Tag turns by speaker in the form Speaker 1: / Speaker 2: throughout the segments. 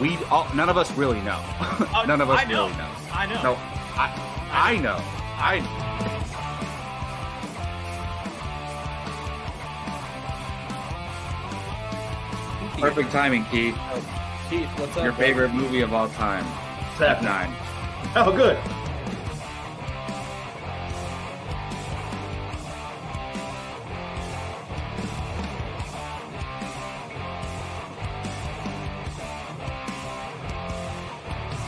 Speaker 1: we all, none of us really know.
Speaker 2: Oh,
Speaker 1: none of us
Speaker 2: I know.
Speaker 1: really know.
Speaker 2: I know.
Speaker 1: No, I, I know. I.
Speaker 3: Perfect timing, Keith.
Speaker 4: Keith, what's up?
Speaker 3: Your
Speaker 4: bro?
Speaker 3: favorite movie of all time, Step
Speaker 5: Seven.
Speaker 3: Nine.
Speaker 5: Oh, good.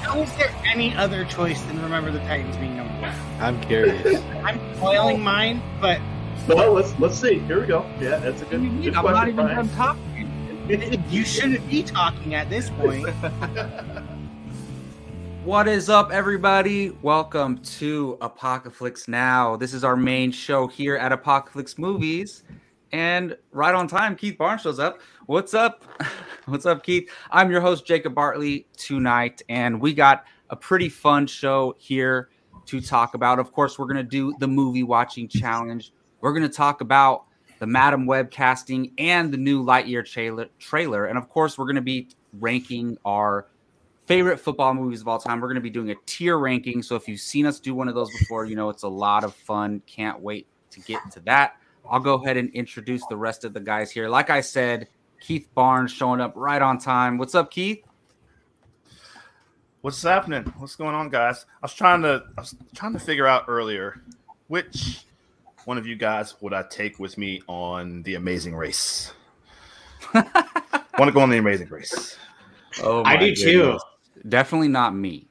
Speaker 6: How is there any other choice than Remember the Titans being number one?
Speaker 7: I'm curious.
Speaker 6: I'm spoiling mine, but
Speaker 5: Well, let's let's see. Here we go. Yeah, that's a good,
Speaker 1: I'm
Speaker 5: good
Speaker 1: not
Speaker 5: question,
Speaker 1: even
Speaker 5: Brian.
Speaker 1: done talking.
Speaker 6: you shouldn't be talking at this point.
Speaker 1: What is up, everybody? Welcome to Apocalypse Now. This is our main show here at Apocalypse Movies. And right on time, Keith Barnes shows up. What's up? What's up, Keith? I'm your host, Jacob Bartley, tonight. And we got a pretty fun show here to talk about. Of course, we're going to do the movie watching challenge. We're going to talk about the Madam Web casting and the new Lightyear trailer. trailer. And of course, we're going to be ranking our favorite football movies of all time. We're going to be doing a tier ranking. So if you've seen us do one of those before, you know it's a lot of fun. Can't wait to get to that. I'll go ahead and introduce the rest of the guys here. Like I said, Keith Barnes showing up right on time. What's up, Keith?
Speaker 8: What's happening? What's going on, guys? I was trying to I was trying to figure out earlier which one of you guys would I take with me on the Amazing Race. Want to go on the Amazing Race?
Speaker 1: Oh,
Speaker 4: I do too.
Speaker 1: Definitely not me.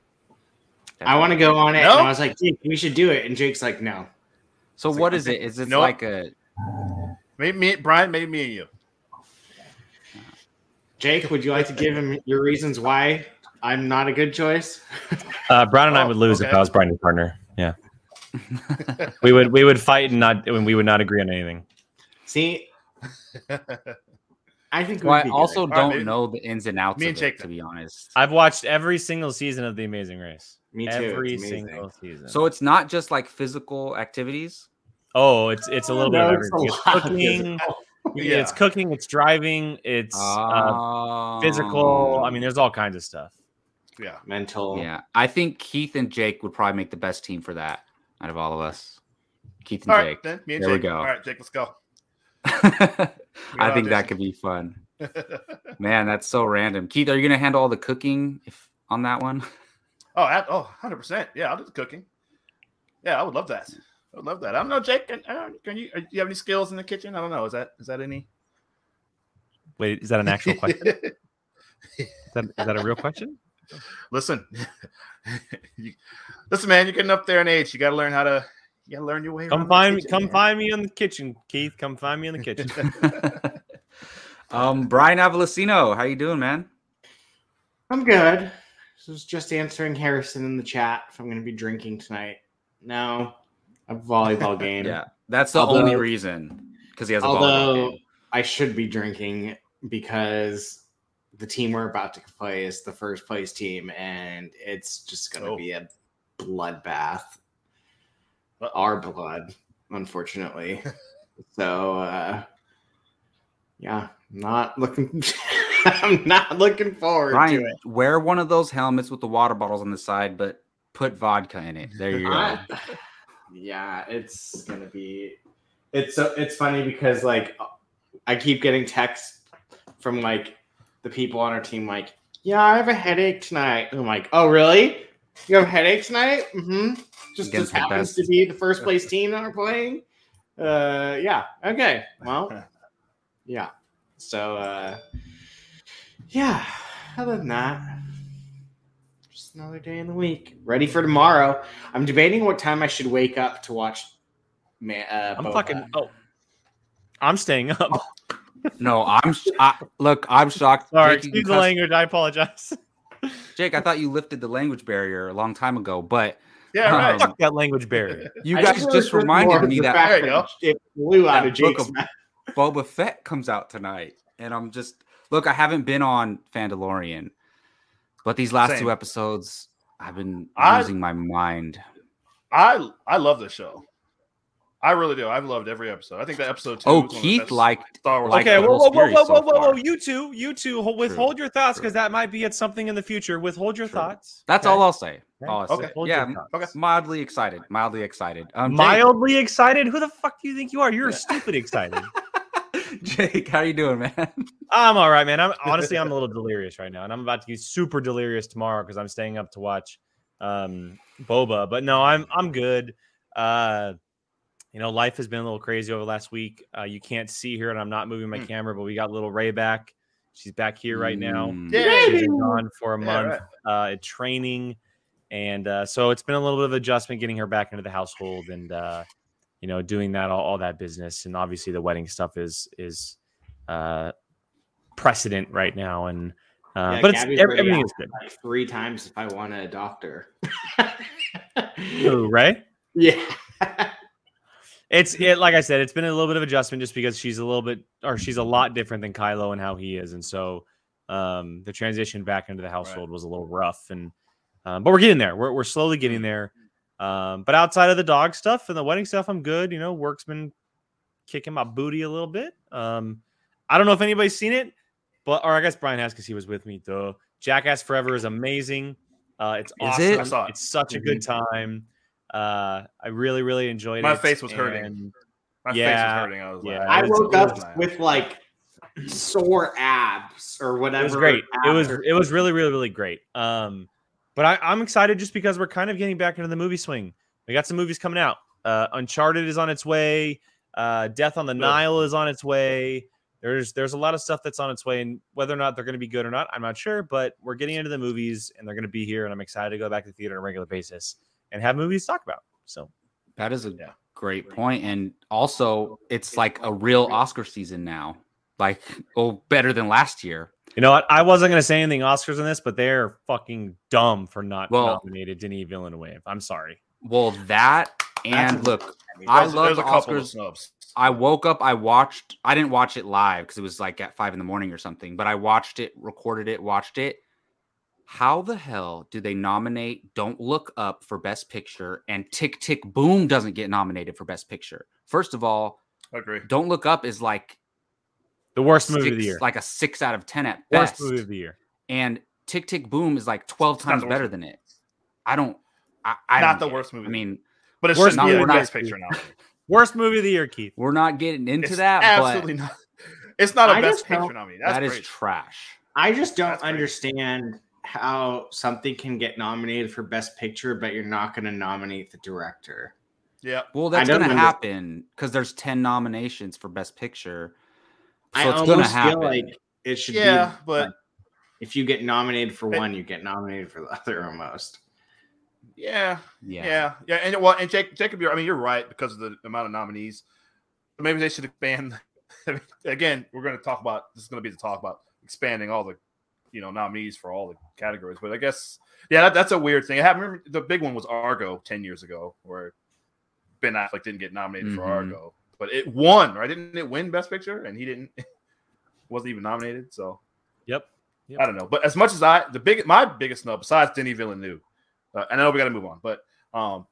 Speaker 4: I want to go on it.
Speaker 8: No?
Speaker 4: And I was like, Jake, we should do it. And Jake's like, no.
Speaker 1: So what is it? Is it
Speaker 8: Nope.
Speaker 1: like a
Speaker 8: Maybe me, Brian. Maybe me and you.
Speaker 4: Jake, would you like to give him your reasons why I'm not a good choice?
Speaker 9: Uh, Brown and I
Speaker 8: Oh,
Speaker 9: would lose if
Speaker 8: okay.
Speaker 9: I was Brian's partner. Yeah, we would we would fight and not and we would not agree on anything.
Speaker 4: See, I think we'd
Speaker 1: well, I
Speaker 4: be good.
Speaker 1: also
Speaker 8: right,
Speaker 1: don't
Speaker 8: maybe-
Speaker 1: know the ins and outs
Speaker 8: me
Speaker 1: of
Speaker 8: and
Speaker 1: it,
Speaker 8: Jake
Speaker 1: to be honest.
Speaker 9: I've watched every single season of The Amazing Race.
Speaker 4: Me too.
Speaker 9: Every
Speaker 4: It's amazing.
Speaker 9: single
Speaker 2: Uh,
Speaker 9: season.
Speaker 1: So it's not just like physical activities.
Speaker 9: oh, it's it's a little bit
Speaker 4: No,
Speaker 9: of
Speaker 4: it's a
Speaker 9: everything. It's
Speaker 4: lot of
Speaker 9: cooking.
Speaker 8: Yeah.
Speaker 9: It's cooking. It's driving. It's
Speaker 4: Ah.
Speaker 9: uh,
Speaker 1: Oh.
Speaker 9: physical. I mean, there's all kinds of stuff.
Speaker 8: Yeah.
Speaker 4: mental.
Speaker 1: Yeah, I think Keith and Jake would probably make the best team for that out of all of us. Keith and
Speaker 8: All right,
Speaker 1: Jake.
Speaker 8: then me and
Speaker 1: There we
Speaker 8: Jake.
Speaker 1: go.
Speaker 8: All right, Jake, let's go. We
Speaker 1: I
Speaker 8: got
Speaker 1: think that
Speaker 8: auditions.
Speaker 1: could be fun. Man, that's so random. Keith, are you gonna handle all the cooking if on that one?
Speaker 8: oh, I, oh, 100 percent. Yeah, I'll do the cooking. Yeah, I would love that. I would love that. I don't know, Jake. Can, uh, can you? Do you have any skills in the kitchen? I don't know. Is that is that any?
Speaker 9: Wait, is that an actual question? Is that, is that a real question?
Speaker 8: listen, you, listen, man, you're getting up there in age. You got to learn how to. You got to learn your way. around
Speaker 9: Come
Speaker 8: the
Speaker 9: find
Speaker 8: kitchen,
Speaker 9: come
Speaker 8: man.
Speaker 9: find me in the kitchen, Keith. Come find me in the kitchen.
Speaker 1: um, Brian Avalosino, how you doing, man?
Speaker 4: I'm good. This is just answering Harrison in the chat if I'm going to be drinking tonight. No, a volleyball game.
Speaker 1: Yeah, that's the
Speaker 4: Although-
Speaker 1: only reason because he has a volleyball
Speaker 4: Although
Speaker 1: game.
Speaker 4: I should be drinking because the team we're about to play is the first place team, and it's just going to
Speaker 8: Oh.
Speaker 4: be a bloodbath.
Speaker 8: Uh-oh.
Speaker 4: Our blood, unfortunately. so, uh, yeah, not looking. I'm not looking forward to
Speaker 1: Brian,
Speaker 4: it.
Speaker 1: wear one of those helmets with the water bottles on the side, but put vodka in it. There you go.
Speaker 4: I- yeah, it's gonna be. It's so it's funny because like I keep getting texts from like the people on our team like, yeah, I have a headache tonight. And I'm like, oh really? You have a headache tonight? Mm-hmm. Just
Speaker 1: Against
Speaker 4: just
Speaker 1: the
Speaker 4: happens
Speaker 1: best.
Speaker 4: to be the first place team that we're playing. Uh, yeah. Okay. Well, yeah. So, uh, yeah. Other than that, just another day in the week. Ready for tomorrow. I'm debating what time I should wake up to watch. Man, uh,
Speaker 9: I'm
Speaker 4: Boba.
Speaker 9: fucking oh. I'm staying up.
Speaker 4: Oh,
Speaker 1: No, I'm sh- I, look. I'm shocked.
Speaker 9: Sorry,
Speaker 1: Jake, you
Speaker 9: excuse the
Speaker 1: cussed-
Speaker 9: language. I apologize.
Speaker 1: Jake, I thought you lifted the language barrier a long time ago, but
Speaker 8: Yeah, right.
Speaker 1: Um,
Speaker 9: Fuck that language barrier.
Speaker 1: you
Speaker 4: I
Speaker 1: guys just,
Speaker 4: realized more
Speaker 1: reminded
Speaker 4: of
Speaker 1: me
Speaker 4: the
Speaker 1: that
Speaker 4: fact
Speaker 8: There you go.
Speaker 4: it blew out
Speaker 1: That
Speaker 4: of
Speaker 1: book
Speaker 4: Jake's
Speaker 1: of-
Speaker 4: mouth.
Speaker 1: Boba Fett comes out tonight, and I'm just look. I haven't been on Fandalorian, but these last
Speaker 8: Same.
Speaker 1: two episodes, I've been
Speaker 8: I-
Speaker 1: losing my mind.
Speaker 8: I I love this show. I really do. I've loved every episode. I think that episode two.
Speaker 1: Oh,
Speaker 8: was one of the
Speaker 1: Keith
Speaker 8: best
Speaker 1: liked-
Speaker 8: Star Wars.
Speaker 1: liked
Speaker 2: okay,
Speaker 1: the
Speaker 2: whoa,
Speaker 1: whole
Speaker 2: whoa, whoa,
Speaker 1: series
Speaker 2: whoa,
Speaker 1: so
Speaker 2: whoa, whoa,
Speaker 1: far.
Speaker 2: whoa! You two, you two, ho- withhold your thoughts because that might be at something in the future. Withhold your
Speaker 8: True.
Speaker 2: thoughts.
Speaker 1: That's
Speaker 2: Okay.
Speaker 1: all I'll say.
Speaker 2: Okay.
Speaker 1: All I'll say.
Speaker 2: Withhold your
Speaker 1: Yeah,
Speaker 2: thoughts.
Speaker 8: Okay.
Speaker 1: mildly excited. Mildly excited. Um, Jake-
Speaker 2: Mildly excited? Who the fuck do you think you are? You're stupid excited.
Speaker 1: Jake, how you doing, man?
Speaker 2: I'm all right, man. I'm honestly I'm a little delirious right now, and I'm about to be super delirious tomorrow because I'm staying up to watch um, Boba. But no, I'm I'm good. Uh, you know, life has been a little crazy over the last week. Uh, you can't see her, and I'm not moving my
Speaker 8: Hmm.
Speaker 2: camera, but we got little Ray back. She's back here right now.
Speaker 1: Mm.
Speaker 8: Yeah.
Speaker 2: She's been gone for a
Speaker 8: Yeah,
Speaker 2: month uh, at training, and uh, so it's been a little bit of adjustment getting her back into the household and uh, you know doing that all, all that business, and obviously the wedding stuff is is uh, precedent right now, and uh,
Speaker 4: Yeah,
Speaker 2: but it's,
Speaker 4: Gabby's
Speaker 2: ev-
Speaker 4: already
Speaker 2: everything
Speaker 4: out.
Speaker 2: is good,
Speaker 4: Like three times if I want to adopt her.
Speaker 2: Ooh, right?
Speaker 4: yeah.
Speaker 2: It's it like I said, it's been a little bit of adjustment just because she's a little bit or she's a lot different than Kylo and how he is, and so um, the transition back into the household was a little rough, and um, but we're getting there. We're we're slowly
Speaker 8: Mm-hmm.
Speaker 2: getting there. Um, but outside of the dog stuff and the wedding stuff, I'm good. You know, work's been kicking my booty a little bit. Um, I don't know if anybody's seen it, but or I guess Brian has because he was with me. Duh. Jackass Forever is amazing. Uh, it's
Speaker 1: Is
Speaker 2: awesome.
Speaker 1: it?
Speaker 8: I saw it. Mm-hmm.
Speaker 2: It's such a good time. Uh, I really, really enjoyed
Speaker 8: My
Speaker 2: it.
Speaker 8: face was hurting.
Speaker 2: and-
Speaker 8: My
Speaker 2: Yeah.
Speaker 8: face was hurting. I was
Speaker 2: Yeah.
Speaker 8: like,
Speaker 4: I
Speaker 2: It's
Speaker 4: woke
Speaker 8: Oh,
Speaker 4: up
Speaker 8: man.
Speaker 4: with like sore abs or
Speaker 2: It
Speaker 4: whatever.
Speaker 2: was great. It was
Speaker 4: abs are-
Speaker 2: it was really really really great. Um, but I, I'm excited just because we're kind of getting back into the movie swing. We got some movies coming out. Uh, Uncharted is on its way. Uh, Death on the Nile is on its way. There's there's a lot of stuff that's on its way, and whether or not they're going to be good or not, I'm not sure. But we're getting into the movies, and they're going to be here, and I'm excited to go back to the theater on a regular basis and have movies to talk about. So
Speaker 1: That is a
Speaker 8: Yeah.
Speaker 1: great point, and also it's like a real Oscar season now. Like, oh, better than last year.
Speaker 2: you know what? I wasn't going to say anything Oscars on this, but they're fucking dumb for not
Speaker 1: Well-
Speaker 2: nominated Denis Villeneuve. I'm sorry.
Speaker 1: Well, that and
Speaker 8: That's-
Speaker 1: look,
Speaker 8: There's-
Speaker 1: I love
Speaker 8: there's a couple
Speaker 1: Oscars.
Speaker 8: of snubs.
Speaker 1: I woke up, I watched, I didn't watch it live because it was like at five in the morning or something, but I watched it, recorded it, watched it. How the hell do they nominate Don't Look Up for Best Picture and Tick Tick Boom doesn't get nominated for Best Picture? First of all,
Speaker 8: I agree.
Speaker 1: Don't Look Up is like
Speaker 2: The worst movie of the
Speaker 1: six-
Speaker 2: year.
Speaker 1: like a six out of ten at
Speaker 2: Worst
Speaker 1: best.
Speaker 2: movie of the year.
Speaker 1: and Tick Tick Boom is like twelve
Speaker 8: It's not
Speaker 1: times
Speaker 8: the worst
Speaker 1: better than it. I don't. I, I don't
Speaker 8: Not the
Speaker 1: get it.
Speaker 8: worst movie.
Speaker 1: I mean,
Speaker 8: But it's
Speaker 2: We're
Speaker 8: just
Speaker 1: not-
Speaker 8: not
Speaker 1: we're
Speaker 8: the
Speaker 1: not-
Speaker 8: best picture now.
Speaker 2: Worst movie of the year, Keith.
Speaker 1: we're not getting into
Speaker 8: It's
Speaker 1: that,
Speaker 8: Absolutely not. It's not a
Speaker 4: I
Speaker 8: best
Speaker 4: just don't-
Speaker 8: picture nominee.
Speaker 1: but
Speaker 8: That's
Speaker 1: that is
Speaker 8: great.
Speaker 1: trash.
Speaker 4: I just don't
Speaker 8: That's great.
Speaker 4: understand how something can get nominated for best picture, but you're not going to nominate the director.
Speaker 8: yeah.
Speaker 1: Well, that's
Speaker 4: don't
Speaker 1: going to
Speaker 4: under-
Speaker 1: happen because there's ten nominations for Best Picture, so
Speaker 4: I
Speaker 1: it's going to
Speaker 4: almost
Speaker 1: happen.
Speaker 4: feel like it should
Speaker 8: Yeah,
Speaker 4: be.
Speaker 8: but-
Speaker 4: like, if you get nominated for
Speaker 8: But-
Speaker 4: one, you get nominated for the other almost.
Speaker 8: Yeah.
Speaker 1: yeah.
Speaker 8: Yeah. Yeah. And well, and Jake, Jacob, you're, I mean, you're right because of the amount of nominees. Maybe they should expand. I mean, Again, we're going to talk about this is going to be the talk about expanding all the, you know, nominees for all the categories. But I guess, yeah, that, that's a weird thing. I have- remember the big one was Argo 10 years ago where Ben Affleck didn't get nominated for
Speaker 2: Mm-hmm.
Speaker 1: Mhm.
Speaker 8: Argo, but it won, right? Didn't it win Best Picture? And he didn't, wasn't even nominated. So
Speaker 2: Yep.
Speaker 8: I don't know. But as much as I, the big, my biggest snub besides Denis Villeneuve, uh, and I know we got to move on, but um,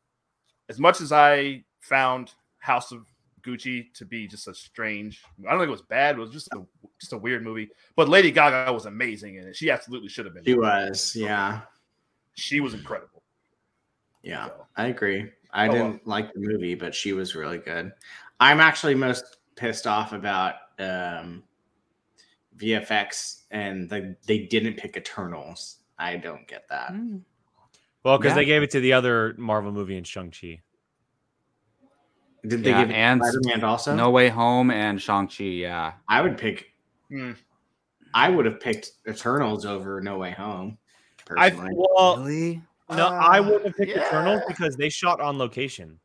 Speaker 8: as much as I found House of Gucci to be just a strange, I don't think it was bad. It was just a, just a weird movie. But Lady Gaga was amazing in it. She absolutely should have been.
Speaker 4: She
Speaker 8: nominated.
Speaker 4: was, yeah,
Speaker 8: She was incredible.
Speaker 4: yeah.
Speaker 8: So,
Speaker 4: I agree. I
Speaker 8: Oh, well.
Speaker 4: didn't like the movie, but she was really good. I'm actually most pissed off about um, VFX and the, they didn't pick Eternals. I don't get that.
Speaker 2: Well, because
Speaker 1: Yeah.
Speaker 2: they gave it to the other Marvel movie in Shang Chi.
Speaker 4: Did
Speaker 1: Yeah,
Speaker 4: they give
Speaker 1: and-
Speaker 4: and Spider-Man also?
Speaker 1: No Way Home and Shang Chi. Yeah,
Speaker 4: I would pick.
Speaker 8: hmm.
Speaker 4: I would have picked Eternals over No Way Home.
Speaker 2: I
Speaker 4: Personally,
Speaker 2: well,
Speaker 1: really?
Speaker 2: no, I wouldn't have
Speaker 8: Uh,
Speaker 2: picked Eternals
Speaker 8: yeah.
Speaker 2: because they shot on location.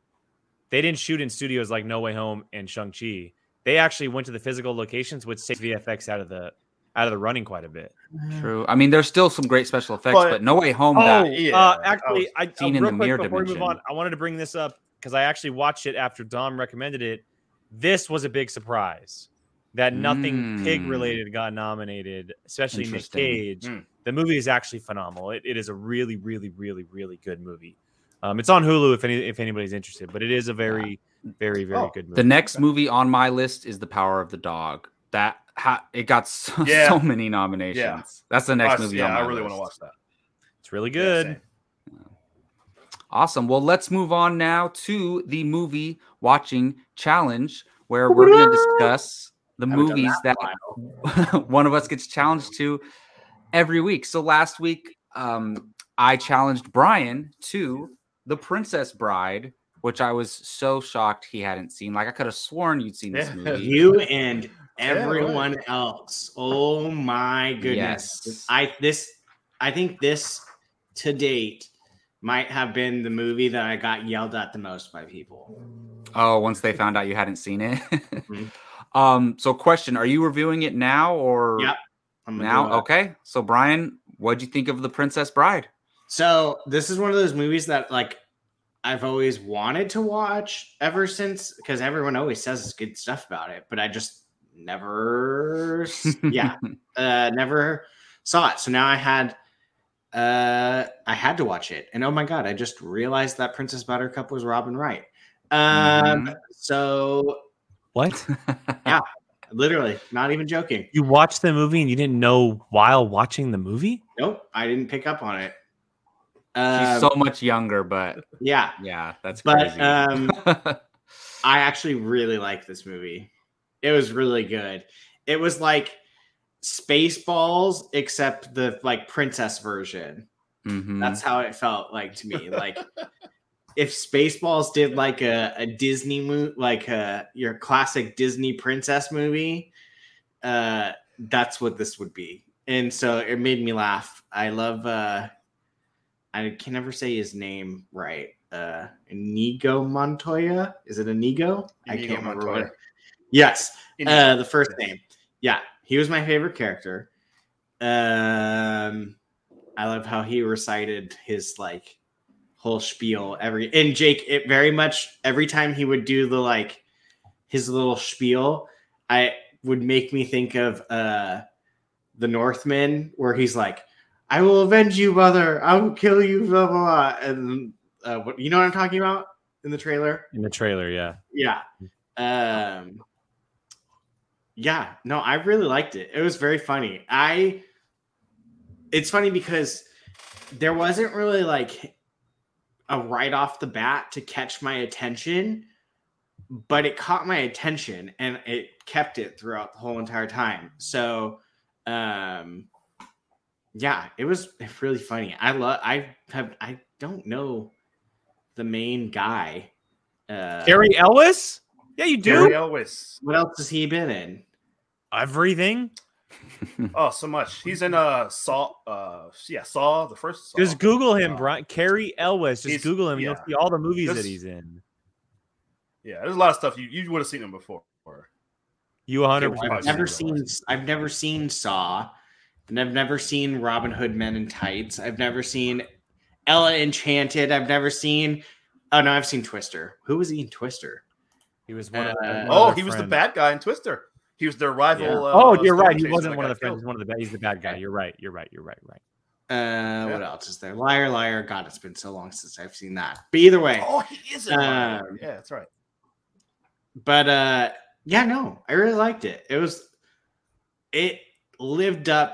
Speaker 2: They didn't shoot in studios like No Way Home and Shang Chi. They actually went to the physical locations, which takes VFX out of the out of the running quite a bit.
Speaker 1: True. I mean, there's still some great special effects, but,
Speaker 8: But-
Speaker 1: No Way Home.
Speaker 2: Oh,
Speaker 1: that,
Speaker 8: yeah.
Speaker 2: uh, actually, I,
Speaker 1: Seen
Speaker 2: uh,
Speaker 1: in
Speaker 2: real
Speaker 1: the
Speaker 2: quick
Speaker 1: mirror
Speaker 2: before we move
Speaker 1: dimension.
Speaker 2: on, I wanted to bring this up because I actually watched it after Dom recommended it. This was a big surprise that nothing
Speaker 1: Mm.
Speaker 2: pig related got nominated, especially Nick
Speaker 1: Interesting.
Speaker 2: Cage.
Speaker 8: Mm.
Speaker 2: The movie is actually phenomenal. It, it is a really, really, really, really good movie. Um, it's on Hulu if any if anybody's interested, but it is a very, very, very
Speaker 5: Oh.
Speaker 2: good movie.
Speaker 1: The next movie on my list is The Power of the Dog. That ha- it got so,
Speaker 8: Yeah.
Speaker 1: so many nominations.
Speaker 8: Yeah.
Speaker 1: That's the next
Speaker 8: I-
Speaker 1: movie. on
Speaker 8: yeah,
Speaker 1: my
Speaker 8: I really
Speaker 1: list.
Speaker 8: want to watch that.
Speaker 2: it's really
Speaker 8: Yeah,
Speaker 2: good.
Speaker 8: same.
Speaker 1: Awesome. Well, let's move on now to the movie watching challenge, where we're going to discuss the movies that one of us gets challenged to every week. So last week, um, I challenged Brian to The Princess Bride, which I was so shocked he hadn't seen. Like I could have sworn you'd seen this
Speaker 8: Yeah.
Speaker 1: movie.
Speaker 4: You and
Speaker 8: Yeah, right.
Speaker 4: everyone else. Oh my goodness.
Speaker 1: Yes.
Speaker 4: I this I think this to date might have been the movie that I got yelled at the most by people.
Speaker 1: Oh, once they found out you hadn't seen it.
Speaker 4: Mhm.
Speaker 1: um, so question, are you reviewing it now or
Speaker 4: Yep, I'm gonna do
Speaker 1: now?
Speaker 4: it.
Speaker 1: Okay. So Brian, what'd you think of The Princess Bride?
Speaker 4: So this is one of those movies that like I've always wanted to watch ever since because everyone always says good stuff about it, but I just never s- yeah, uh never saw it. So now I had uh I had to watch it. And oh my god, I just realized that Princess Buttercup was Robin Wright. Um
Speaker 1: Mm-hmm.
Speaker 4: so
Speaker 9: What?
Speaker 4: literally not even joking.
Speaker 9: You watched the movie and you didn't know while watching the movie?
Speaker 4: Nope, I didn't pick up on it.
Speaker 1: She's
Speaker 4: Um,
Speaker 1: so much younger, but
Speaker 4: yeah,
Speaker 1: yeah, that's
Speaker 4: but
Speaker 1: crazy.
Speaker 4: um I actually really like this movie. It was really good. It was like Spaceballs, except the like princess version.
Speaker 8: Mm-hmm.
Speaker 1: Mhm.
Speaker 4: That's how it felt like to me. Like if Spaceballs did like a, a Disney movie, like a, your classic Disney princess movie, uh, that's what this would be. And so it made me laugh. I love. uh I can never say his name right. Uh, Inigo Montoya. Is it Inigo? I
Speaker 8: Inigo
Speaker 4: can't remember.
Speaker 8: Montoya.
Speaker 4: What... Yes,
Speaker 8: Inigo.
Speaker 4: uh, the first name. Yeah, he was my favorite character. Um, I love how he recited his like whole spiel every and Jake. It very much every time he would do the like his little spiel, I would make me think of uh the Northmen, where he's like, "I will avenge you, mother. I will kill you." Blah blah. blah. And uh, what you know what I'm talking about in the trailer?
Speaker 9: In the trailer, yeah.
Speaker 4: Yeah. Um Yeah, no, I really liked it. It was very funny. I It's funny because there wasn't really like a right off the bat to catch my attention, but it caught my attention and it kept it throughout the whole entire time. So, um yeah, it was really funny. I love I have I don't know the main guy. Uh
Speaker 9: Carrie Ellis? Yeah, you do.
Speaker 8: Gary Elwes.
Speaker 4: what else has he been in?
Speaker 9: Everything.
Speaker 8: Oh, so much. He's in uh Saw. Uh, yeah, Saw the first. Saw.
Speaker 9: Just Google him,
Speaker 8: Uh,
Speaker 9: Brian. Carrie Elwes. Just
Speaker 8: he's-
Speaker 9: Google him.
Speaker 8: yeah.
Speaker 9: You'll see all the movies that
Speaker 8: This-
Speaker 9: he's in.
Speaker 8: Yeah, there's a lot of stuff you you would have seen him before.
Speaker 9: You
Speaker 8: I've
Speaker 4: I've
Speaker 9: 100%.
Speaker 4: never
Speaker 8: seen
Speaker 4: seen. I've never seen Saw, and I've never seen Robin Hood Men in Tights. I've never seen Ella Enchanted. I've never seen. Oh no, I've seen Twister. Who was he in Twister?
Speaker 9: He was one of
Speaker 4: Uh,
Speaker 9: one of
Speaker 8: Oh,
Speaker 9: their
Speaker 8: he was the
Speaker 9: friends.
Speaker 8: bad guy in Twister. He was their rival.
Speaker 4: Yeah.
Speaker 8: Uh,
Speaker 9: Oh, you're right. He
Speaker 8: staircase
Speaker 9: wasn't
Speaker 8: that
Speaker 9: one of the
Speaker 8: got
Speaker 9: friends.
Speaker 8: killed.
Speaker 9: He's one of the bad. He's the bad guy. You're right. You're right. You're right. Right.
Speaker 4: Uh, What else is there? Liar, liar. God, it's been so long since I've seen that. But either way,
Speaker 8: Oh, he is. in
Speaker 4: Um,
Speaker 8: one. yeah, that's right.
Speaker 4: but uh, yeah, no, I really liked it. It was. It lived up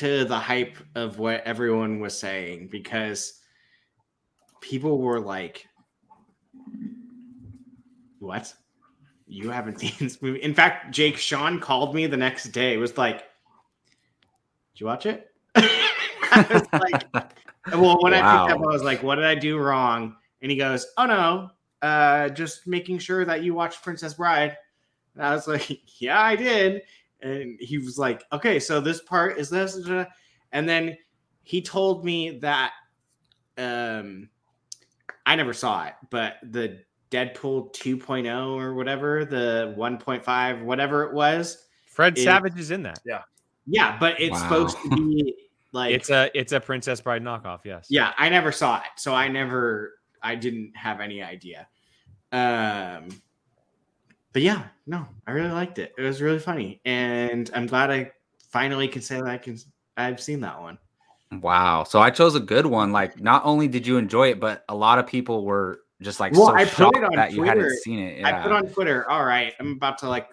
Speaker 4: to the hype of what everyone was saying because people were like, What? You haven't seen this movie? In fact, Jake Sean called me the next day, was like, Did you watch it? I was like, Well, when I picked
Speaker 1: Wow.
Speaker 4: up, I was like, What did I do wrong? And he goes, Oh no, uh, just making sure that you watched Princess Bride. And I was like, Yeah, I did. And he was like, Okay, so this part is this. da, da, da." And then he told me that um I never saw it, but the Deadpool 2.0 or whatever, the 1.5, whatever it was.
Speaker 9: Fred
Speaker 4: It-
Speaker 9: Savage is in that.
Speaker 4: Yeah, but it's
Speaker 1: Wow.
Speaker 4: supposed to be like
Speaker 9: It's a it's a Princess Bride knockoff. Yes.
Speaker 4: yeah, I never saw it. So I never I didn't have any idea. Um but yeah, no, I really liked it. It was really funny. And I'm glad I finally can say that I can I've seen that one.
Speaker 1: Wow. So I chose a good one. Like, not only did you enjoy it, but a lot of people were just like
Speaker 4: Well,
Speaker 1: so
Speaker 4: I put
Speaker 1: shocked
Speaker 4: it on
Speaker 1: that you hadn't
Speaker 4: Twitter.
Speaker 1: seen it.
Speaker 4: I put
Speaker 1: Yeah.
Speaker 4: on Twitter, all right, I'm about to like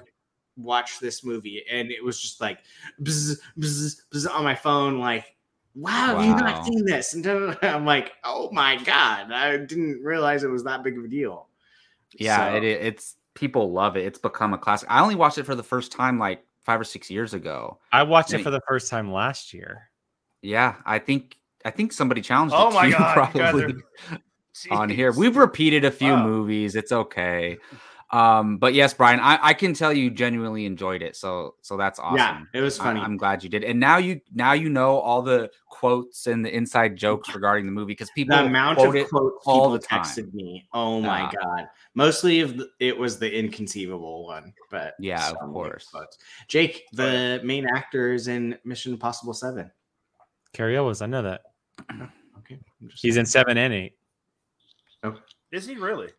Speaker 4: watch this movie, and it was just like bzz, bzz, bzz on my phone, like, wow, have you
Speaker 1: Wow.
Speaker 4: not seen this? And da- da- da. I'm like, oh my god, I didn't realize it was that big of a deal.
Speaker 1: Yeah,
Speaker 4: So-
Speaker 1: it, i- it's people love it. It's become a classic. I only watched it for the first time like five or six years ago.
Speaker 2: I watched
Speaker 1: Me-
Speaker 2: it for the first time last year.
Speaker 1: Yeah, I think I think somebody challenged.
Speaker 8: Oh
Speaker 1: it
Speaker 8: my
Speaker 1: too,
Speaker 8: god! you guys
Speaker 1: probably
Speaker 8: are-
Speaker 1: on
Speaker 8: Jeez.
Speaker 1: here. We've repeated a few
Speaker 8: Wow.
Speaker 1: movies. It's okay. Um, but yes, Brian, I, I can tell you genuinely enjoyed it. So so that's awesome.
Speaker 4: Yeah, it was funny.
Speaker 1: I, am glad you did. And now you now you know all the quotes and the inside jokes regarding the movie because people
Speaker 4: the amount
Speaker 1: quote
Speaker 4: of
Speaker 1: it.
Speaker 4: quotes
Speaker 1: all
Speaker 4: all
Speaker 1: the
Speaker 4: the
Speaker 1: time.
Speaker 4: texted me. Oh my
Speaker 1: Yeah.
Speaker 4: god! Mostly of the, it was the inconceivable one, but
Speaker 1: Yeah, of
Speaker 4: some good
Speaker 1: course.
Speaker 4: quotes. Jake, the main actor, is in Mission Impossible Seven.
Speaker 2: Carrie Elwes, I know that.
Speaker 4: Okay, I'm just-
Speaker 2: He's in seven and eight.
Speaker 8: Is he really?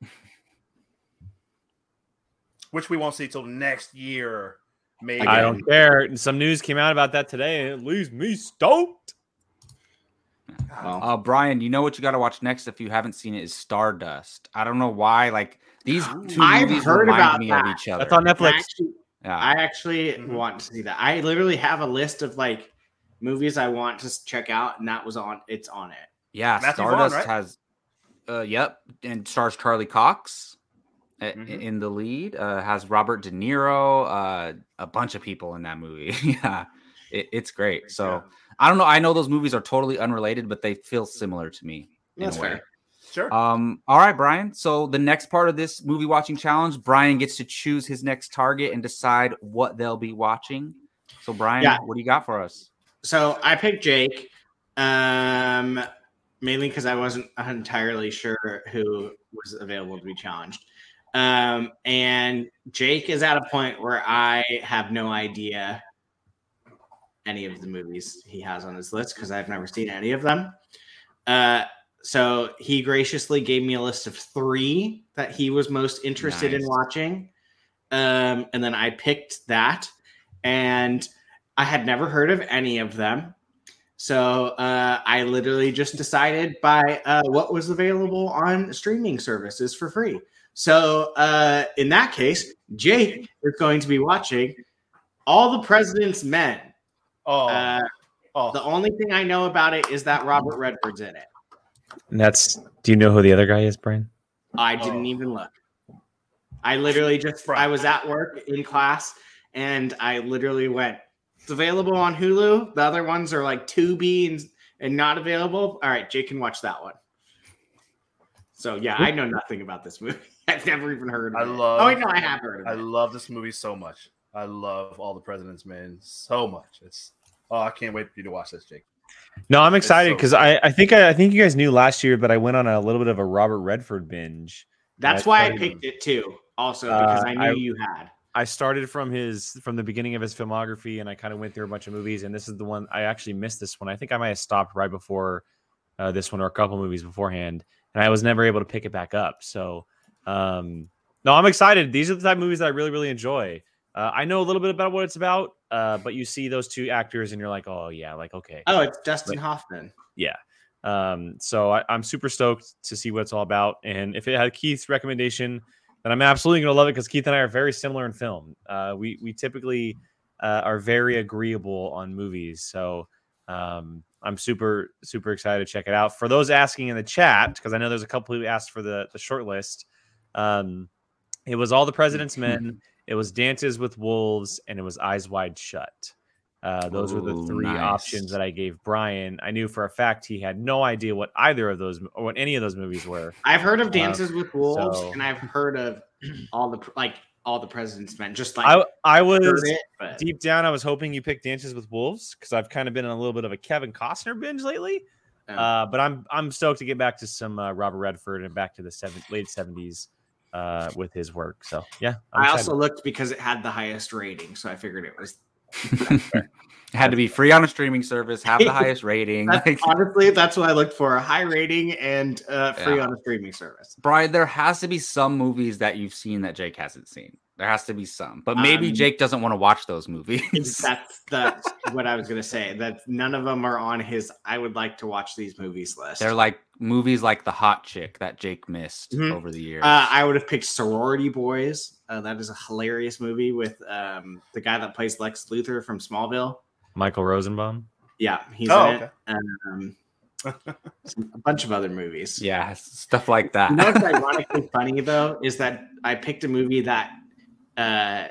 Speaker 8: Which we won't see till next year. Maybe.
Speaker 2: I don't care. And Some news came out about that today, and it leaves me stoked.
Speaker 4: Well,
Speaker 1: Uh, Brian, you know what you got to watch next if you haven't seen it is Stardust. I don't know why. Like these 2
Speaker 4: I've
Speaker 1: movies
Speaker 4: heard
Speaker 1: remind
Speaker 4: about
Speaker 1: me of
Speaker 4: that.
Speaker 1: each other.
Speaker 2: That's on
Speaker 4: I
Speaker 2: Netflix.
Speaker 4: actually,
Speaker 1: yeah.
Speaker 4: I actually
Speaker 8: Mhm.
Speaker 4: want to see that. I literally have a list of like movies I want to check out, and that was on. It's on it.
Speaker 1: Yeah,
Speaker 8: Matthew Vaughn,
Speaker 1: Stardust
Speaker 8: right?
Speaker 1: has. Uh, yep, and stars Charlie Cox uh,
Speaker 8: Mhm.
Speaker 1: in the lead. Uh, has Robert De Niro, uh, a bunch of people in that movie. yeah, it, it's great. So I don't know. I know those movies are totally unrelated, but they feel similar to me. in a
Speaker 4: That's
Speaker 1: way.
Speaker 4: fair.
Speaker 8: Sure.
Speaker 1: Um, all right, Brian. So the next part of this movie watching challenge, Brian gets to choose his next target and decide what they'll be watching. So, Brian,
Speaker 4: Yeah.
Speaker 1: what do you got for us?
Speaker 4: So I picked Jake, um, mainly because I wasn't entirely sure who was available to be challenged. Um, and Jake is at a point where I have no idea any of the movies he has on his list because I've never seen any of them. Uh, so he graciously gave me a list of three that he was most interested
Speaker 1: Nice.
Speaker 4: in watching. Um, and then I picked that. And I had never heard of any of them. So uh, I literally just decided by uh, what was available on streaming services for free. So uh, in that case, Jake is going to be watching All the President's Men.
Speaker 8: oh,
Speaker 4: Uh,
Speaker 8: oh.
Speaker 4: the only thing I know about it is that Robert Redford's in it.
Speaker 2: And that's. Do you know who the other guy is, Brian?
Speaker 4: I didn't
Speaker 8: Oh.
Speaker 4: even look. I literally just
Speaker 8: Right.
Speaker 4: I was at work in class and I literally went, it's available on Hulu. The other ones are like Tubi and and not available. All right, Jake can watch that one. So yeah, I know nothing about this movie. I've never even heard of
Speaker 8: I
Speaker 4: it.
Speaker 8: love-
Speaker 4: Oh wait, no, I have heard
Speaker 8: I
Speaker 4: of it.
Speaker 8: love this movie so much. I love all the President's Men so much. It's oh, I can't wait for you to watch this, Jake.
Speaker 2: No, I'm
Speaker 8: It's
Speaker 2: excited
Speaker 8: so
Speaker 2: because I, I think I, I think you guys knew last year, but I went on a little bit of a Robert Redford binge.
Speaker 4: That's
Speaker 2: That's
Speaker 4: why I
Speaker 2: funny.
Speaker 4: picked it too. Also because
Speaker 2: Uh,
Speaker 4: I knew
Speaker 2: I-
Speaker 4: you had.
Speaker 2: I started from his from the beginning of his filmography, and I kind of went through a bunch of movies. And this is the one I actually missed. This one I think I might have stopped right before uh, this one or a couple movies beforehand, and I was never able to pick it back up. So, um, no, I'm excited. These are the type of movies that I really really enjoy. Uh, I know a little bit about what it's about, uh, but you see those two actors, and you're like, oh yeah, like okay.
Speaker 4: Oh, it's Dustin Hoffman.
Speaker 2: Um, so I, I'm super stoked to see what it's all about. And if it had Keith's recommendation, then I'm absolutely going to love it because Keith and I are very similar in film. Uh, we we typically uh, are very agreeable on movies. So um, I'm super super excited to check it out. For those asking in the chat, because I know there's a couple who asked for the the short list. Um, it was all the President's Men. It was Dances with Wolves, and it was Eyes Wide Shut. Uh, those were the
Speaker 1: Ooh,
Speaker 2: three
Speaker 1: nice.
Speaker 2: options that I gave Brian. I knew for a fact he had no idea what either of those, or what any of those movies were.
Speaker 4: I've heard of Dances with Wolves
Speaker 2: so-
Speaker 4: and I've heard of all the like all the president's men, just like
Speaker 2: I I was
Speaker 4: heard it, but-
Speaker 2: deep down, I was hoping you picked Dances with Wolves because I've kind of been in a little bit of a Kevin Costner binge lately.
Speaker 4: Oh.
Speaker 2: Uh, but I'm I'm stoked to get back to some uh, Robert Redford and back to the seven, late seventies uh, with his work. So yeah, I'm
Speaker 4: I
Speaker 2: excited.
Speaker 4: also looked because it had the highest rating, so I figured it was.
Speaker 1: it had to be free on a streaming service, have the highest rating. Like,
Speaker 4: honestly, that's what I looked for: a high rating and uh, free on a streaming service.
Speaker 1: Brian, there has to be some movies that you've seen that Jake hasn't seen. There has to be some, but maybe
Speaker 4: Um,
Speaker 1: Jake doesn't want to watch those movies.
Speaker 4: That's that's what I was gonna say. That none of them are on his. I would like to watch these movies list. Uh,
Speaker 1: They're like movies like The Hot Chick that Jake missed
Speaker 2: Mm-hmm.
Speaker 4: Mhm.
Speaker 1: over the years.
Speaker 4: Uh, I would have picked Sorority Boys. Uh, that is a hilarious movie with um, the guy that plays Lex Luthor from Smallville.
Speaker 2: Michael Rosenbaum.
Speaker 4: Yeah, he's
Speaker 8: Oh,
Speaker 4: in
Speaker 8: okay.
Speaker 4: it. And, um, a bunch of other movies.
Speaker 1: yeah, stuff like that.
Speaker 4: You know what's ironically funny though is that I picked a movie that uh,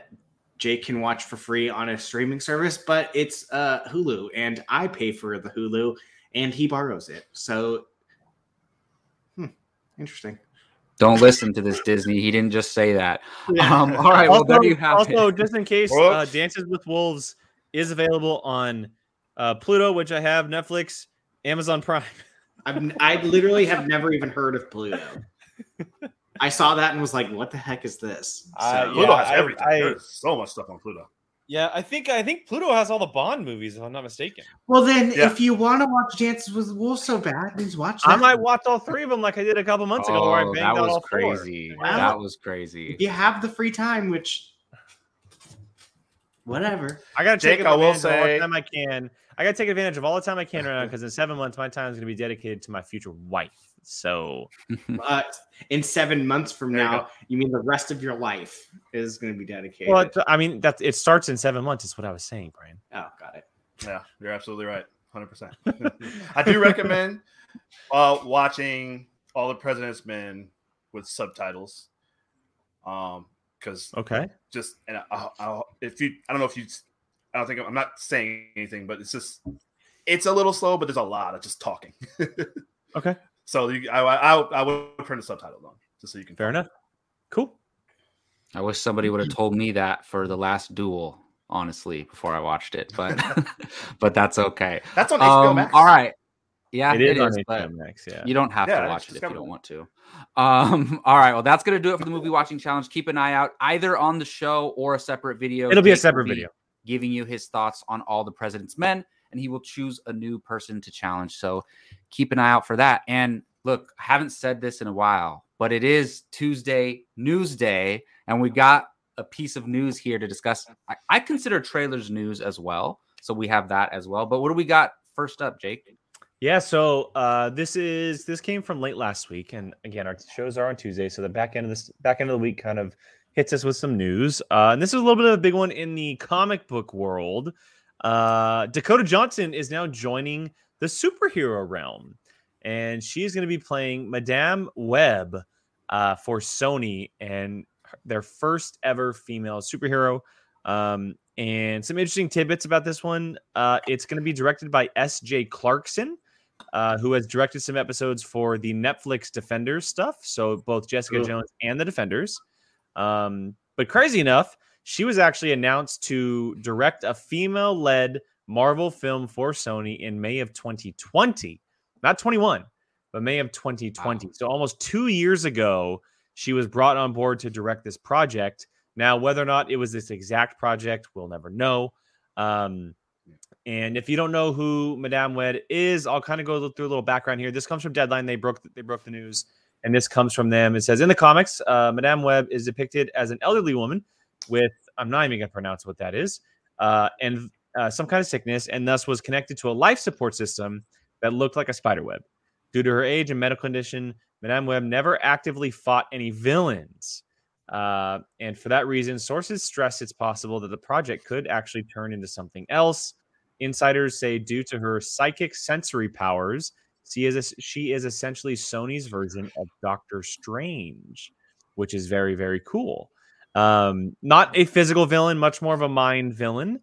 Speaker 4: Jake can watch for free on a streaming service, but it's uh, Hulu, and I pay for the Hulu, and he borrows it. So, hmm, interesting.
Speaker 1: Don't listen to this Disney. He didn't just say that. Um, all right, well
Speaker 2: also,
Speaker 1: there you have
Speaker 2: also,
Speaker 1: it.
Speaker 2: just in case,
Speaker 8: Whoops.
Speaker 2: uh, Dances with Wolves is available on uh, Pluto, which I have, Netflix, Amazon Prime.
Speaker 4: I've, I literally have never even heard of Pluto. I saw that and was like, "What the heck is this?"
Speaker 2: Uh,
Speaker 4: So,
Speaker 8: Pluto
Speaker 2: Yeah,
Speaker 8: has
Speaker 2: I-
Speaker 8: everything.
Speaker 2: I-
Speaker 8: There's so much stuff on Pluto.
Speaker 2: Yeah, I think I think Pluto has all the Bond movies, if I'm not mistaken.
Speaker 4: well, then,
Speaker 8: Yeah.
Speaker 4: if you want to watch Dances with Wolves so bad, then just watch. That.
Speaker 2: I might watch all three of them like I did a couple months ago, where I
Speaker 1: Oh,
Speaker 2: banged
Speaker 1: that
Speaker 2: out all
Speaker 1: was
Speaker 2: four.
Speaker 1: crazy.
Speaker 4: Wow.
Speaker 1: That was crazy.
Speaker 4: if you have the free time, which whatever.
Speaker 2: I gotta take
Speaker 8: Jake, I will
Speaker 2: advantage of all
Speaker 8: say-
Speaker 2: the time I can. I gotta take advantage of all the time I can right now because in seven months my time is gonna be dedicated to my future wife. So
Speaker 4: Uh, in seven months from
Speaker 8: There you
Speaker 4: now, you, mean the rest of your life is going to be dedicated?
Speaker 2: well, it's- I mean that it starts in seven months. Is what I was saying, Brian.
Speaker 4: Oh, got it.
Speaker 8: Yeah, you're absolutely right. 100%. I do recommend uh, watching All the President's Men with subtitles. Um, because
Speaker 2: Okay.
Speaker 8: just and I, I, I, if you, I don't know if you, I don't think I'm not saying anything, but it's just, it's a little slow, but there's a lot of just talking.
Speaker 2: Okay.
Speaker 8: So you, I, I, I would turn the subtitles on just so you can.
Speaker 2: Fair enough. Cool.
Speaker 1: I wish somebody would have told me that for the last duel, honestly, before I watched it. But but that's okay.
Speaker 8: That's on HBO
Speaker 1: Um,
Speaker 8: Max.
Speaker 1: all right. Yeah,
Speaker 2: it is, on
Speaker 1: but
Speaker 2: HBO Max. Yeah.
Speaker 1: You don't have
Speaker 8: Yeah,
Speaker 1: to
Speaker 8: I
Speaker 1: watch it
Speaker 8: just
Speaker 1: if you don't
Speaker 8: discovered
Speaker 1: want to. Um, all right. Well, that's gonna do it for the movie watching challenge. Keep an eye out either on the show or a separate video.
Speaker 2: It'll be a
Speaker 1: Jake will
Speaker 2: separate video.
Speaker 1: giving you his thoughts on all the president's men, and he will choose a new person to challenge. So keep an eye out for that. And look, I haven't said this in a while, but it is Tuesday news day, and we got a piece of news here to discuss. I, I consider trailers news as well. So we have that as well. But what do we got first up, Jake?
Speaker 2: Yeah, so uh, this is this came from late last week, and again, our shows are on Tuesday, so the back end of this back end of the week kind of hits us with some news. Uh, and this is a little bit of a big one in the comic book world. Uh, Dakota Johnson is now joining the superhero realm, and she's going to be playing Madame Web uh, for Sony and her- their first ever female superhero. Um, and some interesting tidbits about this one. Uh, it's going to be directed by S.J. Clarkson uh, who has directed some episodes for the Netflix Defenders stuff. So both Jessica
Speaker 10: Cool.
Speaker 2: Jones and the Defenders. Um, but crazy enough, she was actually announced to direct a female led Marvel film for Sony in May of 2020, not 21, but May of 2020. So almost two years ago, she was brought on board to direct this project. Now, whether or not it was this exact project, we'll never know. Um, and if you don't know who Madame Wed is, I'll kind of go through a little background here. This comes from Deadline. They broke they broke the news, and this comes from them. It says in the comics, uh, Madame Web is depicted as an elderly woman with I'm not even going to pronounce what that is, uh, and uh, some kind of sickness, and thus was connected to a life support system that looked like a spider web. Due to her age and medical condition, Madame Web never actively fought any villains. Uh, and for that reason, sources stress it's possible that the project could actually turn into something else. Insiders say due to her psychic sensory powers, she is she is essentially Sony's version of Doctor Strange, which is very very cool. Um, not a physical villain, much more of a mind villain.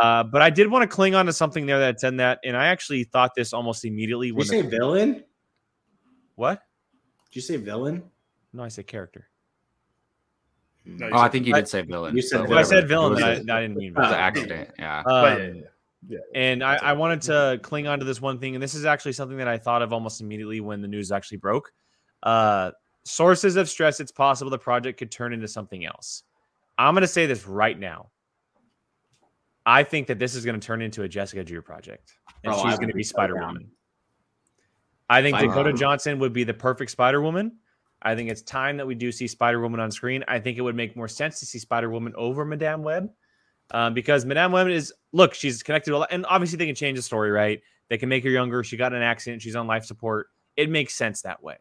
Speaker 2: Uh, but I did want to cling on to something there that's in that, and I actually thought this almost immediately
Speaker 4: Did you
Speaker 2: when
Speaker 4: say
Speaker 2: the-
Speaker 4: villain? Did
Speaker 2: what?
Speaker 4: you say villain?
Speaker 2: No, I said character.
Speaker 8: No, you
Speaker 1: Oh, I
Speaker 8: said-
Speaker 1: think you
Speaker 2: I-
Speaker 1: did say villain.
Speaker 4: you said
Speaker 1: but
Speaker 2: If I
Speaker 1: whatever.
Speaker 2: said villain,
Speaker 1: It was,
Speaker 2: then I,
Speaker 1: a- it
Speaker 2: I didn't mean
Speaker 1: was an
Speaker 4: Oh.
Speaker 1: accident. Yeah.
Speaker 8: But yeah,
Speaker 2: Um,
Speaker 8: yeah, yeah.
Speaker 2: And I,
Speaker 8: That's
Speaker 2: I wanted to cling on to this one thing, and this is actually something that I thought of almost immediately when the news actually broke. Uh, sources have stressed it's possible the project could turn into something else. I'm going to say this right now. I think that this is going to turn into a Jessica Drew project, and
Speaker 4: Oh, I
Speaker 2: she's
Speaker 4: would
Speaker 2: going to
Speaker 4: be
Speaker 2: be
Speaker 4: so
Speaker 2: Spider
Speaker 4: down.
Speaker 2: Woman. I think
Speaker 4: Spider
Speaker 2: Dakota
Speaker 4: Woman.
Speaker 2: Johnson would be the perfect Spider Woman. I think it's time that we do see Spider Woman on screen. I think it would make more sense to see Spider Woman over Madame Web um, because Madame Web is look, she's connected to a lot, and obviously they can change the story, right? They can make her younger. She got in an accident. She's on life support. It makes sense that way.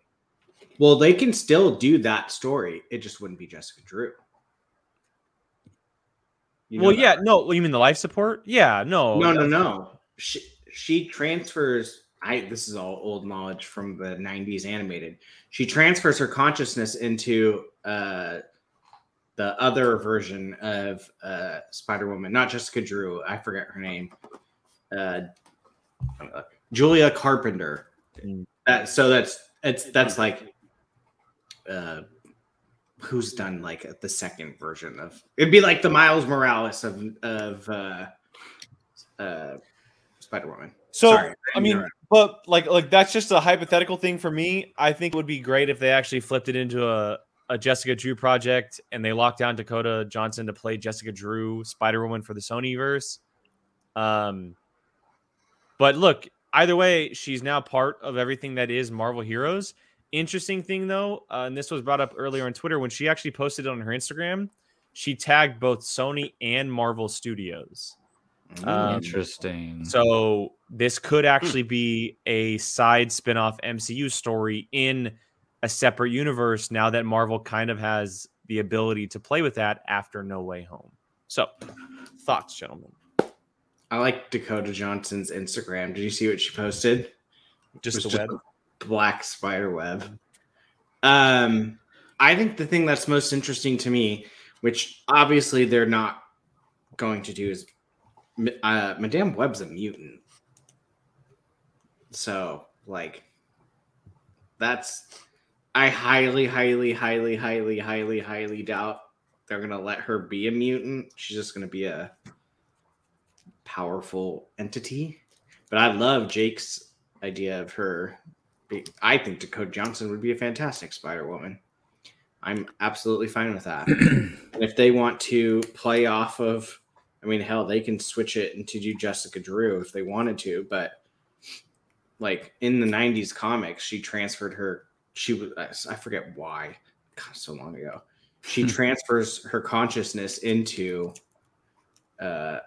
Speaker 4: Well, they can still do that story. It just wouldn't be Jessica Drew. You know
Speaker 2: well,
Speaker 4: that,
Speaker 2: yeah,
Speaker 4: right?
Speaker 2: no, well, you mean the life support? Yeah, no,
Speaker 4: no, no, no. She she transfers. I this is all old knowledge from the '90s animated. She transfers her consciousness into uh, the other version of uh, Spider Woman, not Jessica Drew. I forget her name. Uh, Julia Carpenter.
Speaker 2: Mm.
Speaker 4: That so that's it's that's like uh, who's done like the second version of it'd be like the Miles Morales of of uh, uh, Spider Woman.
Speaker 9: So
Speaker 4: Sorry,
Speaker 9: I mean, but like like that's just a hypothetical thing for me. I think it would be great if they actually flipped it into a, a Jessica Drew project and they locked down Dakota Johnson to play Jessica Drew Spider Woman for the Sony verse. Um, but look, either way, she's now part of everything that is Marvel Heroes. Interesting thing though, uh, and this was brought up earlier on Twitter when she actually posted it on her Instagram. She tagged both Sony and Marvel Studios. Um,
Speaker 1: Interesting.
Speaker 4: Mm.
Speaker 2: So this
Speaker 4: Hmm.
Speaker 2: could actually be a side spin-off MCU story in a separate universe now that Marvel kind of has the ability to play with that after No Way Home. So thoughts, gentlemen.
Speaker 4: I like Dakota Johnson's Instagram. Did you see what she posted?
Speaker 2: Just
Speaker 4: It
Speaker 2: the
Speaker 4: was
Speaker 2: web.
Speaker 4: a black spider web. Um, I think the thing that's most interesting to me, which obviously they're not going to do, is uh, Madame Web's a mutant. So, like, that's I highly, highly, highly, highly, highly, highly doubt they're gonna let her be a mutant. She's just gonna be a powerful entity. But I love Jake's idea of her. Be- I think Dakota Johnson would be a fantastic Spider Woman. I'm absolutely fine with that. and if they want to play off of, I mean, hell, they can switch it and to do Jessica Drew if they wanted to. But like in the '90s comics, she transferred her. She was I forget why. God, so long ago. She
Speaker 1: Hmm.
Speaker 4: transfers her consciousness into uh,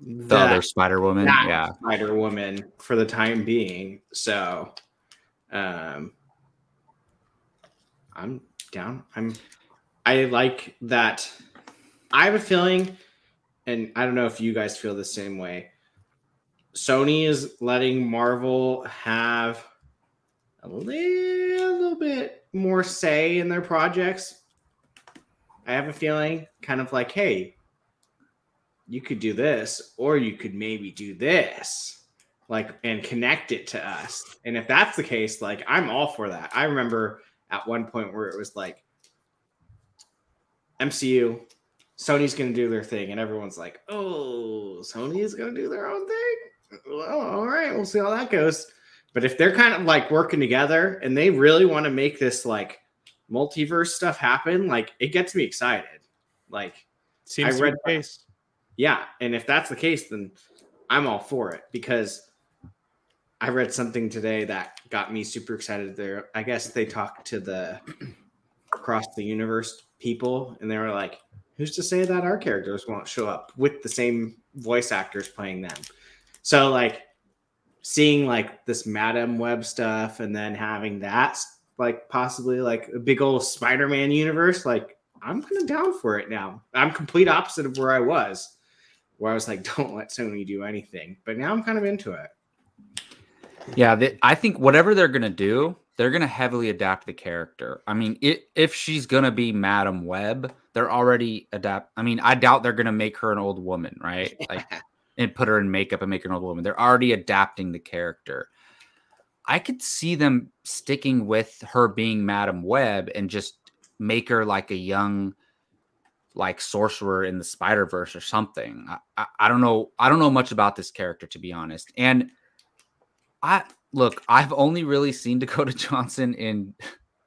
Speaker 1: the other Spider Woman.
Speaker 4: that
Speaker 1: Yeah.
Speaker 4: Spider Woman for the time being. So, um, I'm down. I'm. I like that. I have a feeling, and I don't know if you guys feel the same way. Sony is letting Marvel have a little bit more say in their projects. I have a feeling, kind of like, hey, you could do this or you could maybe do this like and connect it to us and if that's the case like i'm all for that i remember at one point where it was like mcu sony's gonna do their thing and everyone's like oh sony is gonna do their own thing well all right we'll see how that goes but if they're kind of like working together and they really want to make this like multiverse stuff happen like it gets me excited like
Speaker 2: Seems
Speaker 4: I
Speaker 2: to be
Speaker 4: read
Speaker 2: the
Speaker 4: that.
Speaker 2: case.
Speaker 4: yeah, and if that's the case, then I'm all for it because I read something today that got me super excited. There, I guess they talked to the across the universe people, and they were like, "Who's to say that our characters won't show up with the same voice actors playing them?" So, like, seeing like this Madam Web stuff, and then having that like possibly like a big old Spider-Man universe, like. I'm kind of down for it now. I'm complete opposite of where I was where I was like, don't let Sony do anything. But now I'm kind of into it.
Speaker 1: Yeah, th- I think whatever they're gonna do, they're gonna heavily adapt the character. I mean, i if she's gonna be Madam Web, they're already adapt. I mean, I doubt they're gonna make her an old woman, right? Like, and put her in makeup and make her an old woman. They're already adapting the character. I could see them sticking with her being Madam Web and just make her like a young, like sorcerer in the Spider Verse or something. I, I, I don't know. I don't know much about this character to be honest, and. I look, I've only really seen Dakota Johnson in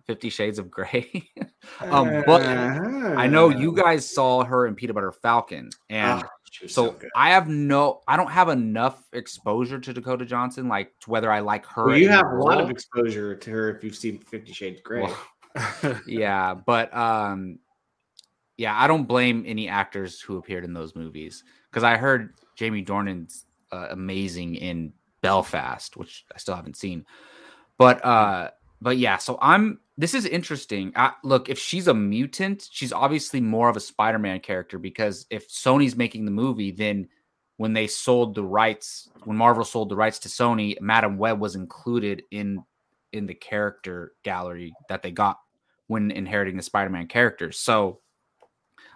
Speaker 1: Fifty Shades of Grey. um, but I know
Speaker 4: Uh-huh.
Speaker 1: you guys saw her in Peanut Butter Falcon, and
Speaker 4: she was
Speaker 1: so,
Speaker 4: Ah, good.
Speaker 1: I have no, I don't have enough exposure to Dakota Johnson, like to whether I like her.
Speaker 4: Well, you
Speaker 1: in the
Speaker 4: have a lot
Speaker 1: role.
Speaker 4: of exposure to her if you've seen Fifty Shades Grey.
Speaker 1: Well, yeah, but um, yeah, I don't blame any actors who appeared in those movies because I heard Jamie Dornan's uh, amazing in Belfast, which I still haven't seen. But uh, but yeah, so I'm. This is interesting. I, look, if she's a mutant, she's obviously more of a Spider-Man character because if Sony's making the movie, then when they sold the rights, when Marvel sold the rights to Sony, Madam Web was included in in the character gallery that they got when inheriting the Spider-Man characters. So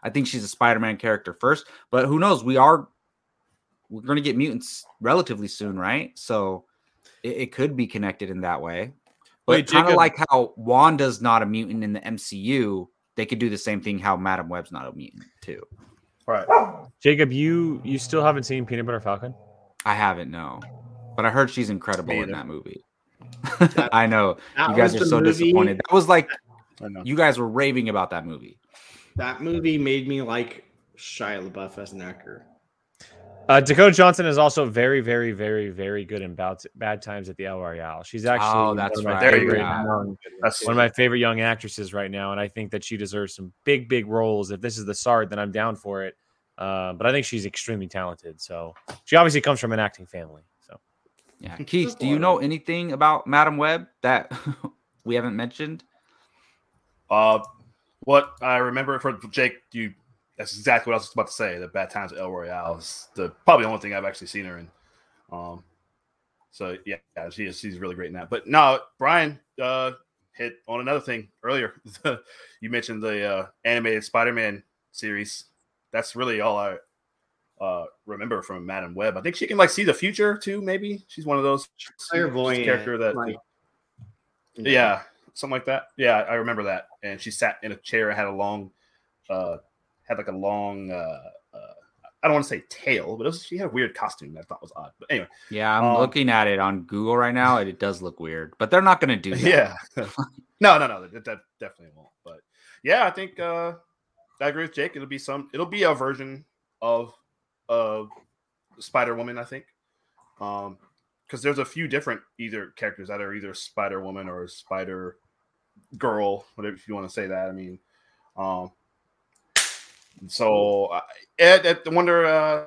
Speaker 1: I think she's a Spider-Man character first, but who knows? We are we're going to get mutants relatively soon, right? So it, it could be connected in that way. But kind of like how Wanda's not a mutant in the MCU, they could do the same thing. How Madam Web's not a mutant too.
Speaker 8: Right.
Speaker 9: Jacob, you you still haven't seen Peanut Butter Falcon?
Speaker 1: I haven't no, but I heard she's incredible
Speaker 8: Me
Speaker 1: in
Speaker 8: either.
Speaker 1: that movie. I know
Speaker 4: That
Speaker 1: you guys are
Speaker 4: was the
Speaker 1: so
Speaker 4: movie-
Speaker 1: disappointed. That was like
Speaker 8: I know.
Speaker 1: you guys were raving about that movie.
Speaker 4: That movie made me like Shia LaBeouf as an actor.
Speaker 9: Uh, Dakota Johnson is also very, very, very, very good in bad, bad times at the El Royale. She's actually
Speaker 1: Oh, that's
Speaker 9: one of my
Speaker 1: right.
Speaker 8: There you
Speaker 9: favorite
Speaker 8: go.
Speaker 9: young-
Speaker 8: That's
Speaker 9: one of my favorite young actresses right now, and I think that she deserves some big, big roles. If this is the Sard, then I'm down for it. Uh, but I think she's extremely talented, so she obviously comes from an acting family. So
Speaker 1: Yeah, Keith, do you know anything about Madam Web that we haven't mentioned?
Speaker 8: Uh, what I remember from Jake, you that's exactly what I was about to say. The Bad Times at El Royale is the probably the only thing I've actually seen her in. Um, so yeah, yeah, she is, she's really great in that. But no, Brian uh, hit on another thing earlier. you mentioned the uh, animated Spider-Man series. That's really all I uh, remember from Madam Web. I think she can like see the future too. Maybe she's one of those
Speaker 4: Clairvoyant
Speaker 8: character that
Speaker 4: like-
Speaker 8: yeah, something like that. Yeah, I remember that. And she sat in a chair and had a long, uh, had like a long, uh, uh I don't want to say tail, but it was, she had a weird costume that I thought was odd. But anyway,
Speaker 1: Yeah, I'm
Speaker 8: Um,
Speaker 1: looking at it on Google right now, and it does look weird. But they're not going to do that.
Speaker 8: yeah, no, no, no, that, that definitely won't. But yeah, I think uh, I agree with Jake. It'll be some, it'll be a version of of Spider Woman, I think, um, because there's a few different either characters that are either Spider Woman or Spider Girl, whatever if you want to say that. I mean, um, so I, Ed, Ed, I wonder, uh,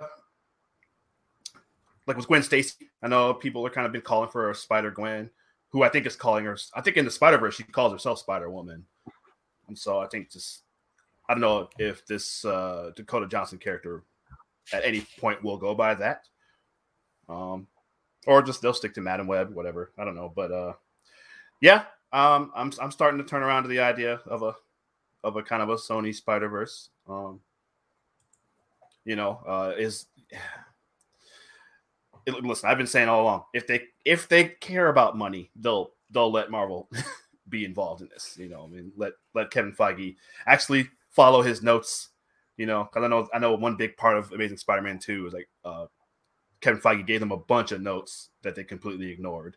Speaker 8: like, was Gwen Stacy? I know people are kind of been calling for a Spider Gwen, who I think is calling her. I think in the Spider Verse she calls herself Spider Woman, and so I think just I don't know if this uh, Dakota Johnson character at any point will go by that, um, or just they'll stick to Madam Web, whatever. I don't know, but uh, yeah, um, I'm I'm starting to turn around to the idea of a of a kind of a Sony Spider Verse. Um, you know, uh, is it, listen. I've been saying all along if they if they care about money, they'll they'll let Marvel be involved in this. You know, I mean, let let Kevin Feige actually follow his notes. You know, because I know I know one big part of Amazing Spider-Man Two is like uh, Kevin Feige gave them a bunch of notes that they completely ignored.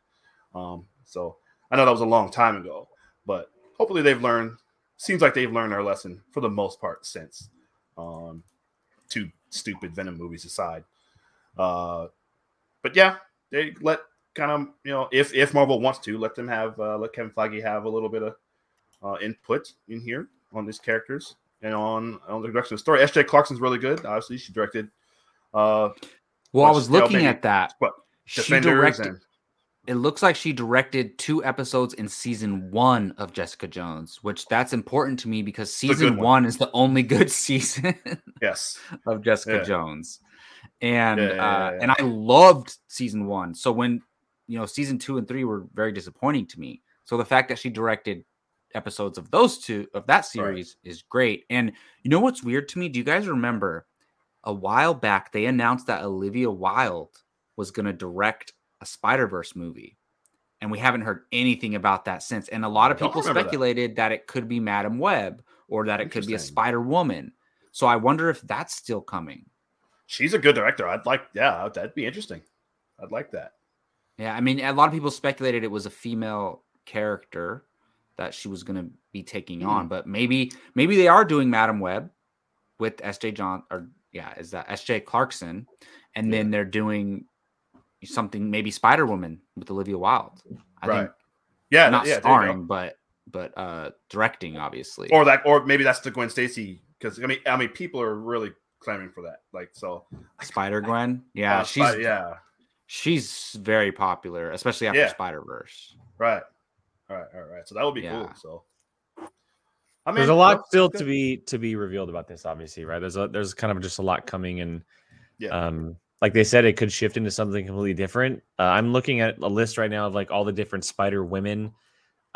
Speaker 8: Um, so I know that was a long time ago, but hopefully they've learned. Seems like they've learned their lesson for the most part since. Um, two stupid Venom movies aside, uh, but yeah, they let kind of you know if if Marvel wants to let them have uh, let Kevin Feige have a little bit of uh, input in here on these characters and on on the direction of the story. S.J. Clarkson's really good. Obviously, she directed. Uh,
Speaker 1: Well, I
Speaker 8: Let's
Speaker 1: was
Speaker 8: tell
Speaker 1: looking
Speaker 8: maybe-
Speaker 1: at that.
Speaker 8: what,
Speaker 1: She
Speaker 8: Defenders
Speaker 1: directed.
Speaker 8: and
Speaker 1: It looks like she directed two episodes in season one of Jessica Jones, which that's important to me because
Speaker 8: a good
Speaker 1: season
Speaker 8: one.
Speaker 1: one is the only good season.
Speaker 8: yes,
Speaker 1: of Jessica
Speaker 8: Yeah.
Speaker 1: Jones. And
Speaker 8: Yeah, yeah,
Speaker 1: uh,
Speaker 8: yeah,
Speaker 1: and I loved season one. So when you know season two and three were very disappointing to me. So the fact that she directed episodes of those two of that series is great. And you know what's weird to me? Do you guys remember a while back they announced that Olivia Wilde was gonna direct a Spider Verse movie? And we haven't heard anything about that since. And a lot of
Speaker 8: I don't
Speaker 1: people
Speaker 8: remember that.
Speaker 1: speculated that it could be Madam Web or that it could be a
Speaker 8: Interesting.
Speaker 1: Spider Woman. So I wonder if that's still coming.
Speaker 8: she's a good director. I'd like yeah, that'd be interesting. I'd like that.
Speaker 1: Yeah, I mean, a lot of people speculated it was a female character that she was going to be taking
Speaker 8: Hmm.
Speaker 1: on, but maybe maybe they are doing Madam Web with S.J. John or yeah, is that S.J. Clarkson, and then they're doing something maybe Spider Woman with Olivia Wilde. I
Speaker 8: Right.
Speaker 1: think
Speaker 8: Yeah,
Speaker 1: not
Speaker 8: yeah, there you go.
Speaker 1: starring, but but uh, directing, obviously.
Speaker 8: or that, or maybe that's the Gwen Stacy. Because I mean, I mean, people are really clamoring for that. Like, so
Speaker 1: Spider Gwen, yeah,
Speaker 8: uh,
Speaker 1: she's
Speaker 8: Spy- yeah,
Speaker 1: she's very popular, especially after
Speaker 8: Yeah.
Speaker 1: Spider Verse.
Speaker 8: right, all right, all right. So that would be cool.
Speaker 1: Yeah.
Speaker 8: So, I mean,
Speaker 2: There's a lot
Speaker 8: that's
Speaker 2: still
Speaker 8: good.
Speaker 2: to be to be revealed about this, obviously, right? There's a, there's kind of just a lot coming, and
Speaker 8: Yeah.
Speaker 2: um, like they said, it could shift into something completely different. Uh, I'm looking at a list right now of like all the different Spider Women.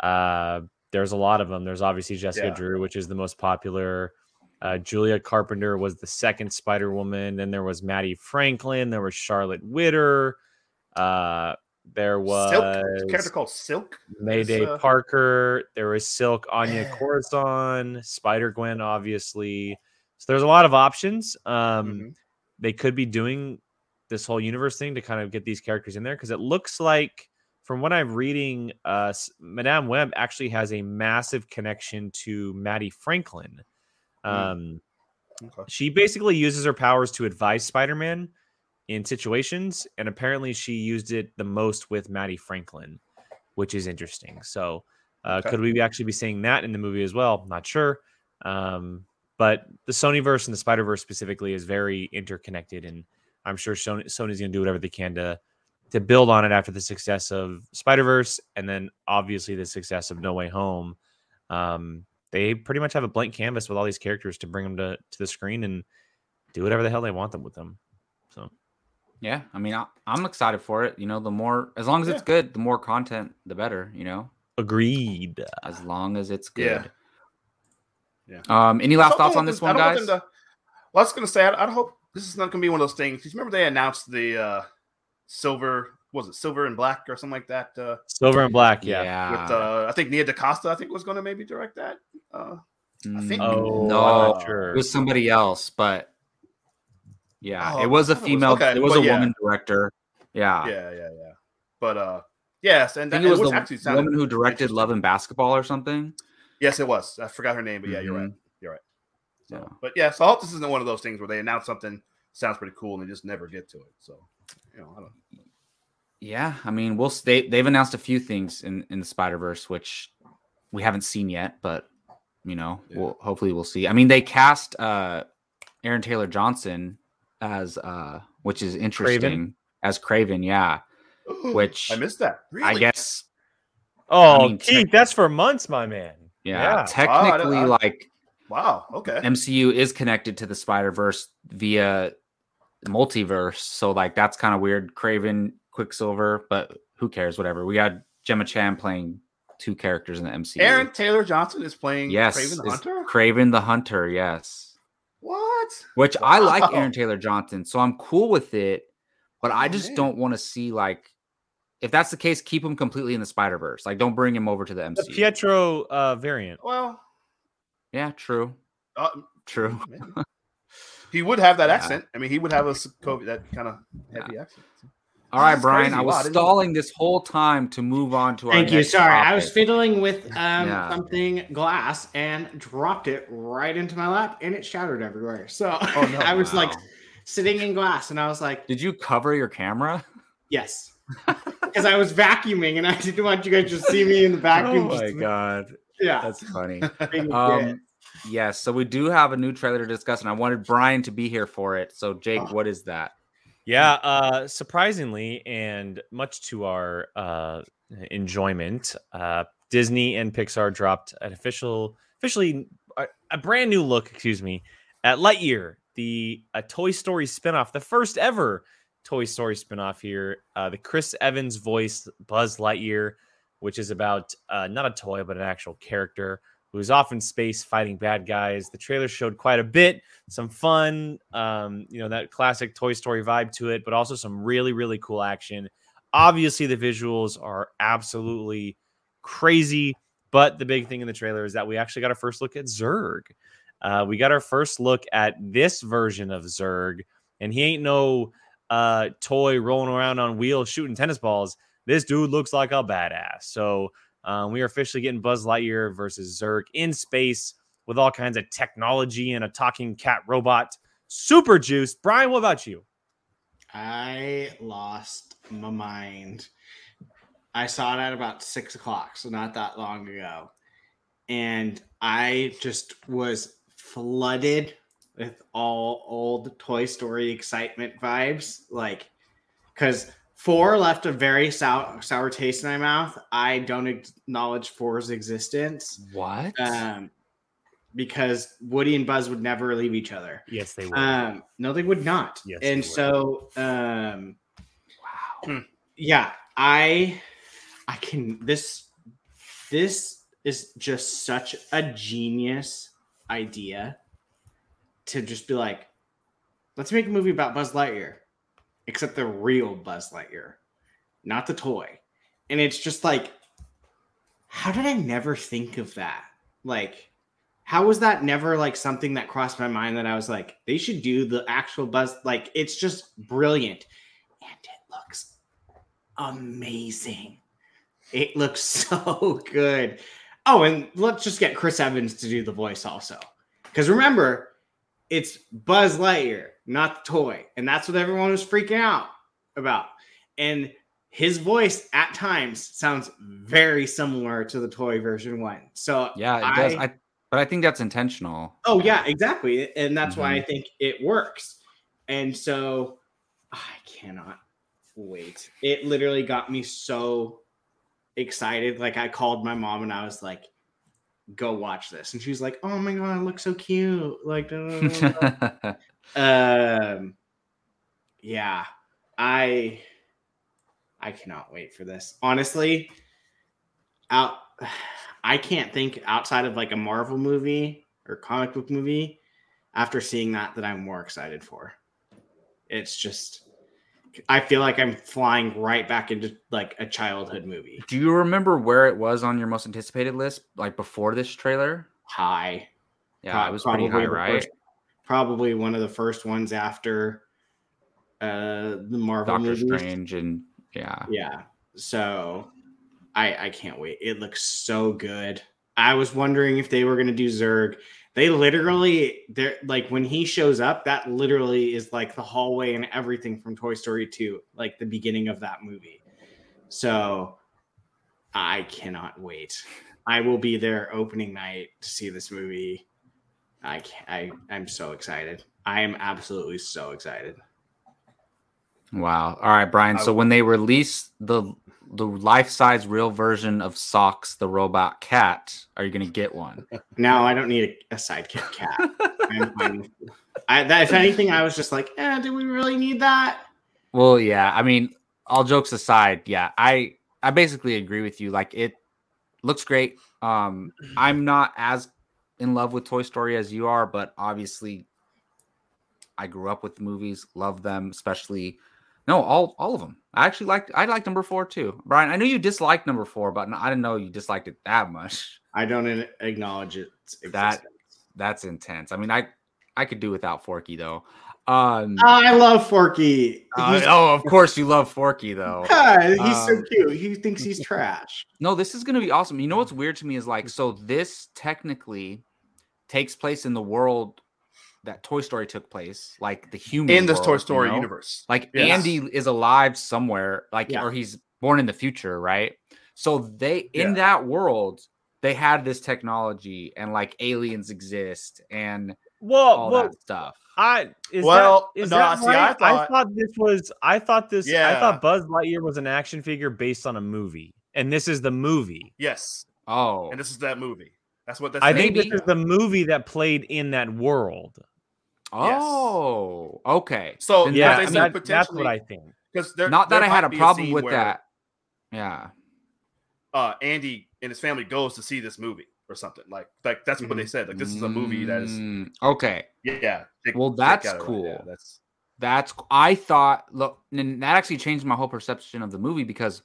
Speaker 2: Uh, there's a lot of them. There's obviously Jessica
Speaker 8: Yeah.
Speaker 2: Drew, which is the most popular. Uh, Julia Carpenter was the second Spider Woman. Then there was Maddie Franklin. There was Charlotte Witter. Uh, there was
Speaker 8: Silk, character called Silk.
Speaker 2: Mayday
Speaker 8: uh,
Speaker 2: Parker. There was Silk, Anya Corazon, Spider Gwen, obviously. So there's a lot of options. Um,
Speaker 8: Mhm.
Speaker 2: They could be doing this whole universe thing to kind of get these characters in there because it looks like, from what I'm reading, uh, s- Madame Web actually has a massive connection to Maddie Franklin. Um,
Speaker 8: Okay.
Speaker 2: she basically uses her powers to advise Spider-Man in situations, and apparently she used it the most with Maddie Franklin, which is interesting. So, uh,
Speaker 8: Okay.
Speaker 2: could we be- actually be seeing that in the movie as well? Not sure. Um, but the Sony verse and the Spider Verse specifically is very interconnected, and I'm sure Sony, Sony's going to do whatever they can to to build on it after the success of Spider Verse, and then obviously the success of No Way Home. Um, they pretty much have a blank canvas with all these characters to bring them to, to the screen and do whatever the hell they want them with them. So
Speaker 1: Yeah, I mean, I, I'm excited for it. You know, the more as long as it's good, the more content, the better. You know,
Speaker 2: agreed.
Speaker 1: as long as it's
Speaker 8: Ah. Yeah.
Speaker 1: good. Um, any last
Speaker 8: I don't
Speaker 1: thoughts
Speaker 8: want
Speaker 1: on this
Speaker 8: I
Speaker 1: one,
Speaker 8: don't want
Speaker 1: guys?
Speaker 8: them to- well, I was gonna say, I, I hope this is not gonna be one of those things. 'cause Remember, they announced the uh, silver, what was it silver and black or something like that? Uh,
Speaker 2: Silver and black, yeah.
Speaker 1: yeah.
Speaker 8: with uh, I think Nia DaCosta, I think was gonna maybe direct that. Uh, I think-
Speaker 1: Mm,
Speaker 2: Oh, I'm
Speaker 1: no,
Speaker 2: not sure.
Speaker 1: it was somebody else, but yeah,
Speaker 8: Oh,
Speaker 1: it was
Speaker 8: I
Speaker 1: a
Speaker 8: thought it was-
Speaker 1: female. It was,
Speaker 8: okay,
Speaker 1: a
Speaker 8: but yeah.
Speaker 1: woman director. Yeah,
Speaker 8: yeah, yeah, yeah. But uh, yes,
Speaker 1: Ah. I
Speaker 8: and that
Speaker 1: think it was
Speaker 8: which
Speaker 1: the
Speaker 8: actually sounded,
Speaker 1: woman who directed
Speaker 8: interesting.
Speaker 1: Love and Basketball or something.
Speaker 8: Yes, it was. I forgot her name, but yeah,
Speaker 1: Mm-hmm.
Speaker 8: you're right. You're right. So,
Speaker 1: Yeah.
Speaker 8: But yeah, so I hope this isn't one of those things where they announce something sounds pretty cool and they just never get to it. So you know, I don't.
Speaker 1: Yeah, I mean, we'll stay. They've announced a few things in in the Spider Verse, which we haven't seen yet, but you know,
Speaker 8: Yeah.
Speaker 1: we'll hopefully we'll see. I mean, they cast uh Aaron Taylor Johnson as uh, which is interesting as Craven. Yeah, which
Speaker 8: I missed that.
Speaker 1: I guess
Speaker 2: Oh,
Speaker 1: I mean,
Speaker 2: Keith,
Speaker 1: tech-
Speaker 2: that's for months, my man.
Speaker 1: yeah,
Speaker 2: Yeah.
Speaker 1: technically
Speaker 8: I-
Speaker 1: like
Speaker 8: Wow. Okay.
Speaker 1: MCU is connected to the Spider Verse via multiverse, so like that's kind of weird. Craven, Quicksilver, but who cares? Whatever. We got Gemma Chan playing two characters in the MCU.
Speaker 8: Aaron Taylor Johnson is playing
Speaker 1: yes,
Speaker 8: Craven the
Speaker 1: is
Speaker 8: Hunter.
Speaker 1: Kraven the Hunter, yes.
Speaker 8: What?
Speaker 1: Which I like
Speaker 8: Wow.
Speaker 1: Aaron Taylor Johnson, so I'm cool with it, but I
Speaker 8: Oh,
Speaker 1: just
Speaker 8: man.
Speaker 1: don't want to see like. If that's the case, keep him completely in the Spider Verse. Like, don't bring him over to the
Speaker 2: The
Speaker 1: MCU.
Speaker 2: Pietro uh, variant.
Speaker 8: Well,
Speaker 1: yeah, true,
Speaker 8: uh,
Speaker 1: true.
Speaker 8: maybe. he would have that
Speaker 1: Yeah.
Speaker 8: accent. I mean, he would have a s- COVID, that kind of heavy accent.
Speaker 1: All right,
Speaker 8: That's
Speaker 1: Brian.
Speaker 8: crazy.
Speaker 1: I
Speaker 8: Wow, I
Speaker 1: was
Speaker 8: didn't-
Speaker 1: stalling this whole time to move on to our.
Speaker 4: Thank you.
Speaker 1: next
Speaker 4: Sorry, I was
Speaker 1: topic.
Speaker 4: fiddling with um,
Speaker 1: Yeah.
Speaker 4: something glass and dropped it right into my lap, and it shattered everywhere. So
Speaker 1: Oh, no.
Speaker 4: I was like
Speaker 1: Wow.
Speaker 4: sitting in glass, and I was like,
Speaker 1: Did you cover your camera?
Speaker 4: "Yes," because I was vacuuming, and I didn't want you guys to see me in the vacuum. just-
Speaker 1: Oh god,
Speaker 4: Yeah.
Speaker 1: that's funny.
Speaker 4: being dead.
Speaker 1: Um, yes, so we do have a new trailer to discuss, and I wanted Brian to be here for it. So, Jake,
Speaker 4: Oh.
Speaker 1: what is that?
Speaker 2: Yeah, uh, surprisingly, and much to our uh, enjoyment, uh, Disney and Pixar dropped an official, officially a, a brand new look. Excuse me, at Lightyear, the a Toy Story spinoff, the first ever Toy Story spinoff here. Uh, the Chris Evans voice Buzz Lightyear, which is about uh, not a toy but an actual character who's off in space fighting bad guys. The trailer showed quite a bit some fun, um, you know, that classic Toy Story vibe to it, but also some really, really cool action. Obviously, the visuals are absolutely crazy, but the big thing in the trailer is that we actually got our first look at Zurg. Uh, we got our first look at this version of Zurg, and he ain't no uh, toy rolling around on wheels shooting tennis balls. This dude looks like a badass. So um, we are officially getting Buzz Lightyear versus Zurg in space with all kinds of technology and a talking cat robot. Super juice. Brian, what about you?
Speaker 4: I lost my mind. I saw it at about six o'clock, so not that long ago. and I just was flooded with all old Toy Story excitement vibes. Like, because four left a very sour, sour taste in my mouth. I don't acknowledge four's existence
Speaker 1: What?
Speaker 8: Uh,
Speaker 4: um, because Woody and Buzz would never leave each other.
Speaker 9: Yes, they will.
Speaker 1: Uh,
Speaker 4: Um, no, they would not.
Speaker 9: Yes, they
Speaker 4: and
Speaker 9: would.
Speaker 4: so, um, wow. Yeah, I, I can. This, this is just such a genius idea to just be like, let's make a movie about Buzz Lightyear, except the real Buzz Lightyear, not the toy. And it's just like, how did I never think of that? Like, how was that never like something that crossed my mind that I was like, they should do the actual buzz? Like, it's just brilliant. And it looks amazing. It looks so good. Oh, and let's just get Chris Evans to do the voice also. Because remember, it's Buzz Lightyear, not the toy. And that's what everyone was freaking out about. And his voice at times sounds very similar to the toy version one. So
Speaker 1: yeah, it does. I, but I think that's intentional.
Speaker 4: Oh yeah, exactly, and that's why I think it works. And so I cannot wait. It literally got me so excited. Like I called my mom and I was like, "Go watch this," and she was like, "Oh my god, it looks so cute!" Like, da, da, da, da, da." um yeah i i cannot wait for this honestly out i can't think outside of like a marvel movie or comic book movie after seeing that that i'm more excited for it's just i feel like i'm flying right back into like a childhood movie
Speaker 1: Do you remember where it was on your most anticipated list, like before this trailer?
Speaker 4: high
Speaker 1: Yeah,
Speaker 4: Pro-
Speaker 1: it was pretty high,
Speaker 4: probably the
Speaker 1: right?
Speaker 4: first- probably one of the first ones after uh the marvel
Speaker 1: Doctor
Speaker 4: movies.
Speaker 1: Strange and yeah,
Speaker 4: yeah so i i can't wait it looks so good i was wondering if they were going to do zerg they literally they're like when he shows up that literally is like the hallway and everything from toy story 2 like the beginning of that movie so i cannot wait i will be there opening night to see this movie i can i i'm so excited i am absolutely so excited
Speaker 1: wow. All right, Brian. So when they release the the life size real version of Socks the robot cat, are you gonna get one?
Speaker 4: No, I don't need a, a sidekick cat. I'm fine. with- I, that, if anything, I was just like, eh, do we really need that?
Speaker 1: Well, yeah. I mean, all jokes aside, yeah, I I basically agree with you. Like it looks great. Um, I'm not as in love with Toy Story as you are, but obviously, I grew up with the movies, love them, especially. No, all all of them. I actually liked. I liked number four too, Brian. I knew you disliked number four, but I didn't know you disliked it that much.
Speaker 4: I don't in- acknowledge it.
Speaker 1: That- That's intense. I mean, I I could do without Forky though. Um,
Speaker 4: Ah, I love Forky.
Speaker 1: uh,
Speaker 4: Uh, he's,
Speaker 1: oh, of course you love Forky though.
Speaker 4: Ah, he's so
Speaker 1: um,
Speaker 4: cute. He thinks he's trash.
Speaker 1: No, this is going to be awesome. You know what's weird to me is like, so this technically takes place in the world that Toy Story took place, like the human
Speaker 8: in this
Speaker 1: world,
Speaker 8: Toy
Speaker 1: you
Speaker 8: Story
Speaker 1: know?
Speaker 8: universe.
Speaker 1: Like
Speaker 8: Yes.
Speaker 1: Andy is alive somewhere, like
Speaker 4: Yeah.
Speaker 1: or he's born in the future, right? So they in
Speaker 8: Yeah.
Speaker 1: that world they had this technology and like aliens exist and
Speaker 8: Oh,
Speaker 9: Whoa,
Speaker 1: all
Speaker 9: whoa!
Speaker 1: that stuff.
Speaker 9: I is
Speaker 8: Well,
Speaker 9: that, is
Speaker 8: no,
Speaker 9: that
Speaker 8: see, I
Speaker 9: right? I
Speaker 8: thought-
Speaker 9: thought this was. I thought this. I
Speaker 8: Yeah.
Speaker 9: thought Buzz Lightyear was an action figure based on a movie, and this is the movie.
Speaker 8: Yes,
Speaker 1: Oh,
Speaker 8: and this is that movie. That's what that's.
Speaker 9: I think
Speaker 1: Maybe.
Speaker 9: this is the movie that played in that world.
Speaker 1: oh, okay.
Speaker 8: So,
Speaker 1: Then
Speaker 8: yeah,
Speaker 9: Yeah,
Speaker 8: they
Speaker 1: I
Speaker 8: said
Speaker 1: mean,
Speaker 9: that- that's what
Speaker 8: potentially-
Speaker 9: I think.
Speaker 8: because there,
Speaker 1: not that
Speaker 8: there
Speaker 1: I had
Speaker 8: might
Speaker 1: a
Speaker 8: be
Speaker 1: problem
Speaker 8: scene
Speaker 1: with
Speaker 8: where,
Speaker 1: that. Yeah.
Speaker 8: Uh, Andy and his family goes to see this movie or something like like that's
Speaker 1: Mm-hmm.
Speaker 8: what they said. Like this is a movie that is
Speaker 1: Mm, okay.
Speaker 8: yeah. take-
Speaker 1: Well,
Speaker 8: take
Speaker 1: that's
Speaker 8: out of it.
Speaker 1: cool.
Speaker 8: Yeah, that's
Speaker 1: That's I thought look and that actually changed my whole perception of the movie because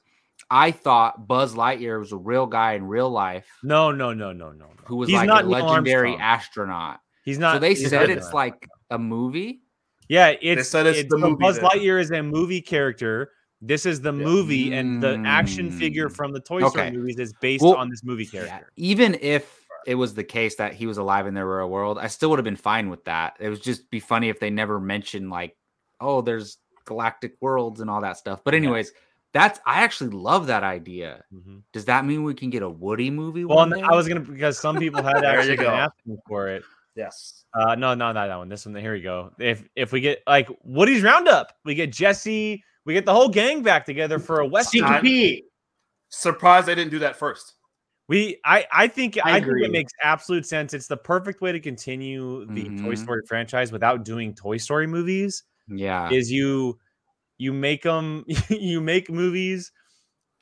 Speaker 1: I thought Buzz Lightyear was a real guy in real life
Speaker 9: No, no, no, no, no. no.
Speaker 1: who was
Speaker 9: He's
Speaker 1: like
Speaker 9: not
Speaker 1: a
Speaker 9: Neil
Speaker 1: legendary
Speaker 9: Armstrong.
Speaker 1: astronaut.
Speaker 9: He's not.
Speaker 1: so they
Speaker 9: he's
Speaker 1: said
Speaker 9: not
Speaker 1: it's
Speaker 9: that.
Speaker 1: like a movie.
Speaker 9: Yeah, it's,
Speaker 8: said it's
Speaker 9: it's
Speaker 8: the
Speaker 9: so
Speaker 8: movie
Speaker 9: Buzz
Speaker 8: then.
Speaker 9: Lightyear is a movie character. This is the
Speaker 8: Yeah.
Speaker 9: movie, and the action figure
Speaker 1: Mm.
Speaker 9: from the Toy Story
Speaker 1: Okay.
Speaker 9: movies is based
Speaker 1: Well,
Speaker 9: on this movie
Speaker 1: Yeah,
Speaker 9: character.
Speaker 1: Even if it was the case that he was alive in the real world, I still would have been fine with that. It would just be funny if they never mentioned like, oh, there's galactic worlds and all that stuff. But anyways, That's I actually love that idea.
Speaker 2: Mhm.
Speaker 1: Does that mean we can get a Woody movie?
Speaker 2: Well,
Speaker 1: one
Speaker 2: and
Speaker 1: day?
Speaker 2: I was gonna because some people had
Speaker 8: There you
Speaker 2: actually been
Speaker 8: go.
Speaker 2: asking for it.
Speaker 11: Yes.
Speaker 2: Uh, no, no, not that one. This one. Here we go. If if we get like Woody's Roundup, we get Jesse, we get the whole gang back together for a West.
Speaker 8: I-
Speaker 4: CTP.
Speaker 8: Surprised they didn't do that first.
Speaker 2: We, I, I think,
Speaker 4: I
Speaker 2: I, think
Speaker 4: agree.
Speaker 2: it makes absolute sense. It's the perfect way to continue the
Speaker 8: Mm-hmm.
Speaker 2: Toy
Speaker 1: Mhm.
Speaker 2: Story franchise without doing Toy Story movies.
Speaker 1: yeah.
Speaker 2: Is you, you make them, you make movies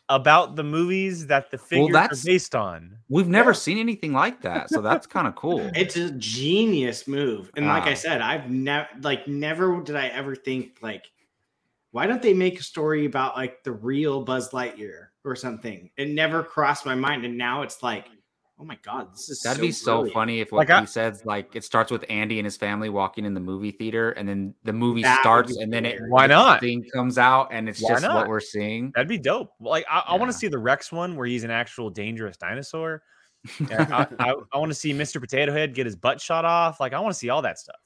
Speaker 2: about the movies that the figures
Speaker 1: that's-
Speaker 2: are based on.
Speaker 1: We've never seen anything like that, so that's kind of cool.
Speaker 4: It's a genius move. And like
Speaker 1: Ah.
Speaker 4: I said, I've never like never did I ever think like why don't they make a story about like the real Buzz Lightyear or something? It never crossed my mind. And now it's like, oh my god, this is
Speaker 1: That'd be so
Speaker 4: brilliant.
Speaker 1: funny if what
Speaker 2: Like,
Speaker 1: he
Speaker 2: I-
Speaker 1: says, like it starts with Andy and his family walking in the movie theater, and then the movie
Speaker 4: That would
Speaker 1: starts,
Speaker 4: be
Speaker 1: and then it
Speaker 4: hilarious.
Speaker 2: Why not?
Speaker 1: thing comes out, and it's
Speaker 2: Why
Speaker 1: just what
Speaker 2: not?
Speaker 1: we're seeing.
Speaker 2: That'd be dope. Like I, I want
Speaker 1: Yeah.
Speaker 2: to see the Rex one where he's an actual dangerous dinosaur. And I, I, I want to see Mr. Potato Head get his butt shot off. Like I want to see all that stuff.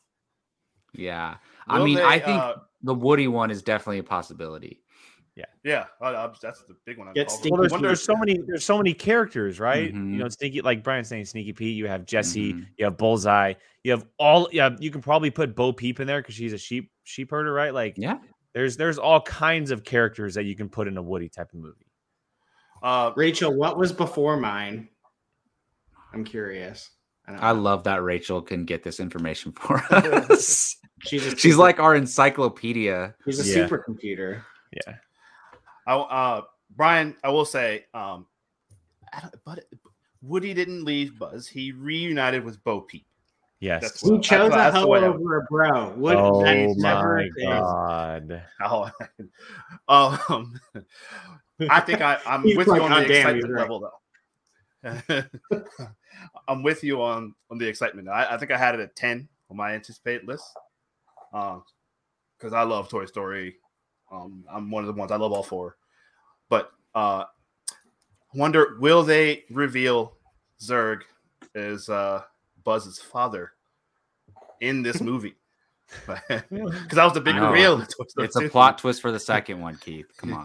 Speaker 1: Yeah, I
Speaker 8: Will
Speaker 1: mean,
Speaker 8: they,
Speaker 1: I think
Speaker 8: uh,
Speaker 1: the Woody one is definitely a possibility.
Speaker 8: yeah, I, I, that's the big one. I
Speaker 4: Get
Speaker 8: called.
Speaker 4: Stinky
Speaker 2: Well, there's,
Speaker 8: Wonder-
Speaker 2: there's so many there's so many characters, right?
Speaker 1: Mhm.
Speaker 2: You know, sneaky like Brian's saying, Sneaky Pete. You have Jesse.
Speaker 1: Mhm.
Speaker 2: You have Bullseye. You have all. Yeah, you can probably put Bo Peep in there because she's a sheep sheep herder, right? Like
Speaker 1: Yeah.
Speaker 2: there's there's all kinds of characters that you can put in a Woody type of movie.
Speaker 8: uh,
Speaker 4: Rachel, what was before mine? I'm curious. I don't
Speaker 1: I
Speaker 4: know.
Speaker 1: love that Rachel can get this information for us.
Speaker 4: she's a
Speaker 1: She's
Speaker 4: super-
Speaker 1: like our encyclopedia.
Speaker 4: she's a
Speaker 2: Yeah.
Speaker 4: supercomputer.
Speaker 2: Yeah,
Speaker 8: I, uh, Brian, I will say, um, I don't, but Woody didn't leave Buzz. He reunited with Bo Peep.
Speaker 2: yes.
Speaker 8: That's
Speaker 4: Who
Speaker 8: Well,
Speaker 4: chose
Speaker 8: that's-
Speaker 4: a
Speaker 8: that's the
Speaker 4: hoe
Speaker 8: way I-
Speaker 4: over a bro? What
Speaker 2: oh
Speaker 4: that's never
Speaker 2: my
Speaker 4: a thing.
Speaker 2: god.
Speaker 8: How- um, I think I, I'm
Speaker 4: He's
Speaker 8: with
Speaker 4: like,
Speaker 8: you on
Speaker 4: "Oh,
Speaker 8: the
Speaker 4: damn, he's
Speaker 8: excitement
Speaker 4: right."
Speaker 8: level, though. I'm with you on on the excitement. I, I think I had it at ten on my anticipate list, because I love Toy Story. Um, I'm one of the ones I love all four, but uh, wonder will they reveal Zurg is uh, Buzz's father in this movie? Because that was the big
Speaker 1: No,
Speaker 8: reveal. in Toy Story
Speaker 1: It's a
Speaker 8: 2.
Speaker 1: plot twist for the second one, Keith. Come on.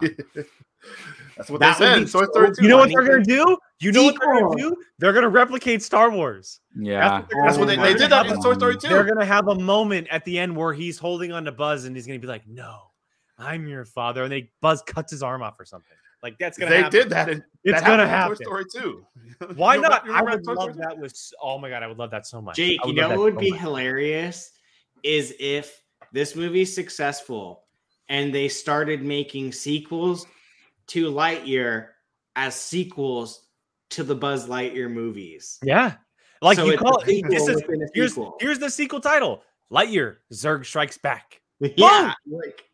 Speaker 8: That's what
Speaker 4: That
Speaker 8: they
Speaker 4: would
Speaker 8: said.
Speaker 4: be
Speaker 8: Source
Speaker 4: so-
Speaker 8: 32.
Speaker 2: You know what
Speaker 8: I
Speaker 2: they're
Speaker 8: need
Speaker 2: gonna
Speaker 8: to-
Speaker 2: do? You know what they're gonna
Speaker 4: Sequel.
Speaker 2: do? They're gonna replicate Star Wars.
Speaker 1: Yeah.
Speaker 2: they're
Speaker 8: That's what
Speaker 4: Oh
Speaker 8: they,
Speaker 4: my
Speaker 8: they did that
Speaker 2: God.
Speaker 8: in Source
Speaker 2: They're
Speaker 8: 32.
Speaker 2: gonna have a moment at the end where he's holding on to Buzz and he's gonna be like, "No, I'm your father," and they Buzz cuts his arm off or something. Like that's gonna
Speaker 8: They
Speaker 2: happen.
Speaker 8: did that. In,
Speaker 2: It's
Speaker 8: that
Speaker 2: gonna
Speaker 8: happened
Speaker 2: happen.
Speaker 8: in Toy Story 2.
Speaker 2: Why
Speaker 8: You remember-
Speaker 2: not?
Speaker 8: you
Speaker 2: I
Speaker 8: remember
Speaker 2: would
Speaker 8: Toy
Speaker 2: love
Speaker 8: Story
Speaker 2: that. With s- oh my god, I would love that so much.
Speaker 4: Jake,
Speaker 2: I
Speaker 4: you know
Speaker 2: love that
Speaker 4: what would
Speaker 2: so
Speaker 4: be
Speaker 2: much.
Speaker 4: hilarious is if this movie's successful and they started making sequels to Lightyear as sequels to the Buzz Lightyear movies.
Speaker 2: Yeah, like
Speaker 4: So
Speaker 2: you
Speaker 4: it's a
Speaker 2: call it.
Speaker 4: sequel
Speaker 2: This is
Speaker 4: within a
Speaker 2: here's
Speaker 4: sequel.
Speaker 2: here's the sequel title: Lightyear Zurg Strikes Back.
Speaker 4: yeah, like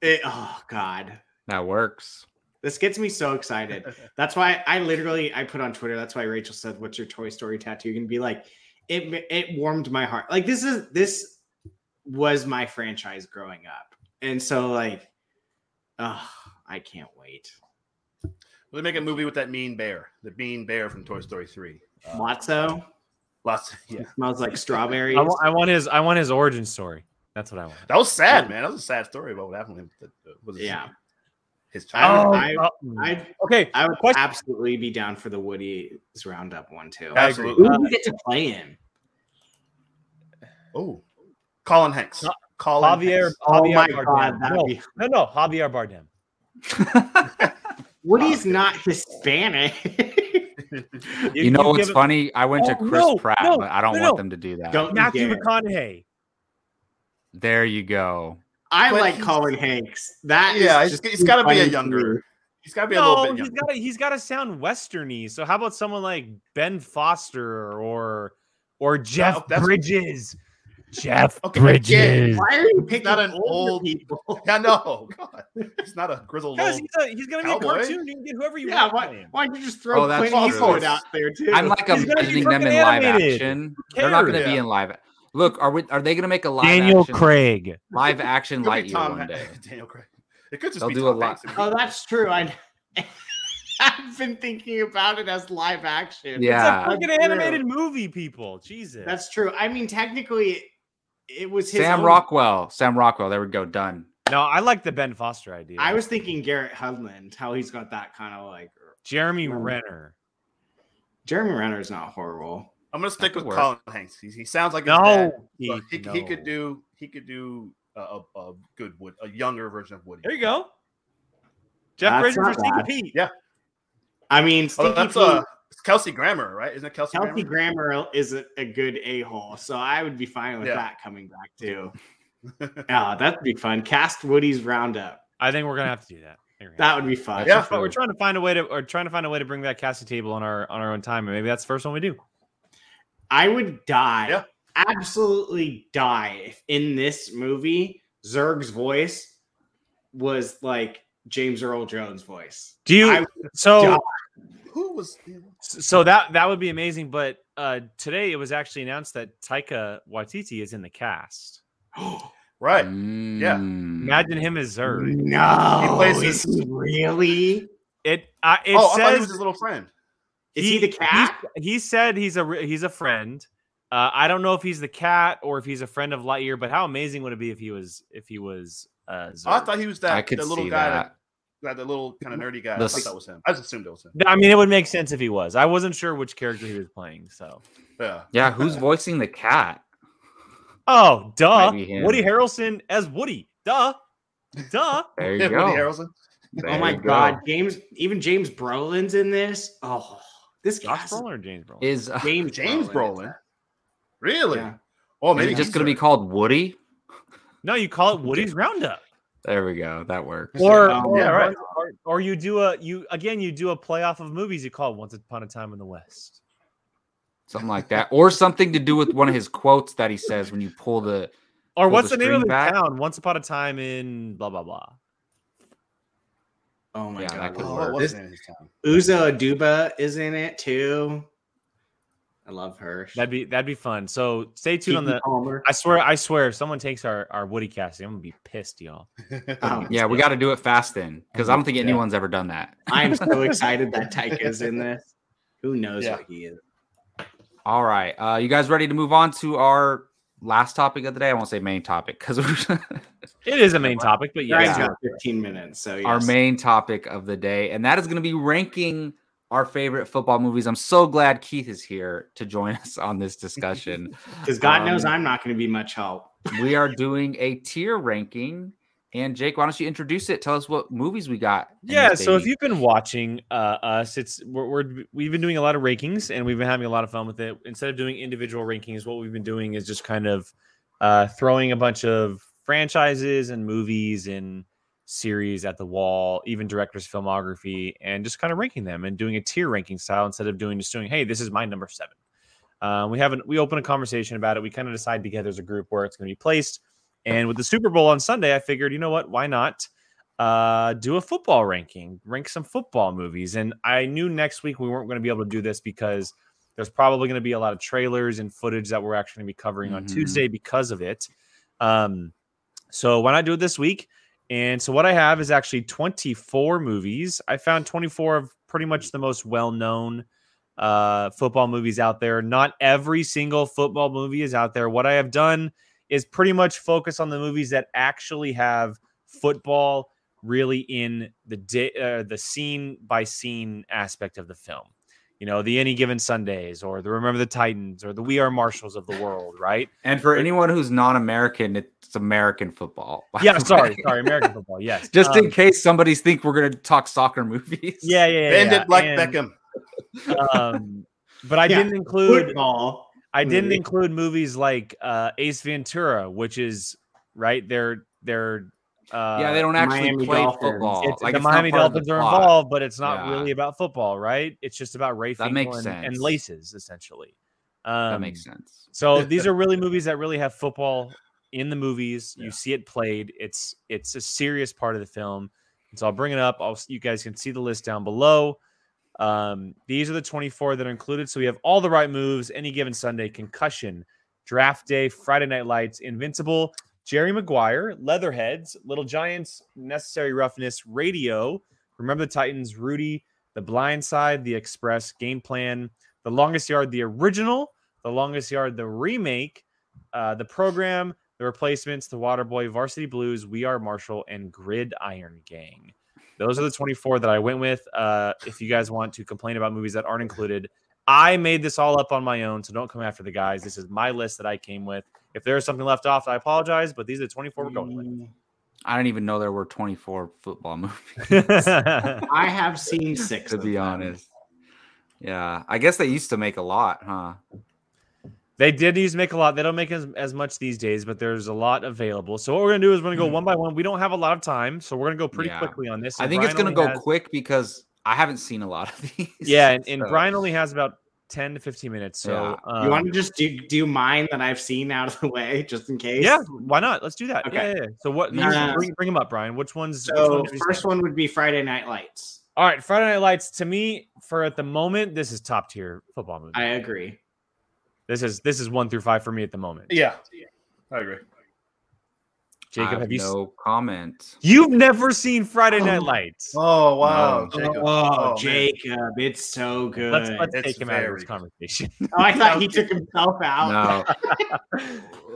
Speaker 4: it- oh god.
Speaker 1: That works.
Speaker 4: This gets me so excited. That's why I literally I put on Twitter. That's why Rachel said, "What's your Toy Story tattoo?" You can be like, it ma- it warmed my heart. Like this is this was my franchise growing up, and so like, oh, I can't wait.
Speaker 8: Well, They make a movie with that mean bear, the mean bear from Toy Story 3.
Speaker 4: Lotso
Speaker 8: Lots. Yeah.
Speaker 4: smells like strawberries.
Speaker 2: Uh, I, wa- I want his I want his origin story. That's what I want.
Speaker 8: That was sad, man. That was a sad story about what happened with the, was his-
Speaker 4: yeah,
Speaker 8: his
Speaker 4: I
Speaker 8: child.
Speaker 4: would-
Speaker 2: Oh, oh,
Speaker 4: I'd
Speaker 2: okay,
Speaker 4: I would
Speaker 2: Question-
Speaker 4: absolutely be down for the Woody's roundup one too. Who
Speaker 8: Absolutely.
Speaker 4: do we get to play in?
Speaker 8: Oh, Colin Hanks.
Speaker 2: Ca-
Speaker 8: Colin
Speaker 2: Javier.
Speaker 8: Hanks.
Speaker 4: Oh
Speaker 2: Javier
Speaker 4: my god,
Speaker 2: Bardem.
Speaker 4: that
Speaker 2: no,
Speaker 4: would be
Speaker 2: no, no, Javier Bardem.
Speaker 4: Woody's not Hispanic.
Speaker 1: You, know what's
Speaker 2: give it-
Speaker 1: funny? I went to
Speaker 2: Oh,
Speaker 1: Chris
Speaker 2: no,
Speaker 1: Pratt,
Speaker 2: no,
Speaker 1: but I don't
Speaker 2: no,
Speaker 1: want
Speaker 2: no.
Speaker 1: them to do that.
Speaker 4: Don't you
Speaker 2: Matthew
Speaker 4: dare.
Speaker 2: McConaughey.
Speaker 1: There you go.
Speaker 4: I
Speaker 8: But
Speaker 4: like
Speaker 8: he's-
Speaker 4: Colin Hanks. That
Speaker 8: Yeah,
Speaker 4: is
Speaker 8: he's-
Speaker 4: just
Speaker 8: he's gotta be a
Speaker 4: funny
Speaker 8: younger-
Speaker 4: to me.
Speaker 8: He's got to be a little
Speaker 2: No,
Speaker 8: bit
Speaker 2: he's
Speaker 8: younger.
Speaker 2: got to he's got to sound westerny. So how about someone like Ben Foster or or Jeff
Speaker 8: that's-
Speaker 2: Bridges? Jeff
Speaker 8: Okay, again,
Speaker 2: Bridges.
Speaker 4: Why are you picking
Speaker 8: not an
Speaker 4: older
Speaker 8: old-
Speaker 4: people?
Speaker 8: Yeah, no. God. He's not a grizzled
Speaker 2: Because
Speaker 8: old.
Speaker 2: he's, a, he's gonna be
Speaker 8: Cowboy?
Speaker 2: a cartoon. You can get whoever you
Speaker 4: Yeah,
Speaker 2: want.
Speaker 4: why, why don't you just throw
Speaker 1: Oh, that's
Speaker 4: Clint
Speaker 8: true.
Speaker 4: Eastwood out there too?
Speaker 1: I'm like
Speaker 2: He's gonna
Speaker 1: imagining
Speaker 2: be
Speaker 1: them in
Speaker 2: fucking
Speaker 1: live
Speaker 2: animated.
Speaker 1: action.
Speaker 2: Who
Speaker 1: They're not going to
Speaker 2: cares?
Speaker 1: be in live. Look, are we? Are they going to make a live
Speaker 2: Daniel
Speaker 1: action
Speaker 2: Craig.
Speaker 1: live action
Speaker 8: It could be
Speaker 1: Lightyear
Speaker 8: Tom
Speaker 1: one
Speaker 8: Han-
Speaker 1: day?
Speaker 8: Daniel Craig. It could just
Speaker 1: They'll
Speaker 8: be
Speaker 1: do
Speaker 8: Tom
Speaker 1: a lot.
Speaker 8: Hanks and
Speaker 4: oh, that's true. I I've been thinking about it as live action.
Speaker 2: It's a
Speaker 1: Yeah,
Speaker 2: fucking
Speaker 4: That's true.
Speaker 2: animated movie, people. Jesus.
Speaker 4: That's true. I mean, technically it was his
Speaker 1: Sam
Speaker 4: own-
Speaker 1: Rockwell. Sam Rockwell. There we go. Done.
Speaker 2: No, I like the Ben Foster idea.
Speaker 4: I was thinking Garrett Hudland, how he's got that kind of like
Speaker 2: Jeremy Renner.
Speaker 4: Jeremy Renner is not horrible.
Speaker 8: I'm gonna stick with Colin Hanks. He, he sounds like his
Speaker 2: No,
Speaker 8: dad, but he,
Speaker 2: Keith,
Speaker 8: he
Speaker 2: no.
Speaker 8: could do he could do a, a, a good Wood, a younger version of Woody.
Speaker 2: There you go. Jeff
Speaker 4: That's
Speaker 2: Bridges
Speaker 4: not
Speaker 2: for Sneaky
Speaker 4: bad.
Speaker 2: Pete.
Speaker 4: I mean,
Speaker 8: Oh,
Speaker 4: Stinky
Speaker 8: that's
Speaker 4: Pete-
Speaker 8: uh, it's Kelsey Grammer, right? Isn't it Kelsey,
Speaker 4: Kelsey
Speaker 8: Grammer?
Speaker 4: Grammer is a, a good a hole, so I would be fine with
Speaker 8: Yeah.
Speaker 4: that coming back too. Ah, that'd be fun. Cast Woody's roundup.
Speaker 2: I think we're gonna have to do that. I think we're gonna
Speaker 4: That would be fun.
Speaker 8: Yeah.
Speaker 2: have to. But we're trying to find a way to, or trying to find a way to bring that casting table on our on our own time, and maybe that's the first one we do.
Speaker 4: I would die,
Speaker 8: Yeah.
Speaker 4: absolutely die, if in this movie Zerg's voice was like James Earl Jones' voice.
Speaker 2: Do you?
Speaker 4: I would
Speaker 2: so
Speaker 4: die.
Speaker 8: Who was the-
Speaker 2: so that that would be amazing. But uh today it was actually announced that Taika Waititi is in the cast.
Speaker 8: right?
Speaker 1: Mm.
Speaker 8: Yeah.
Speaker 2: Imagine him as Zurg.
Speaker 4: no,
Speaker 8: He plays
Speaker 4: is
Speaker 8: his-
Speaker 4: he really?
Speaker 2: It I it
Speaker 8: oh, I thought he was
Speaker 2: says
Speaker 8: his little friend.
Speaker 4: Is he, the cat?
Speaker 2: he's- He said he's a re- he's a friend. Uh, I don't know if he's the cat or if he's a friend of Lightyear, but how amazing would it be if he was if he was uh, Zurg?
Speaker 8: I thought he was that
Speaker 7: I could
Speaker 8: the little
Speaker 7: see
Speaker 8: guy
Speaker 7: that.
Speaker 8: that. that the little kind of nerdy guy.
Speaker 7: The
Speaker 8: I thought
Speaker 7: s-
Speaker 8: that was him. I just assumed it was him.
Speaker 2: I mean, it would make sense if he was. I wasn't sure which character he was playing. So,
Speaker 8: Yeah.
Speaker 1: Yeah, who's voicing the cat?
Speaker 2: oh, duh,
Speaker 7: Maybe him.
Speaker 2: Woody Harrelson as Woody, duh, duh.
Speaker 7: There
Speaker 8: Yeah,
Speaker 7: you
Speaker 8: Woody
Speaker 7: go.
Speaker 8: Harrelson.
Speaker 7: There
Speaker 4: Oh my
Speaker 7: you go.
Speaker 4: god, James! Even James Brolin's in this. Oh, this
Speaker 2: Josh
Speaker 4: cast is
Speaker 2: Brolin or James Brolin?
Speaker 1: Is uh,
Speaker 4: James
Speaker 8: James
Speaker 4: is
Speaker 8: Brolin. Really?
Speaker 4: Yeah.
Speaker 8: Oh,
Speaker 1: is
Speaker 8: maybe
Speaker 1: it just
Speaker 8: he's
Speaker 1: gonna be
Speaker 8: right.
Speaker 1: called Woody?
Speaker 2: no, you call it Woody's Roundup,
Speaker 7: There we go. That works.
Speaker 2: or,
Speaker 4: Um,
Speaker 2: or
Speaker 8: yeah, right.
Speaker 2: or, or you do a you again you do a playoff of movies. You call it Once Upon a Time in the West.
Speaker 1: Something like that. Or something to do with one of his quotes that he says when you pull the
Speaker 2: Or
Speaker 1: Pull
Speaker 2: what's the
Speaker 1: the
Speaker 2: name
Speaker 1: string
Speaker 2: of the
Speaker 1: back.
Speaker 2: town? Once upon a time in blah blah blah.
Speaker 4: Oh my
Speaker 1: Yeah, that
Speaker 4: god!
Speaker 1: could
Speaker 8: Oh, what
Speaker 4: This-
Speaker 8: was the name of his town?
Speaker 4: Uzo Aduba is in it too. I love her.
Speaker 2: That'd be that'd be fun. So stay tuned
Speaker 4: Kiki
Speaker 2: on the.
Speaker 4: Palmer.
Speaker 2: I swear, I swear, if someone takes our our Woody casting, I'm gonna be pissed, y'all. Oh,
Speaker 4: Um,
Speaker 1: Yeah, we gotta do it fast then. Because I don't think anyone's ever done that.
Speaker 4: I'm so excited that Taika's in this. Who knows
Speaker 8: Yeah.
Speaker 4: what he is?
Speaker 1: All right. Uh you guys ready to move on to our last topic of the day? I won't say main topic because we're
Speaker 2: It is a main topic, but yeah,
Speaker 4: Brian's
Speaker 2: sure.
Speaker 4: got 15 minutes, so yes.
Speaker 1: our main topic of the day, and that is going to be ranking our favorite football movies. I'm so glad Keith is here to join us on this discussion.
Speaker 4: because God
Speaker 1: um,
Speaker 4: knows I'm not going to be much help.
Speaker 1: we are doing a tier ranking, and Jake, why don't you introduce it? Tell us what movies we got. in
Speaker 2: Yeah,
Speaker 1: this
Speaker 2: so if
Speaker 1: baby.
Speaker 2: you've been watching uh, us, it's we're, we're we've been doing a lot of rankings and we've been having a lot of fun with it. Instead of doing individual rankings, what we've been doing is just kind of uh, throwing a bunch of franchises and movies and series at the wall, even directors' filmography, and just kind of ranking them and doing a tier ranking style instead of doing just doing, hey, this is my number seven. Uh, we haven't we open a conversation about it. We kind of decide together as a group where it's going to be placed. And with the Super Bowl on Sunday, I figured, you know what, why not? uh, do a football ranking, rank some football movies. And I knew next week we weren't going to be able to do this because there's probably going to be a lot of trailers and footage that we're actually going to be covering on
Speaker 1: Mhm.
Speaker 2: Tuesday because of it. Um, so why not do it this week? And so what I have is actually 24 movies. I found 24 of pretty much the most well-known uh, football movies out there. Not every single football movie is out there. What I have done is pretty much focus on the movies that actually have football really in the di- uh, the scene by scene aspect of the film. You know, the Any Given Sundays or the Remember the Titans or the We Are Marshals of the world, right?
Speaker 1: and for anyone who's non-American, it's American football. by
Speaker 2: Yeah,
Speaker 1: the
Speaker 2: sorry,
Speaker 1: way.
Speaker 2: sorry, American football. Yes,
Speaker 1: Just
Speaker 2: Um,
Speaker 1: in case somebody's think we're going to talk soccer movies.
Speaker 2: yeah, yeah, yeah,
Speaker 8: Bandit
Speaker 2: yeah.
Speaker 8: Black
Speaker 2: And,
Speaker 8: Beckham.
Speaker 2: Um, but I
Speaker 4: Yeah.
Speaker 2: didn't include
Speaker 4: Football.
Speaker 2: I didn't
Speaker 4: movie.
Speaker 2: include movies like uh, Ace Ventura, which is right. They're they're uh,
Speaker 1: yeah, they don't actually
Speaker 4: Miami
Speaker 1: play
Speaker 4: Dolphins.
Speaker 1: football.
Speaker 2: It's,
Speaker 1: Like,
Speaker 2: the
Speaker 1: it's not
Speaker 2: Miami
Speaker 1: part of the
Speaker 2: Dolphins are
Speaker 1: plot.
Speaker 2: involved, but it's not
Speaker 1: Yeah.
Speaker 2: really about football, right? It's just about Ray
Speaker 1: That
Speaker 2: Finkel
Speaker 1: makes
Speaker 2: and, and
Speaker 1: sense.
Speaker 2: laces, essentially. Um,
Speaker 1: That makes sense.
Speaker 2: So these are really movies that really have football in the movies. You see it played. It's it's a serious part of the film. So I'll bring it up. I'll you guys can see the list down below. Um, these are the 24 that are included. So we have all the right moves, any given Sunday, concussion, draft day, Friday night lights, invincible, Jerry Maguire, Leatherheads, Little Giants, Necessary Roughness, Radio, Remember the Titans, Rudy, The Blind Side, The Express, Game Plan, The Longest Yard, the original, The Longest Yard, the remake, uh, The Program, The The Replacements, The Waterboy, Varsity Blues, We Are Marshall, and Gridiron Gang. Those are the 24 that I went with. Uh, if you guys want to complain about movies that aren't included, I made this all up on my own, so don't come after the guys. This is my list that I came with. If there is something left off, I apologize, but these are the 24 we're going with.
Speaker 1: I didn't even know there were 24 football movies.
Speaker 4: I have seen six.
Speaker 1: to
Speaker 4: of
Speaker 1: be
Speaker 4: them.
Speaker 1: honest. Yeah, I guess they used to make a lot, huh?
Speaker 2: They did used to make a lot. They don't make as, as much these days, but there's a lot available. So what we're gonna do is we're gonna go one by one. We don't have a lot of time, so we're gonna go pretty
Speaker 1: Yeah.
Speaker 2: quickly on this.
Speaker 1: I
Speaker 2: and
Speaker 1: think it's
Speaker 2: Brian
Speaker 1: gonna
Speaker 2: only
Speaker 1: go
Speaker 2: has-
Speaker 1: quick because I haven't seen a lot of these.
Speaker 2: Yeah, and, and
Speaker 1: so-
Speaker 2: Brian only has about ten to fifteen minutes. So
Speaker 1: Yeah.
Speaker 2: um,
Speaker 4: You want to just do, do mine that I've seen out of the way, just in case.
Speaker 2: yeah, why not? Let's do that.
Speaker 4: Okay.
Speaker 2: Yeah, yeah, yeah. So what? you-
Speaker 4: Uh,
Speaker 2: bring, bring them up, Brian. Which ones? which
Speaker 4: So
Speaker 2: ones did you
Speaker 4: first
Speaker 2: say?
Speaker 4: one would be Friday Night Lights.
Speaker 2: All right, Friday Night Lights. To me, for at the moment, this is top tier football movie.
Speaker 4: I agree.
Speaker 2: this is this is one through five for me at the moment.
Speaker 8: Yeah, I agree.
Speaker 1: I
Speaker 2: Jacob, have you? s-
Speaker 1: no comment?
Speaker 2: You've never seen Friday Night Lights.
Speaker 8: Oh wow, Jacob.
Speaker 4: Oh,
Speaker 8: man.
Speaker 4: Jacob, it's so good.
Speaker 2: Let's, let's
Speaker 8: It's
Speaker 2: take him out of this
Speaker 8: very-
Speaker 2: conversation.
Speaker 4: oh, I thought he took himself out.
Speaker 1: No,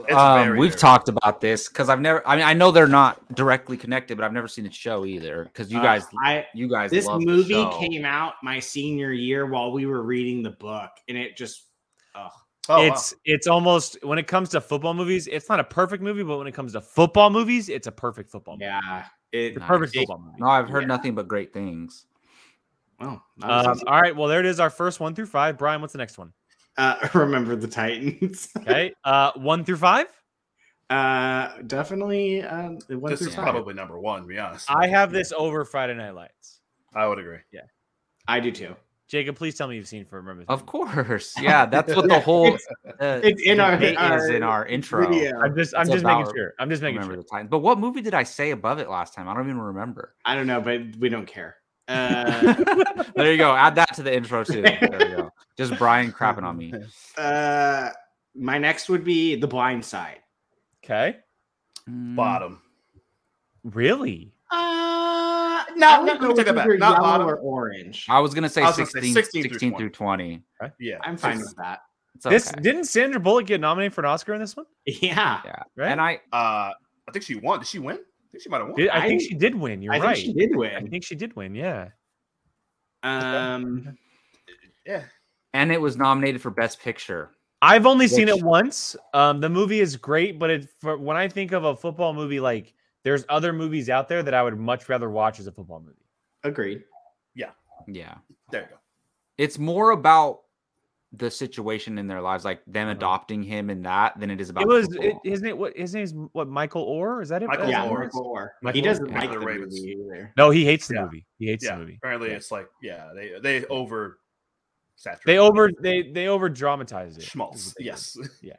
Speaker 8: It's
Speaker 1: um,
Speaker 8: very
Speaker 1: we've
Speaker 8: good.
Speaker 1: talked about this because I've never. I mean, I know they're not directly connected, but I've never seen the show either. Because you
Speaker 4: Uh,
Speaker 1: guys,
Speaker 4: I
Speaker 1: you guys,
Speaker 4: this
Speaker 1: love the
Speaker 4: movie
Speaker 1: show.
Speaker 4: came out my senior year while we were reading the book, and it just oh,
Speaker 8: Oh,
Speaker 2: it's it's almost when it comes to football movies, it's not a perfect movie, but when it comes to football movies, it's a perfect football movie.
Speaker 4: yeah, it
Speaker 2: It's a perfect
Speaker 4: Nice.
Speaker 2: football movie.
Speaker 1: No, I've heard nothing but great things.
Speaker 4: well. that was
Speaker 2: Um,
Speaker 4: easy.
Speaker 2: all right, well there it is, our first one through five. Brian, what's the next one?
Speaker 4: uh, remember the Titans?
Speaker 2: Okay, uh, one through five.
Speaker 4: Uh, definitely. Um, it
Speaker 8: wow.
Speaker 4: went
Speaker 8: this
Speaker 4: through
Speaker 8: is
Speaker 4: five.
Speaker 8: probably number one. To be honest,
Speaker 2: I have this over Friday Night Lights.
Speaker 8: I would agree.
Speaker 4: I do too.
Speaker 2: Jacob, please tell me you've seen for remember. the
Speaker 1: Of
Speaker 2: Titans.
Speaker 1: course, yeah, that's what the whole uh,
Speaker 4: it's in our-
Speaker 1: debate
Speaker 4: our
Speaker 1: is in our intro.
Speaker 4: Video.
Speaker 2: I'm just I'm
Speaker 1: It's
Speaker 2: just making
Speaker 1: about-
Speaker 2: sure. I'm just making
Speaker 1: remember
Speaker 2: sure.
Speaker 1: the time. But what movie did I say above it last time? I don't even remember.
Speaker 4: I don't know, but we don't care. Uh,
Speaker 1: there you go. Add that to the intro too. There you go. Just Brian crapping on me.
Speaker 4: uh, my next would be The Blind Side.
Speaker 2: Okay,
Speaker 1: Mm,
Speaker 8: Bottom.
Speaker 2: really?
Speaker 4: Uh,
Speaker 8: I
Speaker 4: no,
Speaker 8: would
Speaker 4: no,
Speaker 8: go
Speaker 4: no,
Speaker 8: take it
Speaker 4: it's
Speaker 8: back.
Speaker 4: either
Speaker 8: Not
Speaker 4: yellow
Speaker 8: bottom.
Speaker 4: or orange.
Speaker 1: Mm, I was gonna say
Speaker 8: I was gonna say
Speaker 1: 16,
Speaker 8: 16 through
Speaker 1: 16 through twenty.
Speaker 8: Yeah,
Speaker 4: I'm fine with that.
Speaker 1: It's okay.
Speaker 2: This didn't Sandra Bullock get nominated for an Oscar in this one?
Speaker 4: Yeah,
Speaker 2: Right?
Speaker 1: and I
Speaker 8: Uh, I think she won. Did she win? I think she might have won.
Speaker 2: Did- I, think
Speaker 4: I-
Speaker 2: she did win. You're
Speaker 4: I
Speaker 2: right.
Speaker 4: think she did
Speaker 2: I
Speaker 4: win.
Speaker 2: think she did win. Yeah.
Speaker 4: Um,
Speaker 8: yeah,
Speaker 1: and it was nominated for Best Picture.
Speaker 2: I've only seen it
Speaker 1: Which-
Speaker 2: once. Um, the movie is great, but it, for, when I think of a football movie, like there's other movies out there that I would much rather watch as a football movie.
Speaker 4: agreed.
Speaker 1: Yeah.
Speaker 8: there you go.
Speaker 1: It's more about the situation in their lives, like them adopting him and that, than it is about
Speaker 2: It was it,
Speaker 1: football.
Speaker 2: his name. What his name's what Michael Orr? Is that it?
Speaker 8: Michael
Speaker 2: That's
Speaker 4: yeah,
Speaker 2: his
Speaker 8: Orr.
Speaker 2: name?
Speaker 4: Michael Orr.
Speaker 2: Michael
Speaker 4: he
Speaker 2: Orr.
Speaker 4: doesn't
Speaker 8: Yeah.
Speaker 4: like
Speaker 8: The
Speaker 4: the
Speaker 8: Ravens.
Speaker 4: movie either.
Speaker 2: No, he hates the
Speaker 8: Yeah.
Speaker 2: movie. He hates
Speaker 8: yeah,
Speaker 2: the movie.
Speaker 8: apparently it's like yeah, they they over saturated.
Speaker 2: They over they they over dramatize it. is
Speaker 8: schmaltz.
Speaker 2: what they
Speaker 8: Yes.
Speaker 2: Yeah.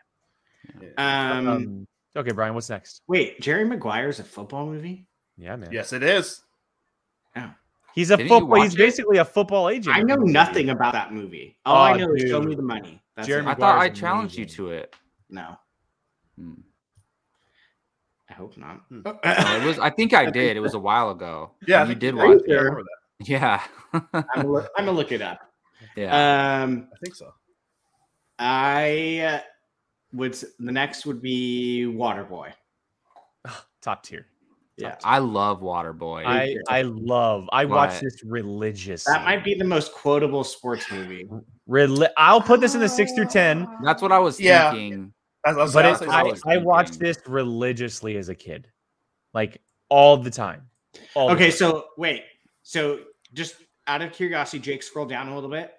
Speaker 8: Yeah.
Speaker 2: do.
Speaker 4: Um,
Speaker 2: Um, okay, Brian. What's next?
Speaker 4: wait, Jerry Maguire's a football movie?
Speaker 2: Yeah, man.
Speaker 8: yes, it is.
Speaker 2: He's a
Speaker 1: Didn't you
Speaker 2: football. He's
Speaker 1: watch it?
Speaker 2: basically a football agent.
Speaker 4: I know
Speaker 2: in the movie.
Speaker 4: nothing about that movie. All I
Speaker 2: Oh,
Speaker 4: know is show
Speaker 2: dude.
Speaker 4: me the money. That's
Speaker 2: Jerry
Speaker 4: it.
Speaker 1: I thought I
Speaker 2: Maguire's
Speaker 1: challenged you
Speaker 2: amazing.
Speaker 1: to it.
Speaker 4: No,
Speaker 1: Hmm.
Speaker 4: I hope not.
Speaker 8: Hmm.
Speaker 1: No, it was. I think I did. It was a while ago.
Speaker 8: Yeah, I
Speaker 1: and you
Speaker 8: think
Speaker 1: did
Speaker 8: I
Speaker 1: watch
Speaker 8: Yeah, I
Speaker 1: it.
Speaker 8: remember that.
Speaker 1: Yeah,
Speaker 4: I'm gonna look, I'm gonna look it up.
Speaker 1: yeah.
Speaker 4: Um,
Speaker 8: I think so.
Speaker 4: I uh, would. s- The next would be Waterboy.
Speaker 2: Top tier.
Speaker 4: Yeah,
Speaker 1: I love Waterboy.
Speaker 2: I
Speaker 4: tier.
Speaker 2: I love. I watch
Speaker 1: Why?
Speaker 2: this religious.
Speaker 4: that might be the most quotable sports movie.
Speaker 2: Reli- I'll put this in the six through ten.
Speaker 1: That's what I was
Speaker 8: Yeah.
Speaker 1: thinking.
Speaker 8: I, I was,
Speaker 2: but
Speaker 8: I
Speaker 2: it,
Speaker 8: was saying
Speaker 2: I,
Speaker 8: something.
Speaker 2: I watched this religiously as a kid, like all the time. All the
Speaker 4: Okay,
Speaker 2: time.
Speaker 4: so wait. So just out of curiosity, Jake, scroll down a little bit.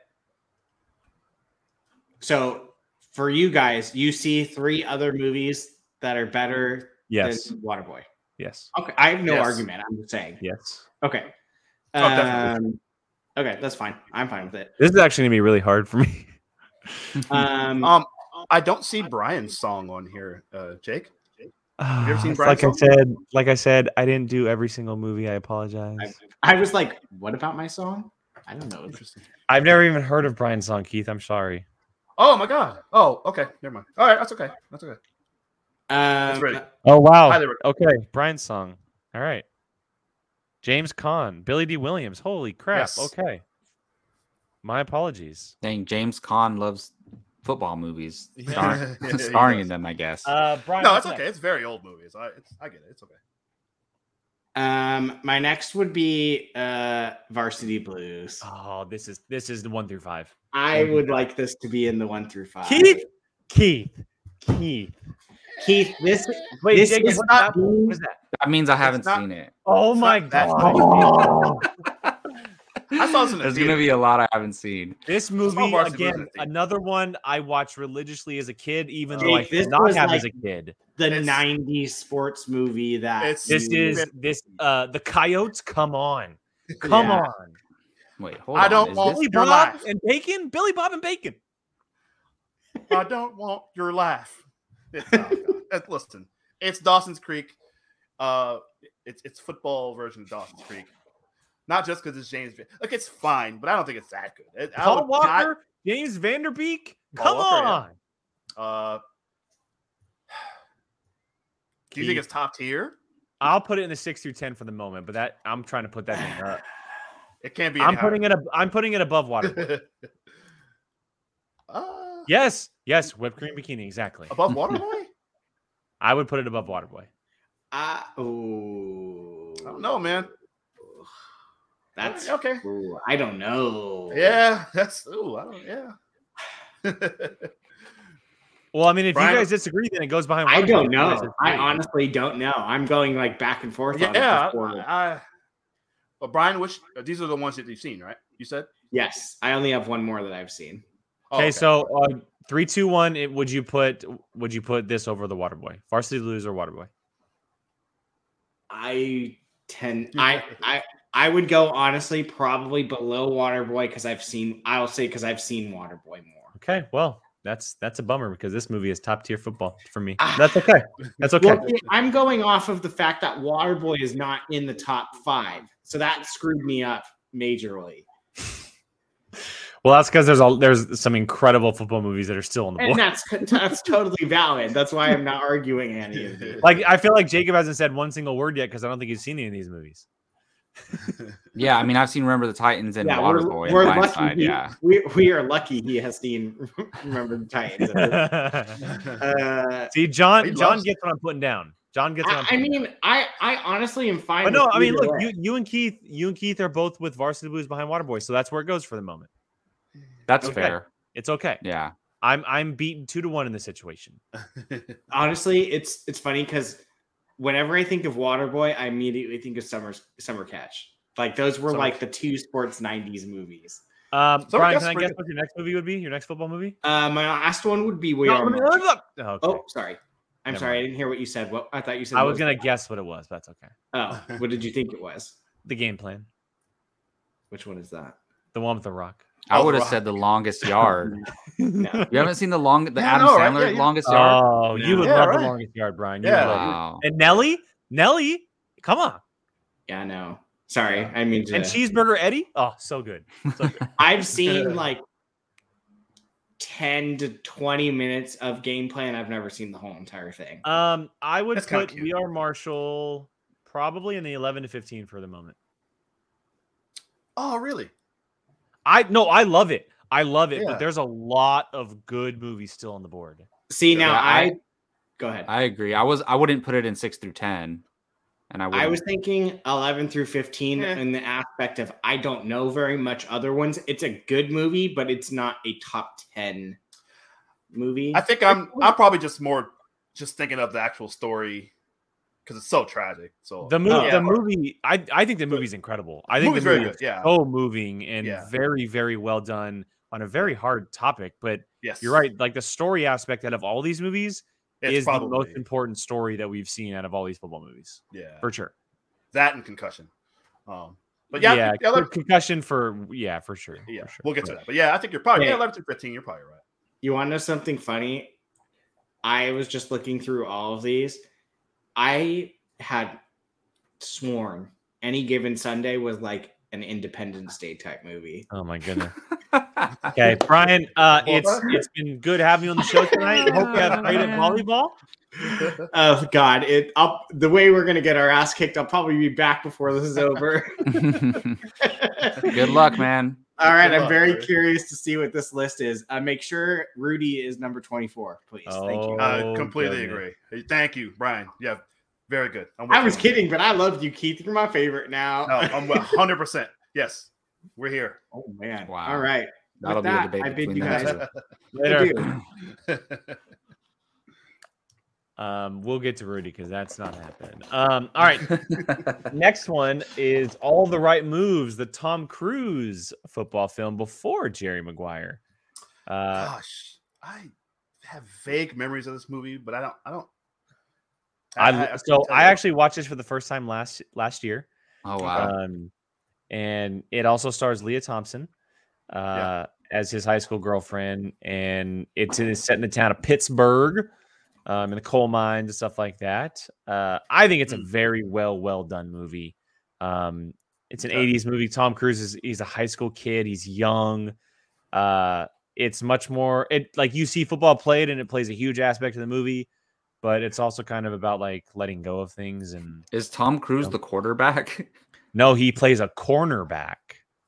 Speaker 4: So for you guys, you see three other movies that are better
Speaker 2: yes,
Speaker 4: than Waterboy.
Speaker 2: yes,
Speaker 4: Okay, I have no
Speaker 8: Yes.
Speaker 4: argument. I'm just saying.
Speaker 2: yes.
Speaker 4: Okay.
Speaker 8: Oh, definitely.
Speaker 4: Um, okay, that's fine. I'm fine with it.
Speaker 2: This is actually gonna be really hard for me.
Speaker 4: Um,
Speaker 8: Um, I don't see Brian's song on here, uh, Jake.
Speaker 2: Have
Speaker 8: you ever seen
Speaker 2: like I
Speaker 8: Brian
Speaker 2: said, like I said, I didn't do every single movie. I apologize.
Speaker 4: I,
Speaker 2: I've,
Speaker 4: I was like, what about my song? I don't know.
Speaker 8: Interesting.
Speaker 2: never even heard of Brian's song, Keith. I'm sorry.
Speaker 8: Oh my god. Oh, okay. Never mind. All right, that's okay. That's okay.
Speaker 4: Um,
Speaker 8: ready.
Speaker 2: Oh wow.
Speaker 8: Highly recommend.
Speaker 2: Okay, Brian's song. All right. James Caan, Billy D. Williams. Holy crap.
Speaker 8: Yes.
Speaker 2: Okay. My apologies.
Speaker 1: Dang, James Caan loves football movies star- starring in them, I guess.
Speaker 2: Uh, Brian,
Speaker 8: No,
Speaker 2: what's
Speaker 8: it's okay.
Speaker 2: next?
Speaker 8: It's very old movies. I it's, I get it. It's okay.
Speaker 4: Um, my next would be uh, Varsity Blues.
Speaker 2: Oh, this is this is the one through five.
Speaker 4: I would like this to be in the one through five.
Speaker 2: Keith? Keith, Keith.
Speaker 4: Keith, this
Speaker 2: Wait,
Speaker 4: this
Speaker 2: Jacob,
Speaker 4: is
Speaker 2: what's
Speaker 4: not.
Speaker 2: that? What's that?
Speaker 1: That means I haven't
Speaker 8: not-
Speaker 1: seen it.
Speaker 2: Oh my
Speaker 8: not that
Speaker 2: god!
Speaker 8: I saw this in the
Speaker 1: There's gonna
Speaker 8: theater.
Speaker 1: be a lot I haven't seen.
Speaker 2: This movie
Speaker 8: Varsity Blues
Speaker 2: again,
Speaker 8: is a thing.
Speaker 2: another one I watched religiously as a kid, even though I
Speaker 4: Jake, this
Speaker 2: did not
Speaker 4: was
Speaker 2: have
Speaker 4: like-
Speaker 2: as a kid.
Speaker 4: the
Speaker 8: It's-
Speaker 4: '90s sports movie that
Speaker 8: It's-
Speaker 2: This
Speaker 4: you-
Speaker 2: is this uh the Coyotes. Come on, come
Speaker 4: Yeah.
Speaker 2: on,
Speaker 1: Wait, hold
Speaker 8: I
Speaker 1: on.
Speaker 8: don't
Speaker 1: is
Speaker 8: want-
Speaker 1: this-
Speaker 2: Billy
Speaker 8: Your
Speaker 2: Bob
Speaker 8: life.
Speaker 2: and Bacon, Billy Bob and Bacon.
Speaker 8: I don't want your life. It's, oh, God. Uh, listen, it's Dawson's Creek. Uh, it's it's football version of Dawson's Creek. Not just because it's James. Van- Like it's fine, but I don't think it's that good. It, I
Speaker 2: Paul
Speaker 8: would not-
Speaker 2: Walker, James Vanderbeek.
Speaker 8: Paul
Speaker 2: Come
Speaker 8: Walker, yeah.
Speaker 2: on.
Speaker 8: uh, do you think it's top tier?
Speaker 2: I'll put it in the six through ten for the moment, but that I'm trying to put that thing up.
Speaker 8: It can't be.
Speaker 2: I'm putting it. Ab- I'm putting it above water.
Speaker 8: it. uh,
Speaker 2: yes, yes, whipped cream bikini. Exactly.
Speaker 8: above Waterboy.
Speaker 2: I would put it above Waterboy.
Speaker 4: I, oh,
Speaker 8: I don't know, man.
Speaker 4: That's
Speaker 8: okay.
Speaker 4: ooh, I don't know.
Speaker 8: Yeah, that's. Ooh, I don't. Yeah.
Speaker 2: Well, I mean, if
Speaker 8: Brian-
Speaker 2: you guys disagree, then it goes behind.
Speaker 4: I
Speaker 2: Waterboy.
Speaker 4: don't
Speaker 2: You guys
Speaker 4: know. I
Speaker 2: disagree.
Speaker 4: honestly don't know. I'm going like back and forth. on it
Speaker 8: Yeah,
Speaker 4: before-
Speaker 8: I, I- but Brian, which these are the ones that you've seen, right? You said.
Speaker 4: yes, I only have one more that I've seen.
Speaker 8: Oh,
Speaker 2: okay, so uh, three, two, one. It, would you put? Would you put this over the Waterboy? Varsity Blues or Waterboy?
Speaker 4: I tend I I I would go honestly probably below Waterboy because I've seen I'll say because I've seen Waterboy more.
Speaker 2: Okay, well, that's that's a bummer because this movie is top tier football for me.
Speaker 4: Ah.
Speaker 2: That's okay. That's okay.
Speaker 4: Well, see, I'm going off of the fact that Waterboy is not in the top five, so that screwed me up majorly.
Speaker 2: Well, that's because there's all there's some incredible football movies that are still on the
Speaker 4: And
Speaker 2: board.
Speaker 4: that's that's totally valid. That's why I'm not arguing any of these.
Speaker 2: Like I feel like Jacob hasn't said one single word yet because I don't think he's seen any of these movies.
Speaker 1: Yeah, I mean, I've seen Remember the Titans and Waterboy and Blindside.
Speaker 4: he-
Speaker 1: Yeah,
Speaker 4: we, we are lucky he has seen Remember the Titans. Uh,
Speaker 2: See, John
Speaker 8: He
Speaker 2: John
Speaker 8: loves
Speaker 2: gets what I'm putting down. John gets what I'm
Speaker 4: I, I
Speaker 2: putting down.
Speaker 4: mean, I I honestly am fine.
Speaker 2: But no,
Speaker 4: with
Speaker 2: I mean,
Speaker 4: either
Speaker 2: look,
Speaker 4: way.
Speaker 2: you, you and Keith, you and Keith are both with Varsity Blues behind Waterboy, so that's where it goes for the moment.
Speaker 1: that's
Speaker 2: Okay.
Speaker 1: fair.
Speaker 2: It's okay.
Speaker 1: Yeah,
Speaker 2: I'm I'm beaten two to one in this situation.
Speaker 4: honestly, it's it's funny because whenever I think of Waterboy, I immediately think of Summer Summer Catch. Like those were
Speaker 8: Summer
Speaker 4: like the two sports '90s movies.
Speaker 2: Um,
Speaker 8: So I
Speaker 2: Brian,
Speaker 8: guess
Speaker 2: can I
Speaker 8: we're
Speaker 2: guess
Speaker 8: good.
Speaker 2: what your next movie would be? Your next football movie?
Speaker 4: Uh, my last one would be We
Speaker 2: No,
Speaker 4: Are.
Speaker 2: let me-
Speaker 4: March.
Speaker 2: let me look. Oh, okay.
Speaker 4: Oh, sorry. I'm
Speaker 2: Never
Speaker 4: sorry. I
Speaker 2: mind.
Speaker 4: didn't hear what you said. What I thought you said.
Speaker 2: I
Speaker 4: what
Speaker 2: was gonna guess what it was. But that's okay.
Speaker 4: Oh, what did you think it was?
Speaker 2: The game plan,
Speaker 4: Which one is that?
Speaker 2: the one with the rock.
Speaker 1: I
Speaker 8: Oh,
Speaker 1: would have
Speaker 8: Rock.
Speaker 1: said the longest yard.
Speaker 4: No.
Speaker 1: You haven't seen the long, the
Speaker 8: Yeah, I
Speaker 1: Adam
Speaker 8: know, right?
Speaker 1: Sandler
Speaker 8: Yeah, you-
Speaker 1: longest yard.
Speaker 2: Oh, you would
Speaker 8: Yeah,
Speaker 2: love
Speaker 8: right.
Speaker 2: the longest yard, Brian. You would
Speaker 8: Yeah.
Speaker 2: love it.
Speaker 1: Wow.
Speaker 2: And Nelly, Nelly, come on.
Speaker 4: Yeah, no. Sorry, I mean.
Speaker 2: And
Speaker 4: to-
Speaker 2: Cheeseburger Eddie. Oh, so good.
Speaker 4: I've seen like 10 to 20 minutes of game plan. I've never seen the whole entire thing.
Speaker 2: Um, I would
Speaker 8: That's kinda
Speaker 2: put
Speaker 8: cute.
Speaker 2: We Are Marshall probably in the eleven to fifteen for the moment.
Speaker 8: oh, really?
Speaker 2: I no, I love it. I love it,
Speaker 8: Yeah.
Speaker 2: but there's a lot of good movies still on the board.
Speaker 4: See, now
Speaker 1: Yeah,
Speaker 4: I,
Speaker 1: I-
Speaker 4: go ahead. I,
Speaker 1: I agree. I was, I wouldn't put it in six through ten, and I, wouldn't.
Speaker 4: was thinking 11 through 15
Speaker 8: Eh.
Speaker 4: in the aspect of I don't know very much other ones. It's a good movie, but it's not a top 10 movie.
Speaker 8: I think I'm. I'm probably just more just thinking of the actual story because it's so tragic. So
Speaker 2: The movie,
Speaker 8: Oh, Yeah.
Speaker 2: the movie, I I think the movie's incredible. I
Speaker 8: The
Speaker 2: think
Speaker 8: movie's
Speaker 2: the
Speaker 8: very
Speaker 2: movie
Speaker 8: good. Yeah.
Speaker 2: is so moving and
Speaker 8: Yeah.
Speaker 2: very very well done on a very hard topic. But
Speaker 8: yes,
Speaker 2: you're right, like the story aspect out of all these movies
Speaker 8: It's
Speaker 2: is
Speaker 8: probably
Speaker 2: the most important story that we've seen out of all these football movies
Speaker 8: yeah.
Speaker 2: for sure.
Speaker 8: That and concussion. Um, but yeah, I think the other-
Speaker 2: con- concussion for yeah for sure.
Speaker 8: yeah,
Speaker 2: for sure.
Speaker 8: we'll get to that. But yeah, I think you're probably
Speaker 4: Hey.
Speaker 8: yeah, 11 through 15. You're probably right.
Speaker 4: You want to know something funny? I was just looking through all of these. I had sworn any given Sunday was like an Independence Day type movie.
Speaker 2: Oh my goodness. Okay, Brian, uh,
Speaker 8: Well,
Speaker 2: it's it's been good having you on the show tonight. I hope you have great at volleyball.
Speaker 4: oh God! It I'll, the way we're gonna get our ass kicked. I'll probably be back before this is over.
Speaker 1: Good luck, man.
Speaker 4: All right, I'm
Speaker 8: luck,
Speaker 4: very
Speaker 8: Rudy.
Speaker 4: curious to see what this list is. Uh, make sure Rudy is number 24, please. Thank you.
Speaker 8: I
Speaker 2: Oh,
Speaker 8: completely
Speaker 2: goodness.
Speaker 8: agree. Thank you, Brian. Yeah, very good. I'm with
Speaker 4: I was
Speaker 8: you.
Speaker 4: kidding, but I loved you, Keith. You're my favorite now.
Speaker 8: No, I'm 100. percent Yes, we're here.
Speaker 4: oh man!
Speaker 1: Wow.
Speaker 4: All right,
Speaker 1: That'll
Speaker 4: With that,
Speaker 1: be a
Speaker 4: I
Speaker 1: debate
Speaker 4: bid
Speaker 1: between
Speaker 4: you
Speaker 1: them
Speaker 4: guys-
Speaker 1: two.
Speaker 4: I
Speaker 2: Later.
Speaker 4: do.
Speaker 2: Uh, Um, we'll get to Rudy because that's not happening. Um, all right. Next one is all the right moves, the Tom Cruise football film before Jerry Maguire. Uh,
Speaker 8: Gosh, I have vague memories of this movie, but I don't. I don't.
Speaker 2: I,
Speaker 8: couldn't
Speaker 2: so
Speaker 8: tell
Speaker 2: I
Speaker 8: you.
Speaker 2: actually watched this for the first time last last year.
Speaker 1: Oh
Speaker 8: Uh,
Speaker 1: wow.
Speaker 2: Um, and it also stars Leah Thompson uh, as his high school girlfriend, and it's in, set in the town of Pittsburgh, um, in the coal mines and stuff like that. Uh, I think it's a very well well done movie. Um, it's an
Speaker 8: Okay.
Speaker 2: '80s movie. Tom Cruise is he's a high school kid. He's young. Uh, it's much more it like you see football played, and it plays a huge aspect of the movie. But it's also kind of about like letting go of things and
Speaker 1: Is Tom Cruise the quarterback?
Speaker 2: no, he plays a cornerback.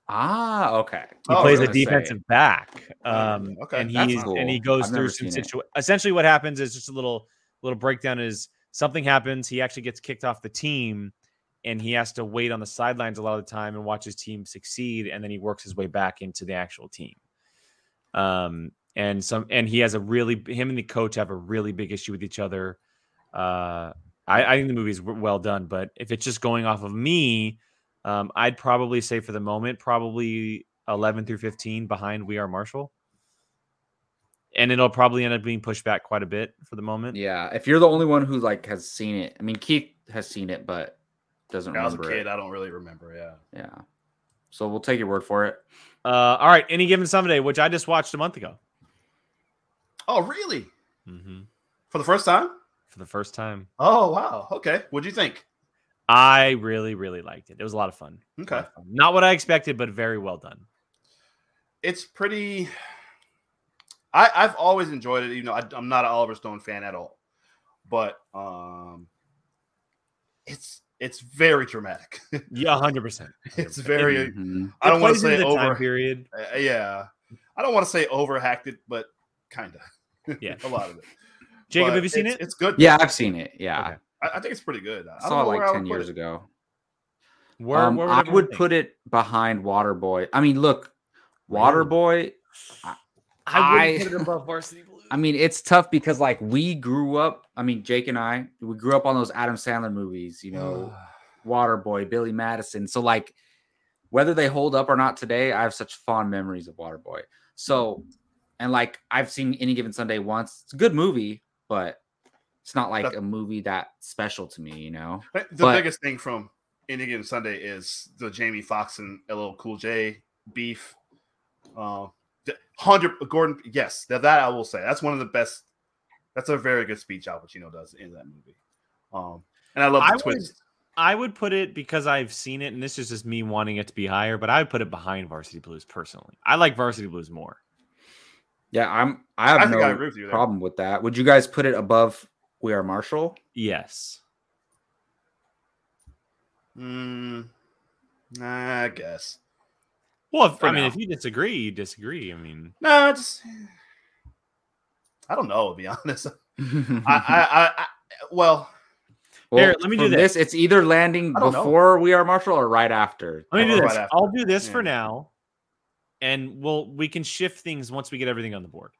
Speaker 1: ah, okay.
Speaker 2: He
Speaker 8: Oh,
Speaker 2: plays
Speaker 8: really?
Speaker 1: Gonna
Speaker 2: a
Speaker 1: say.
Speaker 2: defensive back. Um,
Speaker 8: okay,
Speaker 2: and
Speaker 8: that's
Speaker 2: he's
Speaker 1: cool.
Speaker 2: and he goes
Speaker 1: I've
Speaker 2: through
Speaker 1: never
Speaker 2: some
Speaker 1: seen it.
Speaker 2: situation. Essentially, what happens is just a little little breakdown. Is something happens? He actually gets kicked off the team, and he has to wait on the sidelines a lot of the time and watch his team succeed, and then he works his way back into the actual team. Um, and some and he has a really him and the coach have a really big issue with each other. Uh, I, I think the movie's w- well done, but if it's just going off of me, um, I'd probably say for the moment, probably 11 through 15 behind We Are Marshall. And it'll probably end up being pushed back quite a bit for the moment.
Speaker 1: Yeah, if you're the only one who like has seen it, I mean Keith has seen it, but doesn't
Speaker 8: When I was a
Speaker 1: remember
Speaker 8: kid.
Speaker 1: it.
Speaker 8: I don't really remember. Yeah.
Speaker 1: Yeah, so we'll take your word for it.
Speaker 2: Uh, all right. Any given Sunday, which I just watched a month ago
Speaker 8: Oh, really?
Speaker 2: hmm
Speaker 8: For the first time?
Speaker 2: for the first time.
Speaker 8: Oh, wow. Okay. What'd you think?
Speaker 2: I really, really liked it. It was a lot of fun. A lot
Speaker 8: Okay.
Speaker 2: of fun. Not what I expected, but very well done.
Speaker 8: It's pretty. I, I've always enjoyed it, even though I, I'm not an Oliver Stone fan at all. But um, it's it's very dramatic.
Speaker 2: Yeah, 100%.
Speaker 8: it's very.
Speaker 1: Mhm.
Speaker 8: I don't want to
Speaker 2: Plays into
Speaker 8: say
Speaker 2: the time
Speaker 8: over.
Speaker 2: period.
Speaker 8: uh, yeah, I don't want to say overhacked it, but kind of.
Speaker 2: Yeah.
Speaker 8: a lot of it.
Speaker 2: Jacob,
Speaker 8: But
Speaker 2: have you seen
Speaker 8: it's-
Speaker 2: it?
Speaker 8: It's good.
Speaker 1: Yeah, I've seen it. Yeah,
Speaker 2: Okay.
Speaker 8: I, I think it's pretty good.
Speaker 1: I saw it like ten years ago.
Speaker 2: Where,
Speaker 1: Um,
Speaker 2: where
Speaker 1: I
Speaker 2: everyone
Speaker 1: would
Speaker 2: think?
Speaker 1: put it behind Waterboy. I mean, look, Waterboy. I-
Speaker 2: wouldn't above Varsity Blues.
Speaker 1: I mean, it's tough because like we grew up. I mean, Jake and I, we grew up on those Adam Sandler movies. You know, Waterboy, Billy Madison. So like whether they hold up or not today, I have such fond memories of Waterboy. So and like I've seen Any Given Sunday once. It's a good movie, but it's not like
Speaker 8: That-
Speaker 1: a movie that special to me, you know.
Speaker 8: The
Speaker 1: But-
Speaker 8: biggest thing from Any Given Sunday is the Jamie Foxx and LL Cool J beef. Uh, the- hundred Gordon, yes, that, that I will say. That's one of the best. That's a very good speech Al Pacino does in that movie. Um, and I love
Speaker 2: I
Speaker 8: the
Speaker 2: would-
Speaker 8: twist.
Speaker 2: I would put it because I've seen it, and this is just me wanting it to be higher. But I would put it behind Varsity Blues personally. I like Varsity Blues more.
Speaker 1: Yeah, I'm I have
Speaker 8: I
Speaker 1: no
Speaker 8: think I agree with you. There.
Speaker 1: problem with that. Would you guys put it above We Are Marshall?
Speaker 2: Yes,
Speaker 8: Mm, nah, I guess.
Speaker 2: Well, if,
Speaker 8: For
Speaker 2: I mean,
Speaker 8: now.
Speaker 2: if you disagree, you disagree. I mean,
Speaker 8: No, it's. I don't know. To be honest, I, I, I, I well,
Speaker 1: Well,
Speaker 2: Here, let me do
Speaker 1: from
Speaker 2: this.
Speaker 1: It's either landing
Speaker 8: I don't know.
Speaker 1: before We Are Marshall or right after.
Speaker 2: let me
Speaker 8: I'll
Speaker 2: do
Speaker 8: go
Speaker 2: this.
Speaker 8: right after.
Speaker 2: I'll do this for
Speaker 8: Yeah.
Speaker 2: now, and we'll we can shift things once we get everything on the board.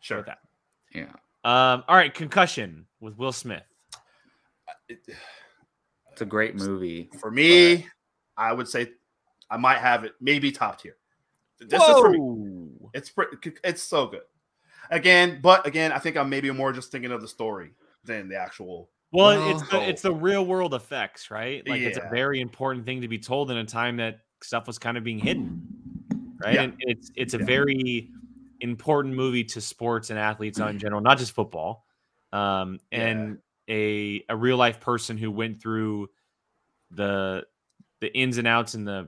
Speaker 8: sure.
Speaker 2: With that.
Speaker 1: Yeah.
Speaker 2: Um. All right. Concussion with Will Smith.
Speaker 8: It-
Speaker 1: It's a great movie.
Speaker 8: For me, I would say I might have it maybe top tier. This is for me.
Speaker 2: Whoa!
Speaker 8: It's pre- it's so good. Again, but again, I think I'm maybe more just thinking of the story than the actual.
Speaker 2: Well, it's the
Speaker 1: Whoa.
Speaker 2: it's the real world effects, right? Like it's a
Speaker 8: Yeah.
Speaker 2: very important thing to be told in a time that stuff was kind of being hidden, right?
Speaker 8: Yeah.
Speaker 2: And it's it's a
Speaker 8: Yeah.
Speaker 2: very important movie to sports and athletes in general, not just football. Um, and a a real life person who went through the the ins and outs and the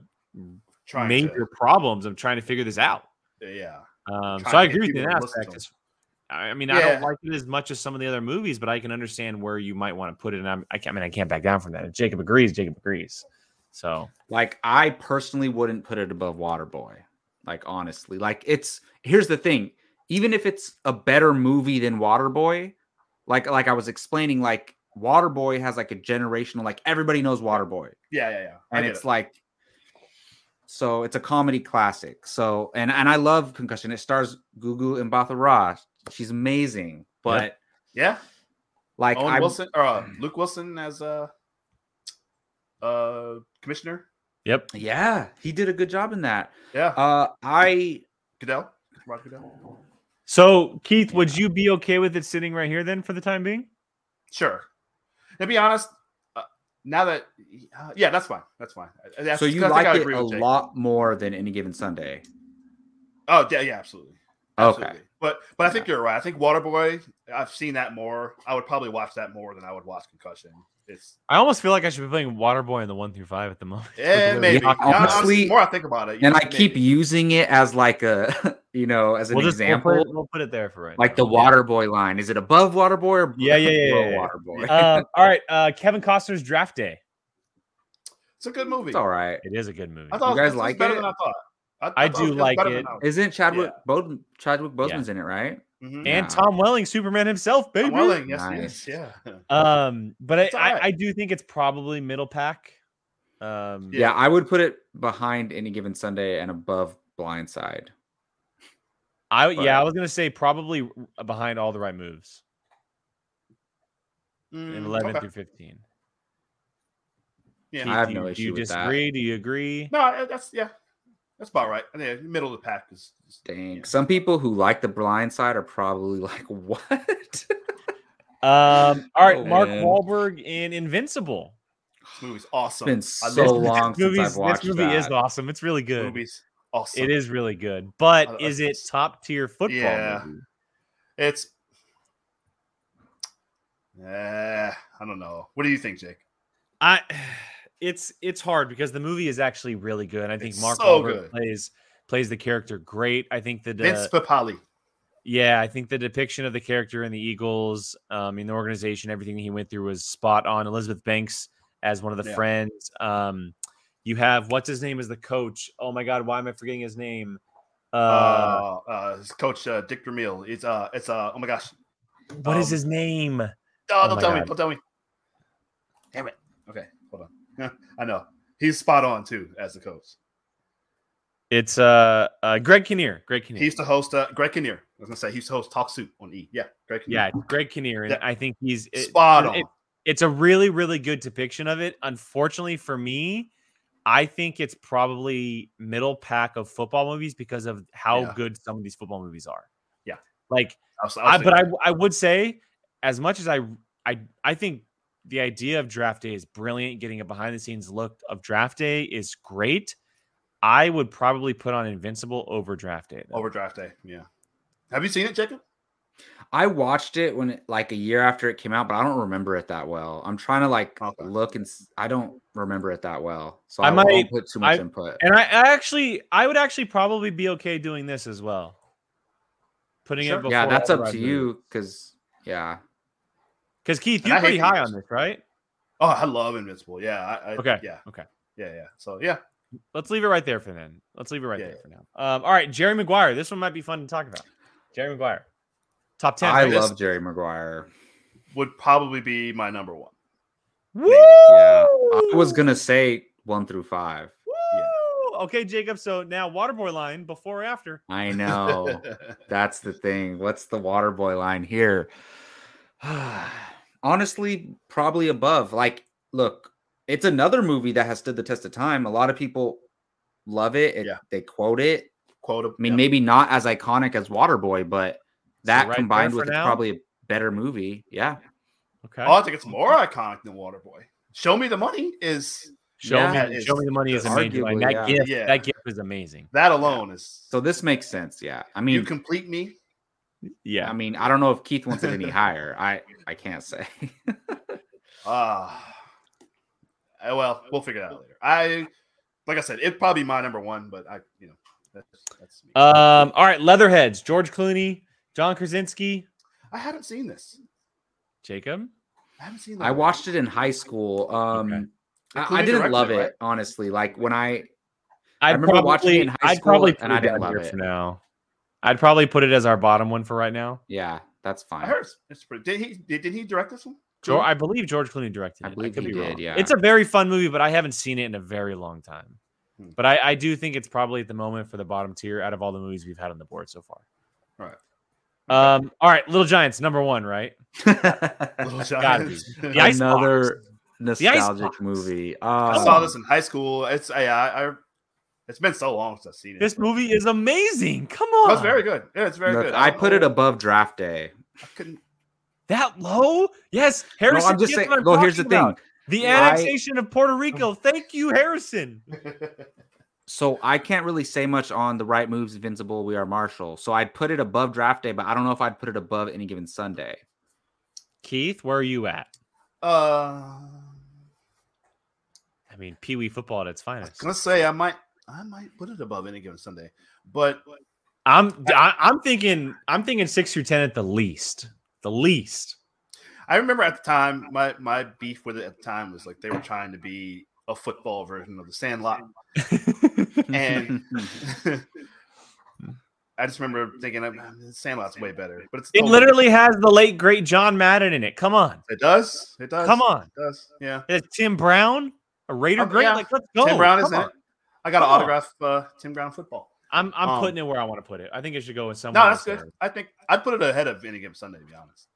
Speaker 8: Trying to-
Speaker 2: major problems of trying to figure this out.
Speaker 8: yeah,
Speaker 2: Um,
Speaker 8: Trying
Speaker 2: so I
Speaker 8: to get
Speaker 2: agree with you in
Speaker 8: people
Speaker 2: that
Speaker 8: to listen
Speaker 2: aspect.
Speaker 8: to 'em.
Speaker 2: It's- I I mean, I don't
Speaker 8: Yeah.
Speaker 2: like it as much as some of the other movies, but I can understand where you might want to put it. And I'm, I, can't, I mean, I can't back down from that. If Jacob agrees, Jacob agrees. So
Speaker 1: Like I personally wouldn't put it above Waterboy. Like honestly, like it's here's the thing. Even if it's a better movie than Waterboy, like like I was explaining, like Waterboy has like a generational, like everybody knows Waterboy.
Speaker 8: Yeah, yeah, yeah. I
Speaker 1: and
Speaker 8: get
Speaker 1: it's
Speaker 8: it.
Speaker 1: like so it's a comedy classic. So and and I love Concussion. It stars Gugu and Bathara. She's amazing, but
Speaker 8: yeah,
Speaker 1: like
Speaker 8: Owen
Speaker 1: I
Speaker 8: Wilson or uh, Luke Wilson as uh uh commissioner.
Speaker 2: Yep.
Speaker 1: yeah, he did a good job in that.
Speaker 8: Yeah,
Speaker 1: Uh I
Speaker 8: Goodell, Roger Goodell.
Speaker 2: So Keith, would you be okay with it sitting right here then for the time being?
Speaker 8: Sure. To be honest, uh, now that uh, yeah, that's fine. That's fine. Uh, That's,
Speaker 1: so you
Speaker 8: I think I
Speaker 1: like it
Speaker 8: agree
Speaker 1: a
Speaker 8: with Jake.
Speaker 1: lot more than any given Sunday.
Speaker 8: Oh yeah, yeah, absolutely.
Speaker 1: Okay.
Speaker 8: Absolutely. But but I think you're right. I think Waterboy. I've seen that more. I would probably watch that more than I would watch Concussion. It's
Speaker 2: I almost feel like I should be playing Waterboy in the one through five at the moment.
Speaker 8: eh, maybe.
Speaker 1: Yeah,
Speaker 8: Yeah, honestly,
Speaker 1: honestly-
Speaker 8: the more I think about it,
Speaker 1: And I
Speaker 8: maybe.
Speaker 1: keep using it as like a you know, as an
Speaker 2: We'll just we'll
Speaker 1: example.
Speaker 2: put, it, we'll put it there for right.
Speaker 1: like
Speaker 2: now.
Speaker 1: the water boy line. Is it above water boy or
Speaker 2: Yeah, yeah, yeah,
Speaker 1: below
Speaker 2: yeah, yeah.
Speaker 1: water boy?
Speaker 2: um, all right, uh, Kevin Costner's Draft Day.
Speaker 8: It's a good movie.
Speaker 1: it's all right.
Speaker 2: It is a good movie.
Speaker 8: I thought
Speaker 1: You guys
Speaker 8: it was
Speaker 1: like
Speaker 8: better
Speaker 1: it?
Speaker 8: than I thought.
Speaker 2: I do like it.
Speaker 1: Isn't Chadwick Bod- Chadwick Boseman's in it, right?
Speaker 8: Mm-hmm.
Speaker 2: and
Speaker 1: Nah.
Speaker 2: Tom Welling, Superman himself, baby.
Speaker 8: Welling, yes,
Speaker 1: Nice.
Speaker 8: nice. yes, yeah. Mm,
Speaker 2: Um, but I,
Speaker 8: It's all
Speaker 2: I,
Speaker 8: right.
Speaker 2: I do think it's probably middle pack. Um,
Speaker 1: Yeah. I would put it behind any given Sunday and above Blindside.
Speaker 2: I yeah, I
Speaker 1: but-
Speaker 2: was gonna say probably r- behind all the right moves in
Speaker 8: Mm,
Speaker 2: eleven
Speaker 8: okay.
Speaker 2: through fifteen.
Speaker 8: Yeah.
Speaker 2: Keith,
Speaker 1: I have
Speaker 2: do
Speaker 1: no
Speaker 2: you- Do
Speaker 1: issue
Speaker 2: you
Speaker 1: with that.
Speaker 2: disagree? Do you agree?
Speaker 8: No, I- that's yeah, that's about right. I think middle of the pack is. is-
Speaker 1: Dang.
Speaker 8: yeah.
Speaker 1: Some people who like the blind side are probably like, what?
Speaker 2: Um, all right,
Speaker 1: Oh,
Speaker 2: Mark
Speaker 1: man.
Speaker 2: Wahlberg in Invincible.
Speaker 8: This movie's awesome.
Speaker 1: been
Speaker 8: I love
Speaker 1: so
Speaker 8: this
Speaker 1: long since
Speaker 2: Movies-
Speaker 1: I've watched
Speaker 2: this movie is
Speaker 1: that.
Speaker 2: awesome. It's really good.
Speaker 8: Movie's awesome.
Speaker 2: It is really
Speaker 8: I-
Speaker 2: good,
Speaker 8: I-
Speaker 2: but is it top tier football?
Speaker 8: Yeah.
Speaker 2: movie?
Speaker 8: It's. Eh, I don't know. What do you think, Jake?
Speaker 2: I it's it's hard because the movie is actually really good. I think
Speaker 8: It's
Speaker 2: Mark
Speaker 8: so
Speaker 2: Wahlberg
Speaker 8: good.
Speaker 2: plays plays the character great. I think that uh,
Speaker 8: Vince Papali.
Speaker 2: Yeah, I think the depiction of the character in the Eagles, um, in the organization, everything he went through was spot on. Elizabeth Banks as one of the
Speaker 8: Yeah.
Speaker 2: friends. Um, you have what's his name as the coach. Oh my God, why am I forgetting his name?
Speaker 8: Uh,
Speaker 2: Uh,
Speaker 8: uh, his coach uh, Dick Vermeil. It's uh, it's uh, oh my gosh.
Speaker 2: what is
Speaker 8: um,
Speaker 2: his name?
Speaker 8: Oh,
Speaker 2: Oh
Speaker 8: don't
Speaker 2: my
Speaker 8: tell me.
Speaker 2: God.
Speaker 8: Don't tell me. Damn it. Okay, hold on. I know he's spot on too as the coach.
Speaker 2: It's uh, uh Greg Kinnear. Greg Kinnear.
Speaker 8: He used to host uh, Greg Kinnear. I was gonna say he used to host Talk Soup on E. Yeah, Greg Kinnear.
Speaker 2: yeah, Greg Kinnear, and
Speaker 8: Yeah.
Speaker 2: I think he's it-
Speaker 8: spot
Speaker 2: it-
Speaker 8: on.
Speaker 2: it- it's a really, really good depiction of it. Unfortunately for me, I think it's probably middle pack of football movies because of how
Speaker 8: Yeah.
Speaker 2: good some of these football movies are.
Speaker 8: Yeah.
Speaker 2: like
Speaker 8: I was- I was
Speaker 2: I, but I,
Speaker 8: thinking-
Speaker 2: I would say as much as I I I think the idea of draft day is brilliant. Getting a behind the scenes look of draft day is great. I would probably put on Invincible over draft day. though.
Speaker 8: over draft day. Yeah. Have you seen it, Jacob?
Speaker 1: I watched it when it, like a year after it came out, but I don't remember it that well. I'm trying to like
Speaker 8: Okay.
Speaker 1: look and s- I don't remember it that well. So
Speaker 2: I
Speaker 1: I,
Speaker 2: might-
Speaker 1: won't put too much
Speaker 2: I-
Speaker 1: input.
Speaker 2: And I, I actually, I would actually probably be okay doing this as well. Putting
Speaker 8: Sure.
Speaker 2: it before
Speaker 1: Yeah, that's
Speaker 2: all the
Speaker 1: up
Speaker 2: right
Speaker 1: to you because yeah,
Speaker 2: Because Keith,
Speaker 8: And
Speaker 2: you're
Speaker 8: I hate
Speaker 2: pretty high
Speaker 8: these.
Speaker 2: on this, right?
Speaker 8: Oh, I love Invincible. Yeah. I, I,
Speaker 2: Okay.
Speaker 8: Yeah.
Speaker 2: Okay.
Speaker 8: Yeah. Yeah. So yeah.
Speaker 2: Let's leave it right there for then. Let's leave it right
Speaker 8: Yeah,
Speaker 2: there for now. Um, all right, Jerry Maguire. This one might be fun to talk about. Jerry Maguire, top ten.
Speaker 1: I
Speaker 2: right?
Speaker 1: love Jerry Maguire.
Speaker 8: Would probably be my number one.
Speaker 2: Woo!
Speaker 1: Yeah, I was gonna say one through five.
Speaker 2: Woo! Okay, Jacob. So now Waterboy line before or after?
Speaker 1: I know that's the thing. What's the water boy line here? Honestly, probably above. Like, look, it's another movie that has stood the test of time. A lot of people love it. it
Speaker 8: Yeah.
Speaker 1: They quote it.
Speaker 8: Quote.
Speaker 1: I mean, maybe not as iconic as Waterboy, but that
Speaker 2: right there
Speaker 1: combined
Speaker 2: for
Speaker 1: with it's
Speaker 2: now?
Speaker 1: probably a better movie. Yeah.
Speaker 2: Okay.
Speaker 8: Oh, I think it's more iconic than Waterboy. Show me the money is
Speaker 2: show
Speaker 1: yeah,
Speaker 2: me,
Speaker 8: it's-
Speaker 2: show me the money is amazing. Like,
Speaker 1: arguably,
Speaker 2: that
Speaker 1: yeah.
Speaker 2: gift,
Speaker 8: Yeah.
Speaker 2: that gift is amazing.
Speaker 8: that alone is.
Speaker 1: So this makes sense. Yeah. I mean,
Speaker 8: you complete me.
Speaker 2: Yeah.
Speaker 1: I mean, I don't know if Keith wants it any higher. I I can't say.
Speaker 8: Ah. Uh, well, we'll figure that out later. I, like I said, it'd probably be my number one, but I, you know, that's that's
Speaker 1: Uh,
Speaker 8: me.
Speaker 2: Um, all right, Leatherheads, George Clooney, John Krasinski,
Speaker 8: I haven't seen this.
Speaker 2: Jacob.
Speaker 8: I haven't seen.
Speaker 1: I
Speaker 8: that.
Speaker 1: watched it in high school. Um, I, I
Speaker 8: Including
Speaker 1: didn't
Speaker 8: directed,
Speaker 1: love it
Speaker 8: right?
Speaker 1: honestly. Like when I
Speaker 2: I'd
Speaker 1: I remember
Speaker 2: probably,
Speaker 1: watching it in high
Speaker 2: I'd
Speaker 1: school,
Speaker 2: probably
Speaker 1: and I didn't love it.
Speaker 2: for now. I'd probably put it as our bottom one for right now.
Speaker 1: Yeah, that's
Speaker 8: I
Speaker 1: fine.
Speaker 8: heard it's- it's pretty. Did he did, did he direct this one?
Speaker 2: Geor I believe George Clooney directed
Speaker 1: I
Speaker 2: it.
Speaker 1: believe
Speaker 2: could
Speaker 1: he
Speaker 2: be
Speaker 1: did,
Speaker 2: wrong.
Speaker 1: yeah.
Speaker 2: It's a very fun movie, but I haven't seen it in a very long time.
Speaker 8: Hmm.
Speaker 2: But I, I do think it's probably at the moment for the bottom tier out of all the movies we've had on the board so far.
Speaker 8: All
Speaker 2: right. Um, all right, Little Giants, number one, right?
Speaker 8: Little
Speaker 2: Gotta be.
Speaker 8: Giants.
Speaker 2: The Icebox.
Speaker 1: Another nostalgic
Speaker 2: Icebox.
Speaker 1: movie.
Speaker 8: I
Speaker 1: Oh,
Speaker 8: saw this in high school. It's I, I, I it's been so long since I've seen it.
Speaker 2: This movie is amazing. Come
Speaker 8: It
Speaker 2: on.
Speaker 8: was very good. Yeah, it's very
Speaker 1: look,
Speaker 8: good. Oh.
Speaker 1: I
Speaker 8: don't
Speaker 1: put
Speaker 8: know-
Speaker 1: it above Draft Day.
Speaker 8: I couldn't.
Speaker 2: That low? Yes,
Speaker 1: No,
Speaker 2: Harrison.
Speaker 1: I'm just
Speaker 2: gets
Speaker 1: saying.
Speaker 2: what I'm
Speaker 1: No, here's the
Speaker 2: talking about.
Speaker 1: thing.
Speaker 2: The
Speaker 1: I-
Speaker 2: annexation of Puerto Rico. Thank you, Harrison.
Speaker 1: So I can't really say much on the right moves, Invincible, We Are Marshall. So I'd put it above Draft Day, but I don't know if I'd put it above any given Sunday.
Speaker 2: Keith, where are you at?
Speaker 8: Uh,
Speaker 2: I mean, Pee Wee football at its
Speaker 8: I was
Speaker 2: finest.
Speaker 8: gonna say I might I might put it above any given Sunday, but
Speaker 2: I'm I, I'm thinking I'm thinking six through ten at the least. The least.
Speaker 8: I remember at the time my my beef with it at the time was like they were trying to be a football version of the Sandlot, and I just remember thinking "Ah, the Sandlot's way better. But it's
Speaker 2: It
Speaker 8: totally-
Speaker 2: literally has the late great John Madden in it. Come on.
Speaker 8: it does it does
Speaker 2: Come on.
Speaker 8: it does yeah.
Speaker 2: It's Tim Brown, a Raider
Speaker 8: Oh,
Speaker 2: great.
Speaker 8: yeah.
Speaker 2: Like, let's go.
Speaker 8: Tim Brown is
Speaker 2: Come
Speaker 8: in
Speaker 2: on.
Speaker 8: it. I got an
Speaker 2: Come on.
Speaker 8: autograph uh, Tim Brown football.
Speaker 2: I'm I'm
Speaker 8: Um,
Speaker 2: putting it where I want to put it. I think it should go with someone.
Speaker 8: No, that's good. I think I'd put it ahead of any given Sunday to be honest.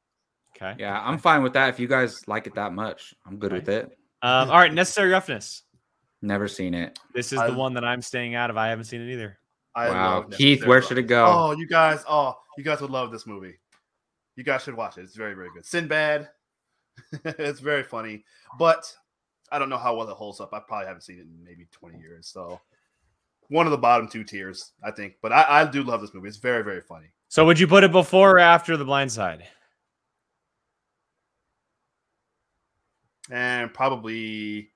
Speaker 2: Okay.
Speaker 1: Yeah, I'm fine with that. If you guys like it that much, I'm good with it.
Speaker 2: Um, all right, necessary roughness.
Speaker 1: Never seen it.
Speaker 2: This is
Speaker 8: I-
Speaker 2: the one that I'm staying out of. I haven't seen it either.
Speaker 8: I
Speaker 1: wow, Keith,
Speaker 8: love Necessary
Speaker 1: where should it
Speaker 8: Roughness.
Speaker 1: go?
Speaker 8: Oh, you guys, oh, you guys would love this movie. You guys should watch it. It's very, very good. Sinbad. it's very funny, but I don't know how well it holds up. I probably haven't seen it in maybe 20 years. So one of the bottom two tiers, I think. But I, I do love this movie. It's very, very funny.
Speaker 2: So would you put it before or after the blind side?
Speaker 8: And probably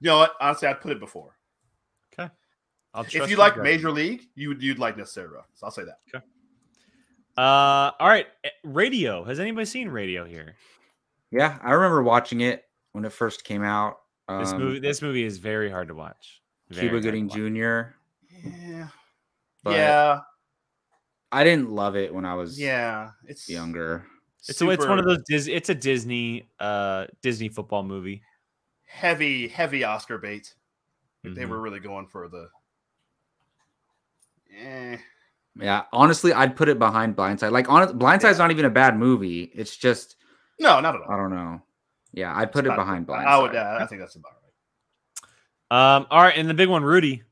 Speaker 8: you know what? Honestly, I'd put it before.
Speaker 2: I'll
Speaker 8: if
Speaker 2: trust
Speaker 8: you
Speaker 2: your
Speaker 8: like
Speaker 2: judgment.
Speaker 8: Major League, you would you'd like Necessary Roughness. I'll say that.
Speaker 2: Uh, all right, eh, radio. Has anybody seen radio here?
Speaker 1: Yeah, I remember watching it when it first came out. Um,
Speaker 2: This movie. This movie is very hard to watch. Very
Speaker 1: Cuba
Speaker 2: hard to
Speaker 1: Gooding
Speaker 2: watch.
Speaker 1: Jr.
Speaker 8: Yeah.
Speaker 1: But
Speaker 8: yeah.
Speaker 1: I didn't love it when I was
Speaker 8: Yeah. It's
Speaker 1: younger.
Speaker 2: It's, so it's one of
Speaker 8: super-
Speaker 2: those. Dis- it's a Disney, uh, Disney football movie.
Speaker 8: heavy, heavy Oscar bait. Like, They
Speaker 2: Mhm.
Speaker 8: were really going for the. Eh.
Speaker 1: Yeah, honestly, I'd put it behind Blindside. Like, honest, Blindside's not even a bad movie. It's just
Speaker 8: No, not at
Speaker 1: I
Speaker 8: all.
Speaker 1: don't know. Yeah, I'd put
Speaker 8: It's
Speaker 1: it
Speaker 8: not-
Speaker 1: behind
Speaker 8: I,
Speaker 1: Blindside.
Speaker 8: I would. Uh, I think that's about right.
Speaker 2: Um, all right, and the big one, Rudy.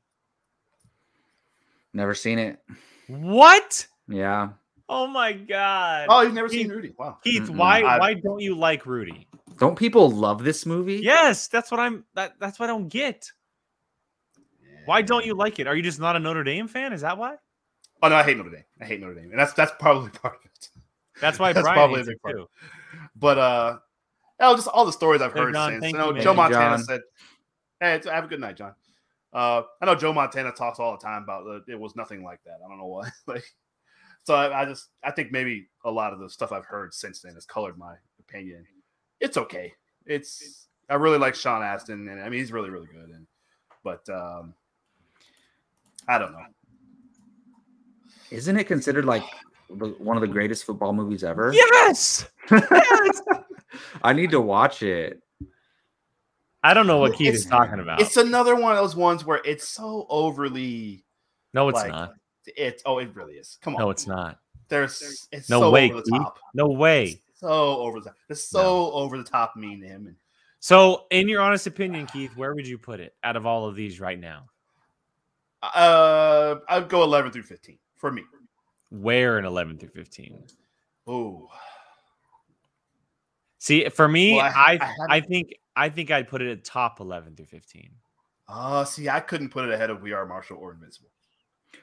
Speaker 1: Never seen it.
Speaker 2: What?
Speaker 1: Yeah,
Speaker 2: Oh my god.
Speaker 8: Oh, you've never seen Rudy? Wow.
Speaker 2: Keith,
Speaker 1: Mm-mm.
Speaker 2: why
Speaker 8: I-
Speaker 2: why don't you like Rudy?
Speaker 1: don't people love this movie?
Speaker 2: Yes, that's what I'm. That, that's what I don't get. Why don't you like it? Are you just not a Notre Dame fan? Is that why?
Speaker 8: Oh no, I hate Notre Dame. I hate Notre Dame, and that's that's probably part of it.
Speaker 2: That's why
Speaker 8: That's
Speaker 2: Brian
Speaker 8: probably
Speaker 2: hates
Speaker 8: a
Speaker 2: it
Speaker 8: big part.
Speaker 2: too.
Speaker 8: But uh, oh, just all the stories I've
Speaker 2: Hey,
Speaker 8: heard
Speaker 2: John,
Speaker 8: since.
Speaker 2: thank
Speaker 8: You know,
Speaker 2: you, man.
Speaker 8: Joe Montana
Speaker 1: John.
Speaker 8: said, "Hey, it's, have a good night, John." Uh, I know Joe Montana talks all the time about the, it was nothing like that. I don't know why. like, so I, I just I think maybe a lot of the stuff I've heard since then has colored my opinion. It's okay. It's I really like Sean Astin, and I mean he's really really good. And but um, I don't know.
Speaker 1: Isn't it considered like the- one of the greatest football movies ever?
Speaker 2: Yes.
Speaker 1: I need to watch it.
Speaker 2: I don't know what Keith
Speaker 8: It's-
Speaker 2: is talking about.
Speaker 8: It's another one of those ones where it's so overly.
Speaker 2: no, it's
Speaker 8: like,
Speaker 2: not.
Speaker 8: It's oh, it really is. Come on.
Speaker 2: No, it's not.
Speaker 8: There's it's
Speaker 2: No
Speaker 8: so
Speaker 2: way,
Speaker 8: over the
Speaker 2: Keith.
Speaker 8: top.
Speaker 2: No way.
Speaker 8: It's So over the top. It's so over the top mean to him. And
Speaker 2: So, in your honest opinion, Keith, where would you put it out of all of these right now?
Speaker 8: uh I'd go eleven through fifteen for me.
Speaker 2: Where in 11 through 15?
Speaker 8: Oh
Speaker 2: See, for me,
Speaker 8: Well, I-
Speaker 2: I,
Speaker 8: I
Speaker 2: I,
Speaker 8: haven't-
Speaker 2: think I think I'd put it at top 11 through 15.
Speaker 8: uh see, I couldn't put it ahead of We Are Marshall or Invincible.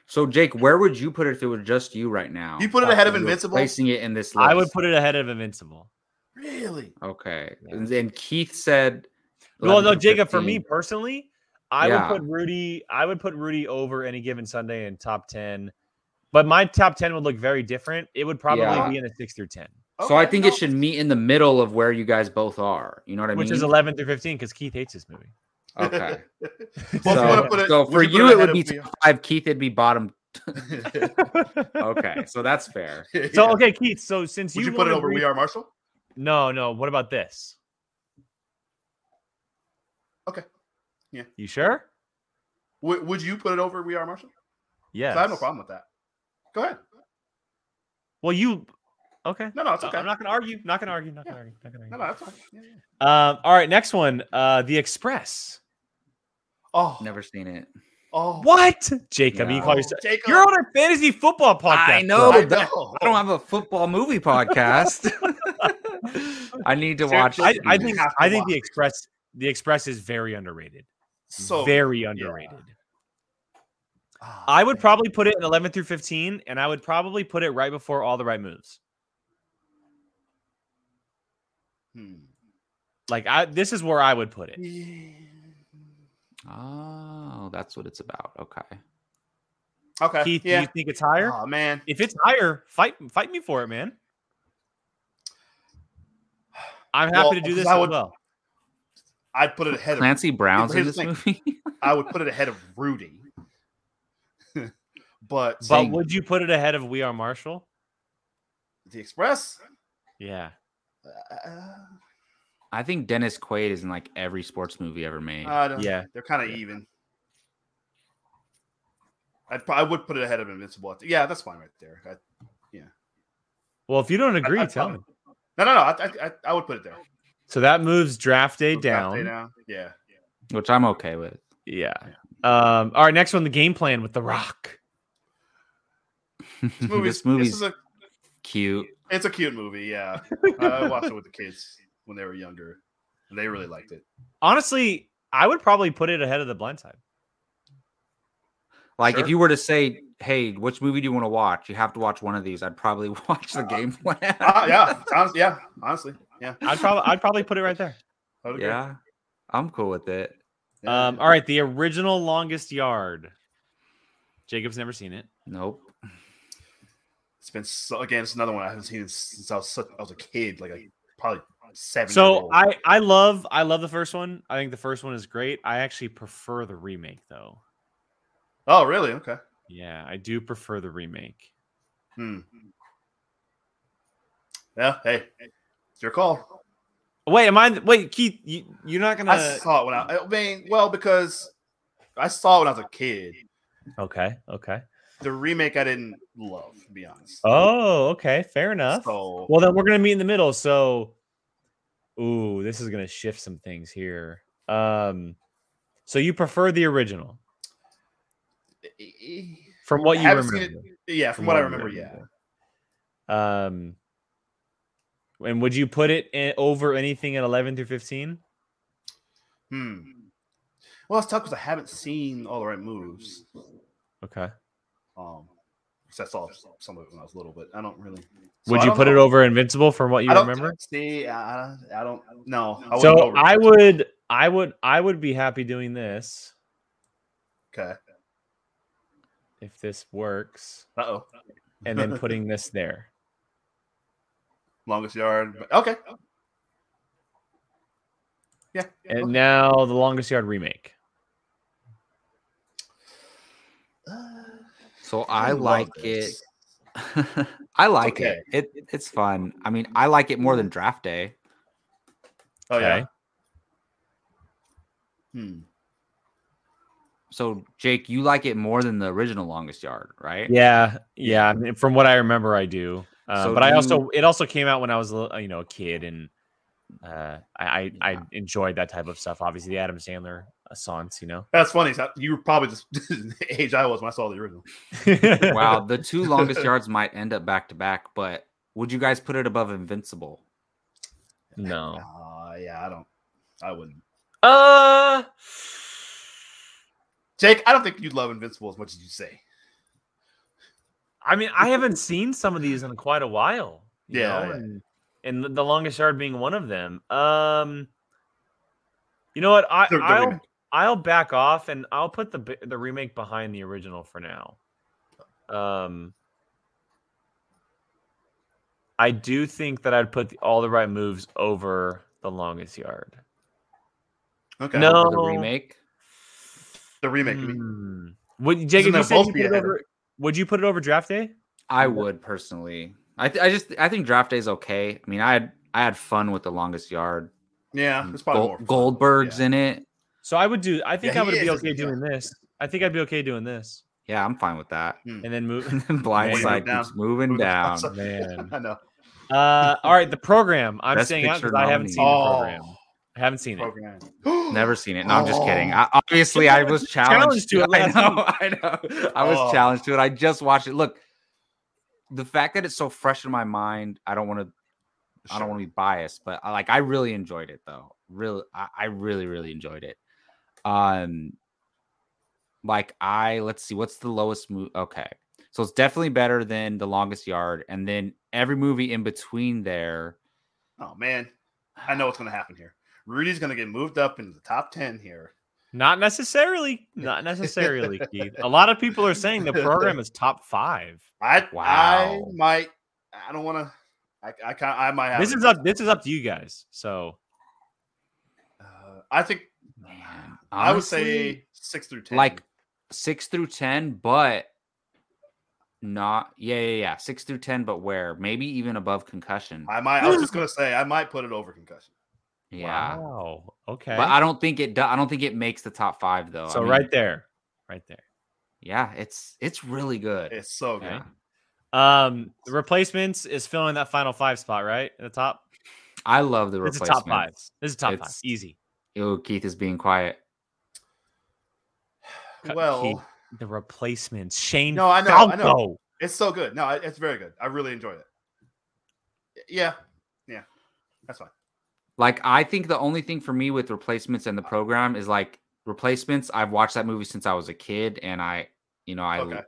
Speaker 1: So, Jake, where would you put it if it were just you right now?
Speaker 8: You put it ahead
Speaker 1: If
Speaker 8: of
Speaker 1: you were
Speaker 8: Invincible?
Speaker 1: Placing it in this list.
Speaker 2: I would put it ahead of Invincible.
Speaker 8: Really?
Speaker 1: Okay. And, and Keith said.
Speaker 2: Well, no,
Speaker 1: 11 to
Speaker 2: Jacob, for me
Speaker 1: 15.
Speaker 2: personally, I
Speaker 1: Yeah.
Speaker 2: would put Rudy, I would put Rudy over any given Sunday in top 10. But my top 10 would look very different. It would probably
Speaker 1: Yeah.
Speaker 2: be in a 6 through 10,
Speaker 1: So I
Speaker 8: Okay,
Speaker 1: think
Speaker 8: no.
Speaker 1: it should meet in the middle of where you guys both are. You know what I
Speaker 2: which
Speaker 1: mean?
Speaker 2: is 11 through 15 cuz Keith hates this movie.
Speaker 1: Okay.
Speaker 8: Well, if you wanna
Speaker 1: so,
Speaker 8: put it-
Speaker 1: so
Speaker 8: would
Speaker 1: for
Speaker 8: you put
Speaker 1: you,
Speaker 8: it
Speaker 1: it would
Speaker 8: ahead
Speaker 1: be
Speaker 8: of me?
Speaker 1: top five. Keith, it'd be bottom. Okay, so that's fair.
Speaker 2: So
Speaker 8: Yeah.
Speaker 2: okay, Keith. So since
Speaker 8: Would
Speaker 2: you,
Speaker 8: you put it
Speaker 2: won't
Speaker 8: over
Speaker 2: agree-
Speaker 8: We Are Marshall?
Speaker 2: No, no. What about this?
Speaker 8: Okay. Yeah.
Speaker 2: You sure?
Speaker 8: Would, would you put it over We Are Marshall? 'Cause
Speaker 2: Yes.
Speaker 8: I have no problem with that. Go ahead.
Speaker 2: Well, you. Okay.
Speaker 8: No, no, it's
Speaker 2: I-
Speaker 8: okay.
Speaker 2: I'm not gonna argue. Not gonna argue. Not
Speaker 8: Yeah.
Speaker 2: gonna argue. Not gonna
Speaker 8: No,
Speaker 2: argue.
Speaker 8: no, that's fine. Yeah, yeah.
Speaker 2: Um, all right, next one. Uh, the Express.
Speaker 8: Oh,
Speaker 1: Never seen it.
Speaker 8: oh,
Speaker 2: What, Jacob? You
Speaker 1: No.
Speaker 2: call yourself?
Speaker 8: Jacob.
Speaker 2: You're on a fantasy football podcast.
Speaker 1: I know.
Speaker 8: I
Speaker 1: but that-
Speaker 8: know.
Speaker 1: I don't have a football movie podcast. I need to watch.
Speaker 2: I,
Speaker 1: it.
Speaker 2: I think.
Speaker 8: have to
Speaker 2: I think the
Speaker 8: watch.
Speaker 2: Express. The Express is very underrated.
Speaker 8: so
Speaker 2: very underrated.
Speaker 8: Ah,
Speaker 2: I would
Speaker 8: man.
Speaker 2: probably put it in 11 through 15, and I would probably put it right before all the right moves.
Speaker 8: Hmm.
Speaker 2: Like I, this is where I would put it.
Speaker 1: Oh, that's what it's about. Okay.
Speaker 8: Okay.
Speaker 2: Keith, do
Speaker 8: yeah.
Speaker 2: you think it's higher?
Speaker 8: Oh man.
Speaker 2: If it's higher, fight fight me for it, man. I'm happy
Speaker 8: Well,
Speaker 2: to do
Speaker 8: 'cause
Speaker 2: this
Speaker 8: I
Speaker 2: as
Speaker 8: would-
Speaker 2: well.
Speaker 8: I'd put it ahead of
Speaker 1: Clancy Brown's in this
Speaker 8: here's the
Speaker 1: movie.
Speaker 8: I would put it ahead of Rudy. but
Speaker 2: But
Speaker 1: saying-
Speaker 2: would you put it ahead of We Are Marshall?
Speaker 8: the Express,
Speaker 2: Yeah.
Speaker 8: uh,
Speaker 1: I think Dennis Quaid is in like every sports movie ever made.
Speaker 8: I don't-
Speaker 2: Yeah.
Speaker 8: they're kind of even. I'd pro- I would put it ahead of Invincible. Yeah, that's fine right there. I,
Speaker 2: Well, if you don't agree,
Speaker 8: I- I
Speaker 2: tell me.
Speaker 8: probably- no, no, no. I, I, I would put it there.
Speaker 2: So that moves draft day,
Speaker 8: Draft day
Speaker 2: down.
Speaker 8: down. Yeah.
Speaker 1: which I'm okay with.
Speaker 2: Yeah. Um, all right, next one, the game plan with the rock.
Speaker 8: This movie's,
Speaker 1: this movie's
Speaker 8: this is a,
Speaker 1: cute.
Speaker 8: it's a cute movie. Yeah. I watched it with the kids when they were younger. and They really liked it.
Speaker 2: Honestly, I would probably put it ahead of the blind side.
Speaker 1: Like
Speaker 8: Sure.
Speaker 1: if you were to say, "Hey, which movie do you want to watch?" You have to watch one of these. I'd probably watch the game plan.
Speaker 8: Uh, yeah. Honestly, yeah. Honestly. Yeah.
Speaker 2: I'd probably I'd probably put it right there.
Speaker 8: I would agree.
Speaker 1: yeah, I'm cool with it.
Speaker 8: Yeah.
Speaker 2: Um, all right, the original longest yard. Jacob's never seen it.
Speaker 1: Nope.
Speaker 8: It's been so again. It's another one I haven't seen since I was such, I was a kid, like, like probably seven. years
Speaker 2: So
Speaker 8: old.
Speaker 2: I I love I love the first one. I think the first one is great. I actually prefer the remake though.
Speaker 8: oh really okay.
Speaker 2: Yeah, I do prefer the remake.
Speaker 8: Hmm. Yeah. Hey, it's your call.
Speaker 2: Wait, am I? Wait, Keith, you, you're not gonna?
Speaker 8: I saw it when I, I mean, well, because I saw it when I was a kid.
Speaker 2: Okay, okay.
Speaker 8: The remake I didn't love, to be honest.
Speaker 2: Oh, okay, fair enough.
Speaker 8: So
Speaker 2: Well, then we're gonna meet in the middle. So, ooh, this is gonna shift some things here. Um, so you prefer the original from what
Speaker 8: I
Speaker 2: you
Speaker 8: haven't
Speaker 2: remember?
Speaker 8: seen it. e, Yeah, from, what, I remember.
Speaker 2: you
Speaker 8: Yeah.
Speaker 2: remember. Um, and would you put it in, over anything at eleven through fifteen?
Speaker 8: Hmm. Well, it's tough because I haven't seen all the right moves.
Speaker 2: Okay.
Speaker 8: Um, because I saw some of it when I was little, but I don't really. so
Speaker 2: would
Speaker 8: I
Speaker 2: you
Speaker 8: don't
Speaker 2: put
Speaker 8: know.
Speaker 2: it over Invincible from what you
Speaker 8: I don't
Speaker 2: remember?
Speaker 8: See, I, I don't know. I wouldn't
Speaker 2: so
Speaker 8: over-
Speaker 2: I would, I would, I would be happy doing this
Speaker 8: okay.
Speaker 2: if this works,
Speaker 8: Uh oh.
Speaker 2: and then putting this there.
Speaker 8: Longest yard. but- Okay. Yeah. yeah,
Speaker 2: And
Speaker 8: okay.
Speaker 2: now the longest yard remake.
Speaker 1: So I
Speaker 8: Uh, love
Speaker 1: like it.
Speaker 8: this.
Speaker 1: I like it. It it's fun. I mean, I like it more
Speaker 8: Mm-hmm.
Speaker 1: than Draft Day.
Speaker 8: Oh yeah.
Speaker 2: Okay.
Speaker 8: Hmm.
Speaker 1: So Jake, you like it more than the original Longest Yard, right?
Speaker 2: Yeah, yeah. I mean, From what I remember, I do. Uh,
Speaker 1: So
Speaker 2: but I
Speaker 1: do
Speaker 2: also, it also came out when I was, a little- uh, you know, a kid, and uh, I, I, I enjoyed that type of stuff. Obviously, the Adam Sandler uh, songs, you know.
Speaker 8: That's funny. so You were probably just the age I was when I saw the original.
Speaker 1: Wow, the two Longest Yards might end up back to back, but would you guys put it above Invincible?
Speaker 2: No.
Speaker 8: Uh, yeah, I don't. I wouldn't.
Speaker 2: Uh,
Speaker 8: Jake, I don't think you'd love Invincible as much as you say.
Speaker 2: I mean, I haven't seen some of these in quite a while. you
Speaker 8: Yeah,
Speaker 2: know,
Speaker 8: yeah.
Speaker 2: And, and the- the longest yard being one of them. Um, you know what? I,
Speaker 8: The- the
Speaker 2: I'll
Speaker 8: remake.
Speaker 2: I'll back off and I'll put the b- the remake behind the original for now. Um, I do think that I'd put the, all the right moves over the longest yard.
Speaker 8: Okay.
Speaker 2: No.
Speaker 1: the remake.
Speaker 8: The remake.
Speaker 2: Hmm. Would Jacob?
Speaker 8: that
Speaker 2: You said you
Speaker 8: both
Speaker 2: put
Speaker 8: be
Speaker 2: it
Speaker 8: ahead?
Speaker 2: over, would you put it over draft day?
Speaker 1: I would personally. I th- I just I think draft day's okay. I mean, I had I had fun with the longest yard.
Speaker 2: Mm.
Speaker 1: Mm,
Speaker 8: Yeah, it's probably more.
Speaker 1: Gold- Goldberg's in it.
Speaker 2: So I would do. I think
Speaker 8: Yeah,
Speaker 2: I
Speaker 8: he
Speaker 2: would
Speaker 8: is
Speaker 2: be
Speaker 8: a
Speaker 2: okay
Speaker 8: good guy.
Speaker 2: doing this. I think I'd be okay doing this,
Speaker 1: Yeah, I'm fine with that.
Speaker 2: and then move.
Speaker 1: And then Blindside
Speaker 8: down.
Speaker 1: keeps moving
Speaker 8: Moving
Speaker 1: down.
Speaker 8: down.
Speaker 2: Man.
Speaker 8: I know.
Speaker 2: Uh, all right, the program. I'm
Speaker 1: Best
Speaker 2: staying out
Speaker 1: Picture
Speaker 2: because I haven't seen the
Speaker 8: nominee.
Speaker 2: program. I haven't seen it.
Speaker 8: Program.
Speaker 1: Never seen it. No, I'm just kidding. I, obviously, I was challenged
Speaker 2: Challenged
Speaker 1: to
Speaker 2: to
Speaker 1: it.
Speaker 2: it
Speaker 1: I
Speaker 2: last
Speaker 1: know. I know. I was
Speaker 8: Oh.
Speaker 1: challenged to it. I just watched it. Look, the fact that it's so fresh in my mind, I don't want to. I don't want to be biased, but I, like I really enjoyed it though. Really, I, I really really enjoyed it. Um, like I let's see, what's the lowest move? Okay, so it's definitely better than the longest yard, and then every movie in between there.
Speaker 8: Oh man, I know what's gonna happen here. Rudy's gonna get moved up into the top ten here.
Speaker 2: Not necessarily. Not necessarily, Keith. A lot of people are saying the program is top five.
Speaker 8: I I
Speaker 1: Wow.
Speaker 8: might. I don't want to. I I, kinda, I might have.
Speaker 2: This
Speaker 8: it.
Speaker 2: is up. This is up to you guys. So
Speaker 8: Uh, I think
Speaker 1: Man,
Speaker 8: I would
Speaker 1: honestly-
Speaker 8: say six through ten.
Speaker 1: like six through ten, but not yeah, yeah, yeah. Six through ten, but where? Maybe even above concussion.
Speaker 8: I might. I was just gonna say I might put it over concussion.
Speaker 1: yeah.
Speaker 2: Wow. Okay.
Speaker 1: But I don't think it do, I don't think it makes the top five though. I
Speaker 2: so
Speaker 1: mean,
Speaker 2: right there, right there.
Speaker 1: yeah, it's it's really good.
Speaker 8: It's so good.
Speaker 2: Okay. Um, the replacements is filling that final five spot, right? At the top.
Speaker 1: I love the
Speaker 2: This is top five.
Speaker 1: replacements.
Speaker 2: This is top five.
Speaker 1: It's-
Speaker 2: Easy.
Speaker 1: Oh, Keith is being quiet.
Speaker 2: Cut-
Speaker 8: Well,
Speaker 2: Keith, the replacements. Shane.
Speaker 8: No, I know, I
Speaker 2: Falco.
Speaker 8: know. it's so good. No, it- it's very good. I really enjoyed it. Yeah, yeah, that's fine.
Speaker 1: Like I think the only thing for me with replacements and the program is like replacements. I've watched that movie since I was a kid, and I, you know, I
Speaker 8: Okay.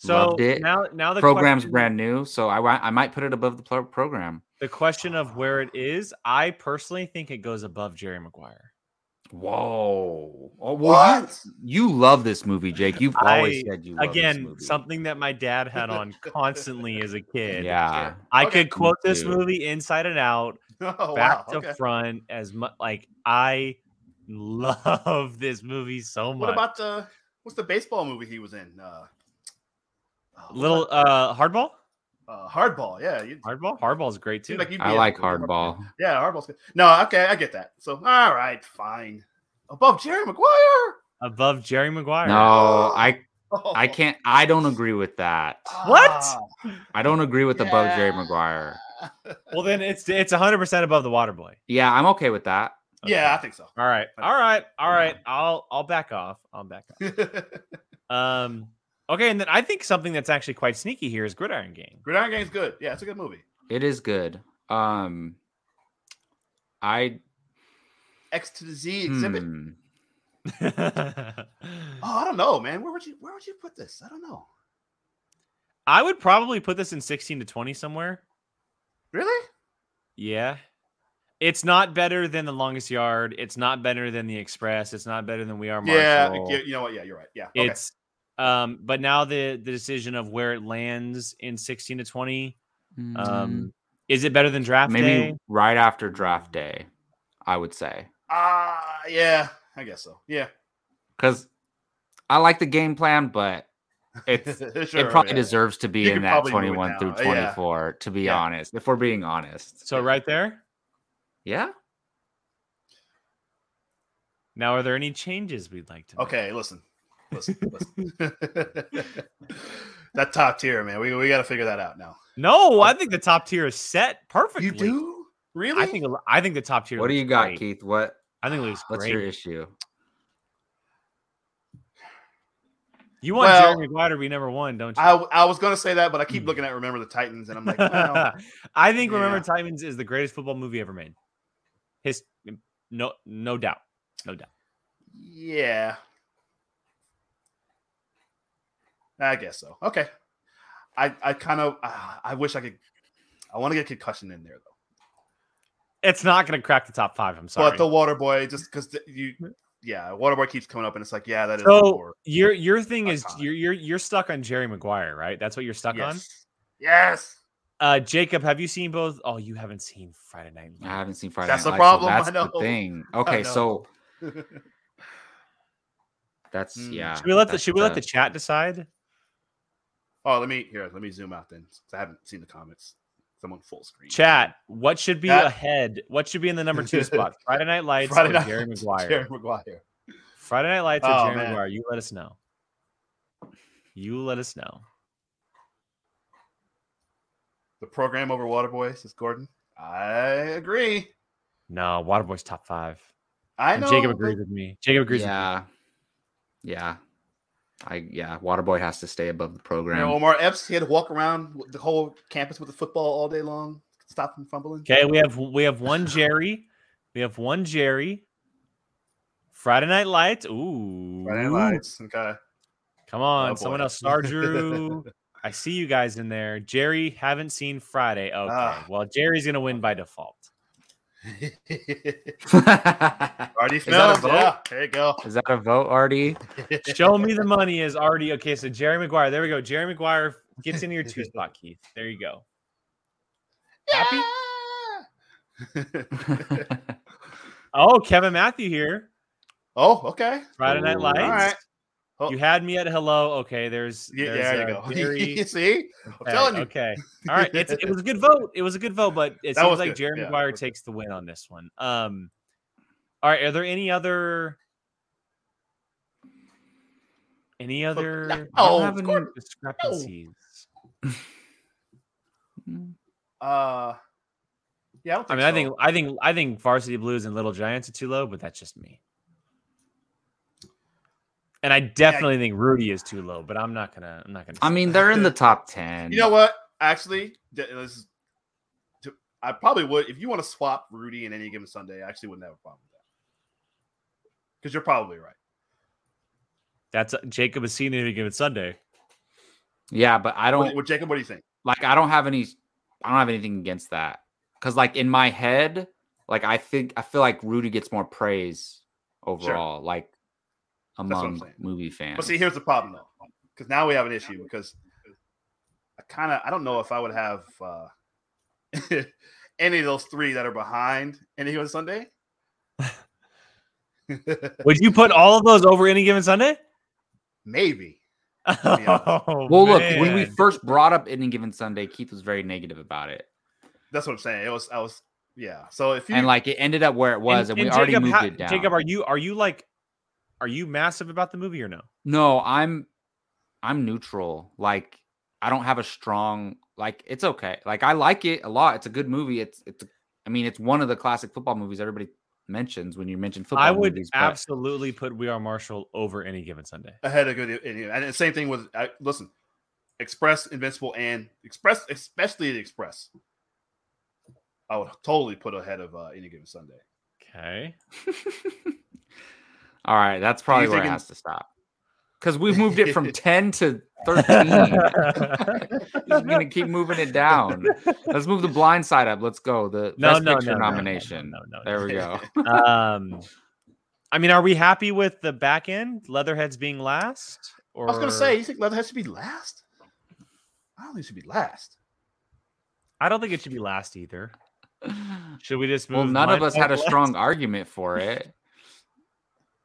Speaker 2: So
Speaker 1: Loved it.
Speaker 2: now, now the
Speaker 1: program's
Speaker 2: question-
Speaker 1: brand new, so I wa- I might put it above the pro- program.
Speaker 2: The question of where it is, I personally think it goes above Jerry Maguire.
Speaker 1: Whoa! Oh, well, You, you love this movie, Jake. You've always
Speaker 2: I-
Speaker 1: said you love this
Speaker 2: Again,
Speaker 1: movie.
Speaker 2: something that my dad had on constantly as a kid.
Speaker 1: Yeah,
Speaker 2: I
Speaker 8: Okay.
Speaker 2: could quote this
Speaker 1: too.
Speaker 2: movie inside and out,
Speaker 8: Oh wow.
Speaker 2: back to
Speaker 8: Okay.
Speaker 2: front, as much like I love this movie so much.
Speaker 8: What about the what's the baseball movie he was in? Uh, oh, what's
Speaker 2: little uh hardball?
Speaker 8: that? uh, hardball. Yeah, you
Speaker 2: Hardball? Hardball's great too.
Speaker 8: seem like you'd
Speaker 1: I
Speaker 8: be a-
Speaker 1: like Hardball.
Speaker 8: Yeah, hardball's good. No, okay, I get that. So all right, fine. Above Jerry Maguire.
Speaker 2: above Jerry Maguire.
Speaker 1: No, I
Speaker 8: Oh.
Speaker 1: I can't. I don't agree with that.
Speaker 8: Ah,
Speaker 2: What?
Speaker 1: I don't agree with above Jerry Maguire.
Speaker 2: Well then it's it's 100% above the water boy.
Speaker 1: Yeah, I'm okay with that.
Speaker 8: Yeah, I think so.
Speaker 2: All right. All right. All right. I'll I'll back off. I'll back off. Um okay, and then I think something that's actually quite sneaky here is Gridiron Gang.
Speaker 8: Gridiron Gang's good. Yeah, it's a good movie.
Speaker 1: It is good. Um, I
Speaker 8: X to the Z exhibit.
Speaker 2: Um,
Speaker 1: hmm.
Speaker 8: Oh, I don't know, man. Where would you where would you put this? I don't know.
Speaker 2: I would probably put this in 16 to 20 somewhere.
Speaker 8: Really?
Speaker 2: Yeah. It's not better than the longest yard. It's not better than the express. It's not better than we are
Speaker 8: Yeah,
Speaker 2: Marshall.
Speaker 8: you, you know what? Yeah, you're right. Yeah. Okay.
Speaker 2: It's um but now the the decision of where it lands in 16 to 20
Speaker 8: Mm.
Speaker 2: um is it better than draft
Speaker 1: Mm, maybe
Speaker 2: day?
Speaker 1: right after draft day, I would say
Speaker 8: Ah, yeah, I guess so. Yeah.
Speaker 1: because I like the game plan, but it's
Speaker 8: Sure,
Speaker 1: it probably
Speaker 8: yeah.
Speaker 1: deserves to be
Speaker 8: You
Speaker 1: in
Speaker 8: could
Speaker 1: that
Speaker 8: probably move it
Speaker 1: 21 through
Speaker 8: down, yeah.
Speaker 1: 24 to be
Speaker 8: Yeah.
Speaker 1: honest if we're being honest
Speaker 2: So right there.
Speaker 1: yeah
Speaker 2: Now are there any changes we'd like to make?
Speaker 8: Okay, listen. Listen, listen. that top tier, man. We, we got to figure that out now.
Speaker 2: No, I think the top tier is set perfectly.
Speaker 8: Really?
Speaker 2: I think it lo- I think the top tier.
Speaker 1: what do
Speaker 2: looks
Speaker 1: you got
Speaker 2: great.
Speaker 1: keith what
Speaker 2: I think it looks
Speaker 1: what's
Speaker 2: great.
Speaker 1: your issue
Speaker 2: You want
Speaker 8: Well-
Speaker 2: Jerry Maguire to be number one, don't you?
Speaker 8: I, I was going to say that, but I keep
Speaker 2: Hmm.
Speaker 8: looking at Remember the Titans, and I'm like, well,
Speaker 2: I think Remember
Speaker 8: yeah.
Speaker 2: Titans is the greatest football movie ever made. His no no doubt. No doubt.
Speaker 8: yeah. I guess so. Okay. I, I kind of ah, I wish I could. I want to get concussion in there though.
Speaker 2: It's not gonna crack the top five. I'm sorry.
Speaker 8: But the water boy, just because you, yeah, water boy keeps coming up, and it's like, yeah, that is.
Speaker 2: so
Speaker 8: more.
Speaker 2: your your thing is
Speaker 8: Iconic.
Speaker 2: you're you're you're stuck on Jerry Maguire, right? That's what you're stuck on.
Speaker 8: yes. yes.
Speaker 2: Uh Jacob, have you seen both? Oh, you haven't seen Friday Night
Speaker 1: i
Speaker 2: Lights.
Speaker 1: haven't seen friday
Speaker 8: That's
Speaker 1: Night
Speaker 8: the
Speaker 1: Lights, so
Speaker 8: problem, I
Speaker 1: that's the
Speaker 8: know.
Speaker 1: thing okay
Speaker 8: know. Hmm.
Speaker 1: so That's yeah.
Speaker 2: Should we let the
Speaker 1: that's
Speaker 2: Should we let the chat decide?
Speaker 8: Oh, let me here. Let me zoom out then. 'cause I haven't seen the comments. Someone full screen.
Speaker 2: Chat. What should be
Speaker 8: Chat.
Speaker 2: ahead? What should be in the number two spot? Friday Night Lights
Speaker 8: Friday
Speaker 2: or
Speaker 8: Night
Speaker 2: Jerry
Speaker 8: Lights,
Speaker 2: Maguire?
Speaker 8: Jerry Maguire.
Speaker 2: Friday Night Lights or
Speaker 8: Oh,
Speaker 2: Jerry
Speaker 8: man.
Speaker 2: Maguire? You let us know. You let us know.
Speaker 8: The program over Waterboy says Gordon. I agree.
Speaker 2: No, Waterboy's top five.
Speaker 8: I
Speaker 2: And
Speaker 8: know.
Speaker 2: Jacob
Speaker 8: but-
Speaker 2: agrees with me. Jacob agrees. with me.
Speaker 1: yeah, yeah. I yeah. Waterboy has to stay above the
Speaker 8: You
Speaker 1: program.
Speaker 8: know, Omar Epps, he had to walk around with the whole campus with the football all day long. Stop him fumbling.
Speaker 2: Okay, we have we have one Jerry. We have one Jerry. Friday Night Lights. Ooh.
Speaker 8: Friday Night Lights. Okay.
Speaker 2: Come on,
Speaker 8: Oh,
Speaker 2: someone
Speaker 8: boy.
Speaker 2: else. Sarju. I see you guys in there. Jerry, haven't seen Friday. Okay.
Speaker 8: Ah.
Speaker 2: Well, Jerry's gonna win by default.
Speaker 8: Already
Speaker 1: that a
Speaker 8: smells.
Speaker 1: vote?
Speaker 8: Yeah. There you go.
Speaker 1: Is that a vote, Artie?
Speaker 2: Show me the money is already okay. So Jerry Maguire, there we go. Jerry Maguire gets into your two spot, Keith. There you go.
Speaker 8: Happy?
Speaker 2: Oh, Kevin Matthew here.
Speaker 8: oh, okay.
Speaker 2: Friday Night
Speaker 1: Ooh.
Speaker 2: Lights.
Speaker 8: All right. Oh.
Speaker 2: You had me at hello. Okay, there's,
Speaker 8: Yeah,
Speaker 2: there's,
Speaker 8: yeah, there you
Speaker 2: uh,
Speaker 8: go.
Speaker 2: Jerry.
Speaker 8: you see? I'm
Speaker 2: Okay,
Speaker 8: telling you.
Speaker 2: Okay. All right. It's, it was a good vote. It was a good vote, but it
Speaker 8: That
Speaker 2: seems
Speaker 8: was
Speaker 2: like
Speaker 8: good.
Speaker 2: Jerry
Speaker 8: Yeah, that
Speaker 2: Maguire
Speaker 8: was
Speaker 2: takes the win on this one. Um. All right. Are there any other? Any other
Speaker 8: Oh,
Speaker 1: have any-
Speaker 8: Gordon.
Speaker 2: discrepancies?
Speaker 8: Uh, yeah, I, don't
Speaker 2: I mean, I think, I think, I think Varsity Blues and Little Giants are too low, but that's just me. And I definitely think Rudy is too low, but I'm not gonna. I'm not gonna.
Speaker 1: I
Speaker 2: say
Speaker 1: mean,
Speaker 2: that.
Speaker 1: they're in the top ten.
Speaker 8: You know what? Actually, th- this is- to- I probably would. If you want to swap Rudy in any given Sunday, I actually wouldn't have a problem with that. Because you're probably right.
Speaker 2: that's uh, Jacob is seen any given Sunday.
Speaker 1: Yeah, but I
Speaker 8: What,
Speaker 1: don't
Speaker 8: what- Jacob, what do you think?
Speaker 1: like. I don't have any. I don't have anything against that because, like, in my head, like I think I feel like Rudy gets more praise overall, like
Speaker 8: what I'm
Speaker 1: among
Speaker 8: saying.
Speaker 1: movie fans.
Speaker 8: But see, here's the problem though, because now we have an issue. Because I kind of I don't know if I would have uh, any of those three that are behind any given Sunday.
Speaker 2: Would you put all of those over any given Sunday?
Speaker 8: Maybe. be honest.
Speaker 2: Oh,
Speaker 1: well, look, when we
Speaker 2: man.
Speaker 1: first brought up Any Given Sunday, Keith was very negative about it,
Speaker 8: That's what I'm saying. It was I was yeah. So if you
Speaker 1: and like it ended up where it was, and, we already
Speaker 2: Jacob,
Speaker 1: moved
Speaker 2: how-
Speaker 1: it down.
Speaker 2: Jacob, are you are you like are you massive about the movie or no?
Speaker 1: No, I'm I'm neutral. Like I don't have a strong like it's okay. Like I like it a lot. It's a good movie. It's it's I mean it's one of the classic football movies everybody mentions when you mention football
Speaker 2: I would
Speaker 1: movies. but-
Speaker 2: absolutely put We Are Marshall over any given Sunday.
Speaker 8: ahead of good anyway. And the same thing with I, listen, Express, Invincible, and Express, especially the Express. I would totally put ahead of uh, any given Sunday.
Speaker 2: Okay.
Speaker 1: All right, that's probably where
Speaker 8: thinking-
Speaker 1: it has to stop. Cuz we've moved it from 10 to 13. Just gonna keep moving it down. Let's move the blind side up. Let's go. The
Speaker 2: no,
Speaker 1: best
Speaker 2: no,
Speaker 1: picture
Speaker 2: no,
Speaker 1: nomination.
Speaker 2: No, no, no,
Speaker 1: There we go.
Speaker 2: no. Um, I mean, are we happy with the back end? Leatherheads being last? Or
Speaker 8: I was gonna say, you think Leatherhead should be last? I don't think it should be last.
Speaker 2: I don't think it should be last either. Should we just move?
Speaker 1: Well, none of
Speaker 2: Mind
Speaker 1: us had a
Speaker 2: Mindfuck last?
Speaker 1: strong argument for it.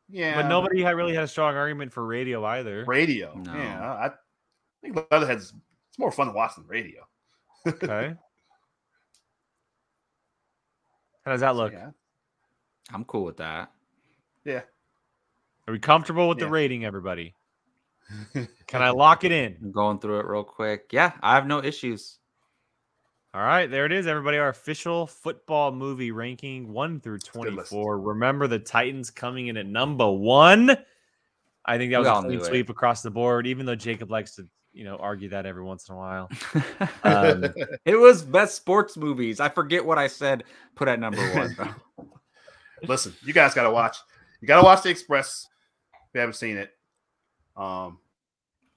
Speaker 8: Yeah,
Speaker 2: But nobody had really had a strong argument for radio either.
Speaker 8: radio.
Speaker 1: No.
Speaker 8: Yeah, I think Leatherhead's it's more fun to watch than radio.
Speaker 2: Okay. How does that look?
Speaker 8: yeah,
Speaker 1: I'm cool with that.
Speaker 2: Are we comfortable with the
Speaker 8: Yeah.
Speaker 2: rating, everybody? Can I lock it in?
Speaker 1: I'm going through it real quick. Yeah, I have no issues.
Speaker 2: All right, there it is, everybody. Our official football movie ranking one through
Speaker 8: a good list.
Speaker 2: 24. Remember the Titans coming in at number one. I think
Speaker 1: We
Speaker 2: that was
Speaker 1: all
Speaker 2: a clean
Speaker 1: knew it.
Speaker 2: sweep across the board, even though Jacob likes to, you know, argue that every once in a while. Um,
Speaker 1: It was best sports movies. I forget what I said. Put at number one. bro.
Speaker 8: listen, you guys gotta watch. You gotta watch the Express. If you haven't seen it, um,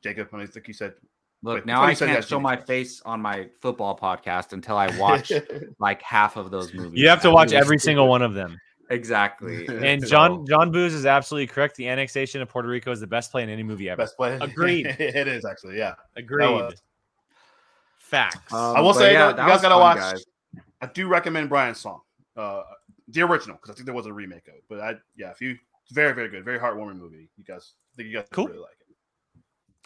Speaker 8: Jacob, I think you said
Speaker 1: Look,
Speaker 8: Wait,
Speaker 1: now
Speaker 8: before
Speaker 1: I
Speaker 8: you said
Speaker 1: can't
Speaker 8: that,
Speaker 1: show
Speaker 8: Jimmy
Speaker 1: my
Speaker 8: first.
Speaker 1: face on my football podcast until I watch like half of those movies.
Speaker 2: you have to
Speaker 1: I
Speaker 2: watch
Speaker 1: really
Speaker 2: every
Speaker 1: should.
Speaker 2: single one of them.
Speaker 1: Exactly.
Speaker 2: And John John Booz is absolutely correct. The annexation of Puerto Rico is the best play in any movie ever.
Speaker 8: Best play.
Speaker 2: Agreed.
Speaker 8: it is actually, yeah.
Speaker 2: Agreed.
Speaker 8: was- Uh,
Speaker 2: Facts.
Speaker 1: Um,
Speaker 8: I will
Speaker 1: but
Speaker 8: say
Speaker 1: yeah,
Speaker 8: though,
Speaker 1: that
Speaker 8: you guys
Speaker 1: was
Speaker 8: gotta
Speaker 1: fun,
Speaker 8: watch.
Speaker 1: guys.
Speaker 8: I do recommend Brian's song. Uh, the original because I think there was a remake of it. But I yeah, if you it's very very good, very heartwarming movie. You guys I think you guys
Speaker 2: Cool.
Speaker 8: really like it.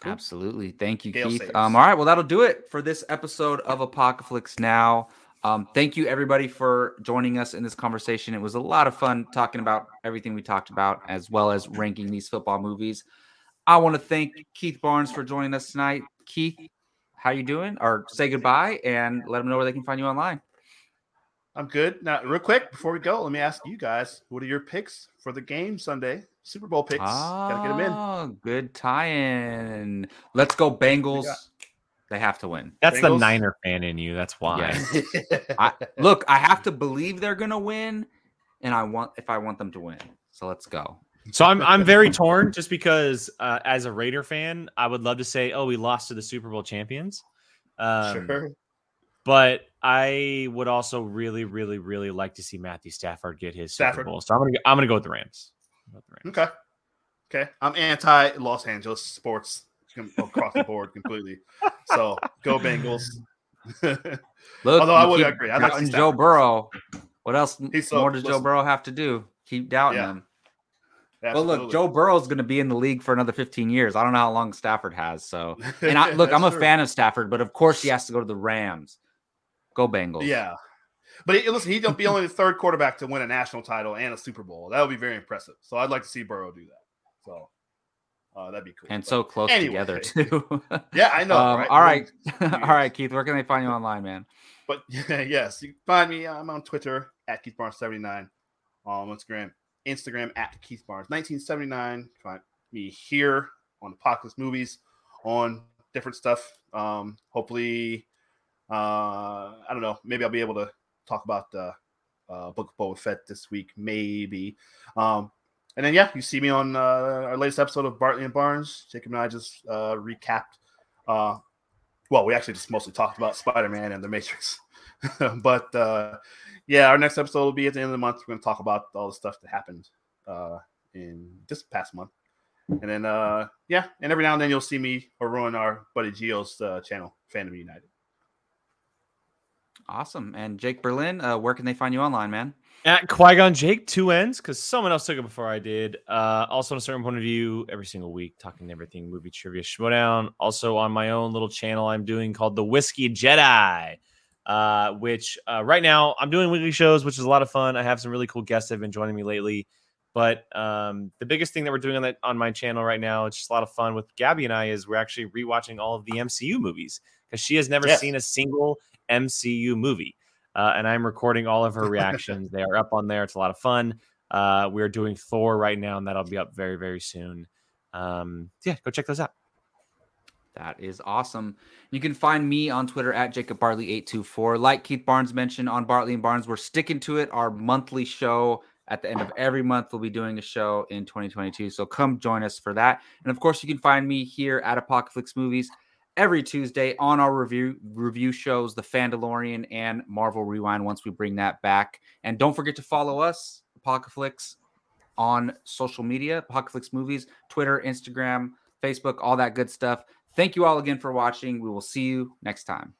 Speaker 1: Absolutely. Thank you,
Speaker 8: Gale
Speaker 1: Keith.
Speaker 8: saves.
Speaker 1: Um, all right. Well, that'll do it for this episode of Apocalypse Now. Um, thank you, everybody, for joining us in this conversation. It was a lot of fun talking about everything we talked about, as well as ranking these football movies. I want to thank Keith Barnes for joining us tonight. Keith, how you doing? Or say goodbye and let them know where they can find you online.
Speaker 8: I'm good. Now, real quick before we go, let me ask you guys: What are your picks for the game Sunday? Super Bowl picks. Gotta get them in.
Speaker 1: Ah, Good tie-in. Let's go, Bengals.
Speaker 8: Yeah.
Speaker 1: They have to win.
Speaker 2: That's the
Speaker 8: Bengals?
Speaker 2: Niner fan in you. That's why.
Speaker 1: Yes. Look, I have to believe they're gonna win, and I want if I want them to win. So let's go.
Speaker 2: So I'm I'm very torn just because uh, as a Raider fan, I would love to say, oh, we lost to the Super Bowl champions. Um,
Speaker 8: sure.
Speaker 2: But I would also really, really, really like to see Matthew Stafford get his Super
Speaker 8: Stafford.
Speaker 2: Bowl. So I'm gonna go, I'm gonna go with the Rams. I'm gonna go with the Rams.
Speaker 8: Okay. Okay. I'm anti Los Angeles sports com- across the board completely. So go Bengals.
Speaker 1: Look,
Speaker 8: Although I
Speaker 1: you
Speaker 8: would
Speaker 1: keep
Speaker 8: agree, I'd like to
Speaker 1: doubting
Speaker 8: see
Speaker 1: Joe
Speaker 8: Stafford.
Speaker 1: Burrow. What else?
Speaker 8: He's so-
Speaker 1: more does Joe
Speaker 8: listen.
Speaker 1: Burrow have to do? Keep doubting
Speaker 8: Yeah,
Speaker 1: him. But look, Joe Burrow's going to be in the league for another 15 years. I don't know how long Stafford has. So, and I, look, I'm a fan of Stafford, but of course he has to go to the Rams. Go Bengals.
Speaker 8: Yeah. But he, listen, he'd be only the third quarterback to win a national title and a Super Bowl. That would be very impressive. So I'd like to see Burrow do that. So uh, that'd be cool.
Speaker 1: and
Speaker 8: But-
Speaker 1: so close
Speaker 8: anyway.
Speaker 1: together too.
Speaker 8: yeah, I know.
Speaker 1: um,
Speaker 8: right?
Speaker 1: All right, all
Speaker 8: Yes.
Speaker 1: right, Keith. Where can they find you online, man?
Speaker 8: But yes, you can find me. uh, I'm on Twitter at Keith Barnes 79, on Instagram, Instagram at Keith Barnes 1979. You can Find me here on Apocalypse Movies, on different stuff. Um, hopefully, uh, I don't know. Maybe I'll be able to talk about uh, uh, Book of Boba Fett this week, maybe. Um, and then yeah, you see me on uh, our latest episode of Bartley and Barnes. Jacob and I just uh, recapped. Uh, well, we actually just mostly talked about Spider Man and the Matrix. but uh, yeah, our next episode will be at the end of the month. We're going to talk about all the stuff that happened uh, in this past month. And then, uh, yeah, and every now and then you'll see me or on our buddy Gio's uh, channel, Fandom United.
Speaker 1: Awesome. And Jake Berlin, uh, where can they find you online, man?
Speaker 2: At Qui Gon Jake, two ends, because someone else took it before I did. Uh, also, on a certain point of view, every single week, talking everything movie trivia showdown. Also, on my own little channel, I'm doing called the Whiskey Jedi, uh, which uh, right now I'm doing weekly shows, which is a lot of fun. I have some really cool guests that have been joining me lately. But um, the biggest thing that we're doing on that on my channel right now, it's just a lot of fun with Gabby and I, is we're actually rewatching all of the MCU movies because she has never
Speaker 8: Yes.
Speaker 2: seen a single MCU movie uh, and I'm recording all of her reactions. they are up on there. It's a lot of fun. Uh, we are doing Thor right now, and that'll be up very, very soon. Um, yeah, go check those out.
Speaker 1: That is awesome. You can find me on Twitter at Jacob Bartley 824. Like Keith Barnes mentioned on Bartley and Barnes, we're sticking to it. Our monthly show at the end of every month, we'll be doing a show in 2022. So come join us for that. And of course, you can find me here at Apocalypse Movies every Tuesday on our review review shows, The Fandalorian and Marvel Rewind. Once we bring that back, and don't forget to follow us, Apocalypse, on social media, Apocalypse Movies, Twitter, Instagram, Facebook, all that good stuff. Thank you all again for watching. We will see you next time.